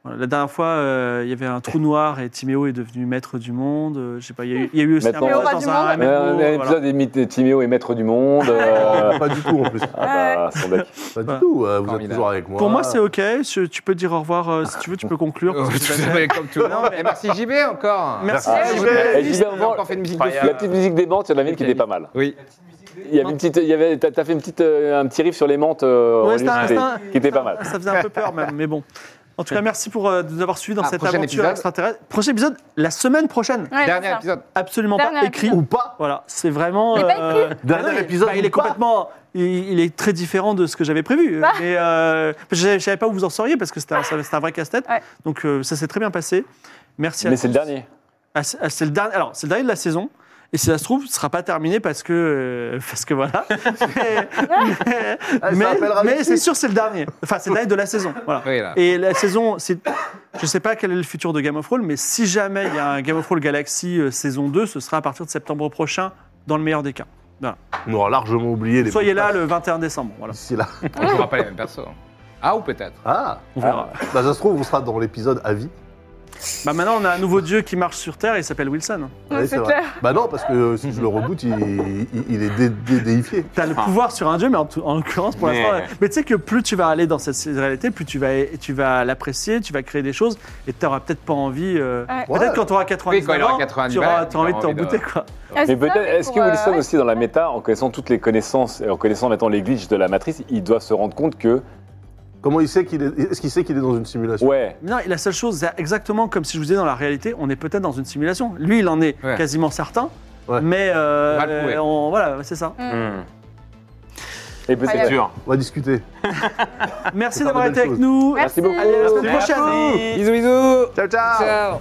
Speaker 2: Voilà. La dernière fois, euh, il y avait un trou noir et Timéo est devenu maître du monde. Euh, Je sais pas, il y a eu, il y a eu aussi
Speaker 8: Maintenant-
Speaker 2: un
Speaker 8: Le
Speaker 1: roi
Speaker 2: passage
Speaker 1: du
Speaker 2: dans un
Speaker 1: monde.
Speaker 8: Mais
Speaker 2: MMO,
Speaker 8: Euh, Un
Speaker 2: voilà.
Speaker 8: épisode imite Timéo et maître du monde. euh,
Speaker 5: Pas du tout en plus.
Speaker 8: Ah bah, son bec.
Speaker 5: Pas
Speaker 2: Voilà.
Speaker 5: du tout. euh, vous êtes
Speaker 3: Formidable.
Speaker 5: toujours avec moi.
Speaker 2: Pour moi, c'est OK. Je- tu peux dire au revoir euh, si tu veux, tu peux conclure.
Speaker 3: Oh,
Speaker 2: parce que
Speaker 3: tout
Speaker 2: tu vas
Speaker 3: à
Speaker 2: faire-
Speaker 3: fait, comme tout le monde. Et merci JB encore.
Speaker 2: Merci.
Speaker 8: Ah,
Speaker 2: Gilles.
Speaker 8: Et
Speaker 2: Gilles.
Speaker 8: Gilles,
Speaker 3: On a
Speaker 8: avant,
Speaker 3: encore fait une musique de
Speaker 8: La petite musique des menthes, il y en avait une qui était pas mal.
Speaker 3: Oui.
Speaker 8: Il y avait une petite, il y avait, t'as t'as fait une petite, euh, un petit riff sur les menthes euh,
Speaker 2: Ouais,
Speaker 8: en
Speaker 2: c'était un-
Speaker 8: lieu,
Speaker 2: c'était un-
Speaker 8: qui était pas mal.
Speaker 2: Ça faisait un peu peur, même, mais bon. En tout cas, merci pour euh, de nous avoir suivis dans
Speaker 3: Ah,
Speaker 2: cette
Speaker 3: prochain
Speaker 2: aventure
Speaker 3: épisode.
Speaker 2: extraterrestre. Prochain épisode, la semaine prochaine.
Speaker 1: Ouais,
Speaker 3: Dernier
Speaker 1: c'est ça.
Speaker 3: épisode.
Speaker 2: Absolument
Speaker 1: Dernier
Speaker 2: pas écrit.
Speaker 5: Ou pas
Speaker 2: Voilà, c'est vraiment.
Speaker 1: Il est pas
Speaker 2: euh,
Speaker 5: Dernier
Speaker 2: bah non, il-
Speaker 5: épisode
Speaker 2: bah, il
Speaker 5: ou
Speaker 2: est
Speaker 5: pas
Speaker 2: complètement. Il, il est très différent de ce que j'avais prévu.
Speaker 1: Ah.
Speaker 2: Mais euh, je je savais pas où vous en seriez parce que c'était un, c'était un vrai casse-tête.
Speaker 1: Ouais.
Speaker 2: Donc euh, ça s'est très bien passé. Merci à
Speaker 8: Mais c'est
Speaker 2: tous.
Speaker 8: le dernier.
Speaker 2: Ah, c'est ah, c'est le dernier. Alors c'est le dernier de la saison. Et si ça se trouve, ce sera pas terminé parce que euh, parce que voilà. mais
Speaker 5: Ah, ça
Speaker 2: mais-
Speaker 5: Ah, rappellera
Speaker 2: mais
Speaker 5: les
Speaker 2: c'est
Speaker 5: suites.
Speaker 2: sûr, c'est le dernier. Enfin, c'est le dernier de la saison. Voilà.
Speaker 3: Oui, là.
Speaker 2: Et la saison, c'est. Je sais pas quel est le futur de Game of Thrones, mais si jamais il y a un Game of Thrones Galaxy euh, saison 2, ce sera à partir de septembre prochain, dans le meilleur des cas.
Speaker 5: On aura largement oublié les.
Speaker 2: Soyez là le 21 décembre. Voilà.
Speaker 5: D'ici là.
Speaker 3: On ne jouera pas les mêmes persos. Ah, ou peut-être.
Speaker 5: Ah
Speaker 2: On verra.
Speaker 5: Bah, ça se trouve, on sera dans l'épisode à vie.
Speaker 2: Bah maintenant, on a un nouveau dieu qui marche sur Terre, il s'appelle Wilson.
Speaker 5: Ouais,
Speaker 1: Ouais, C'est
Speaker 5: c'est vrai.
Speaker 1: clair.
Speaker 5: Bah, non, parce que euh, si je le reboot, il, il- il est dé- dé- déifié.
Speaker 2: T'as
Speaker 3: Ah.
Speaker 2: le pouvoir sur un dieu, mais en, tout- en l'occurrence, pour
Speaker 6: Mais-
Speaker 2: l'instant. euh, Mais tu sais que plus tu vas aller dans cette réalité, plus tu vas, tu vas l'apprécier, tu vas créer des choses, et t'auras peut-être pas envie. euh,
Speaker 1: Ouais.
Speaker 2: Peut-être quand t'auras 90
Speaker 3: Oui, quand il aura
Speaker 2: ans,
Speaker 3: 90
Speaker 2: tu auras
Speaker 3: balles,
Speaker 2: t'auras envie de
Speaker 3: il aura
Speaker 2: t'en
Speaker 3: envie de-
Speaker 2: bouter, quoi.
Speaker 1: Ah, c'est
Speaker 8: Mais
Speaker 1: ça,
Speaker 8: peut-être, est-ce que
Speaker 1: pour, euh,
Speaker 8: Wilson
Speaker 1: ouais.
Speaker 8: aussi, dans la méta, en connaissant toutes les connaissances et en connaissant maintenant les glitches de la matrice, il doit se rendre compte que,
Speaker 5: Comment il sait qu'il est. Est-ce qu'il sait qu'il est dans une simulation
Speaker 8: ouais,
Speaker 2: Mais Non, et la seule chose, c'est exactement comme si je vous disais dans la réalité, on est peut-être dans une simulation. Lui, il en est
Speaker 3: Ouais.
Speaker 2: quasiment certain,
Speaker 5: Ouais.
Speaker 2: mais euh,
Speaker 3: Mal prouvé.
Speaker 2: on- voilà, c'est ça.
Speaker 6: Hmm.
Speaker 8: et peut-être.
Speaker 4: Ah,
Speaker 1: Incroyable.
Speaker 6: Dur.
Speaker 5: On va discuter.
Speaker 2: Merci
Speaker 5: faire de
Speaker 2: d'avoir
Speaker 5: belles
Speaker 2: été avec
Speaker 5: choses.
Speaker 2: nous.
Speaker 8: Merci beaucoup.
Speaker 2: Allez, à la semaine
Speaker 6: Merci.
Speaker 2: prochaine.
Speaker 3: Bisous, bisous.
Speaker 5: Ciao, ciao
Speaker 3: Ciao.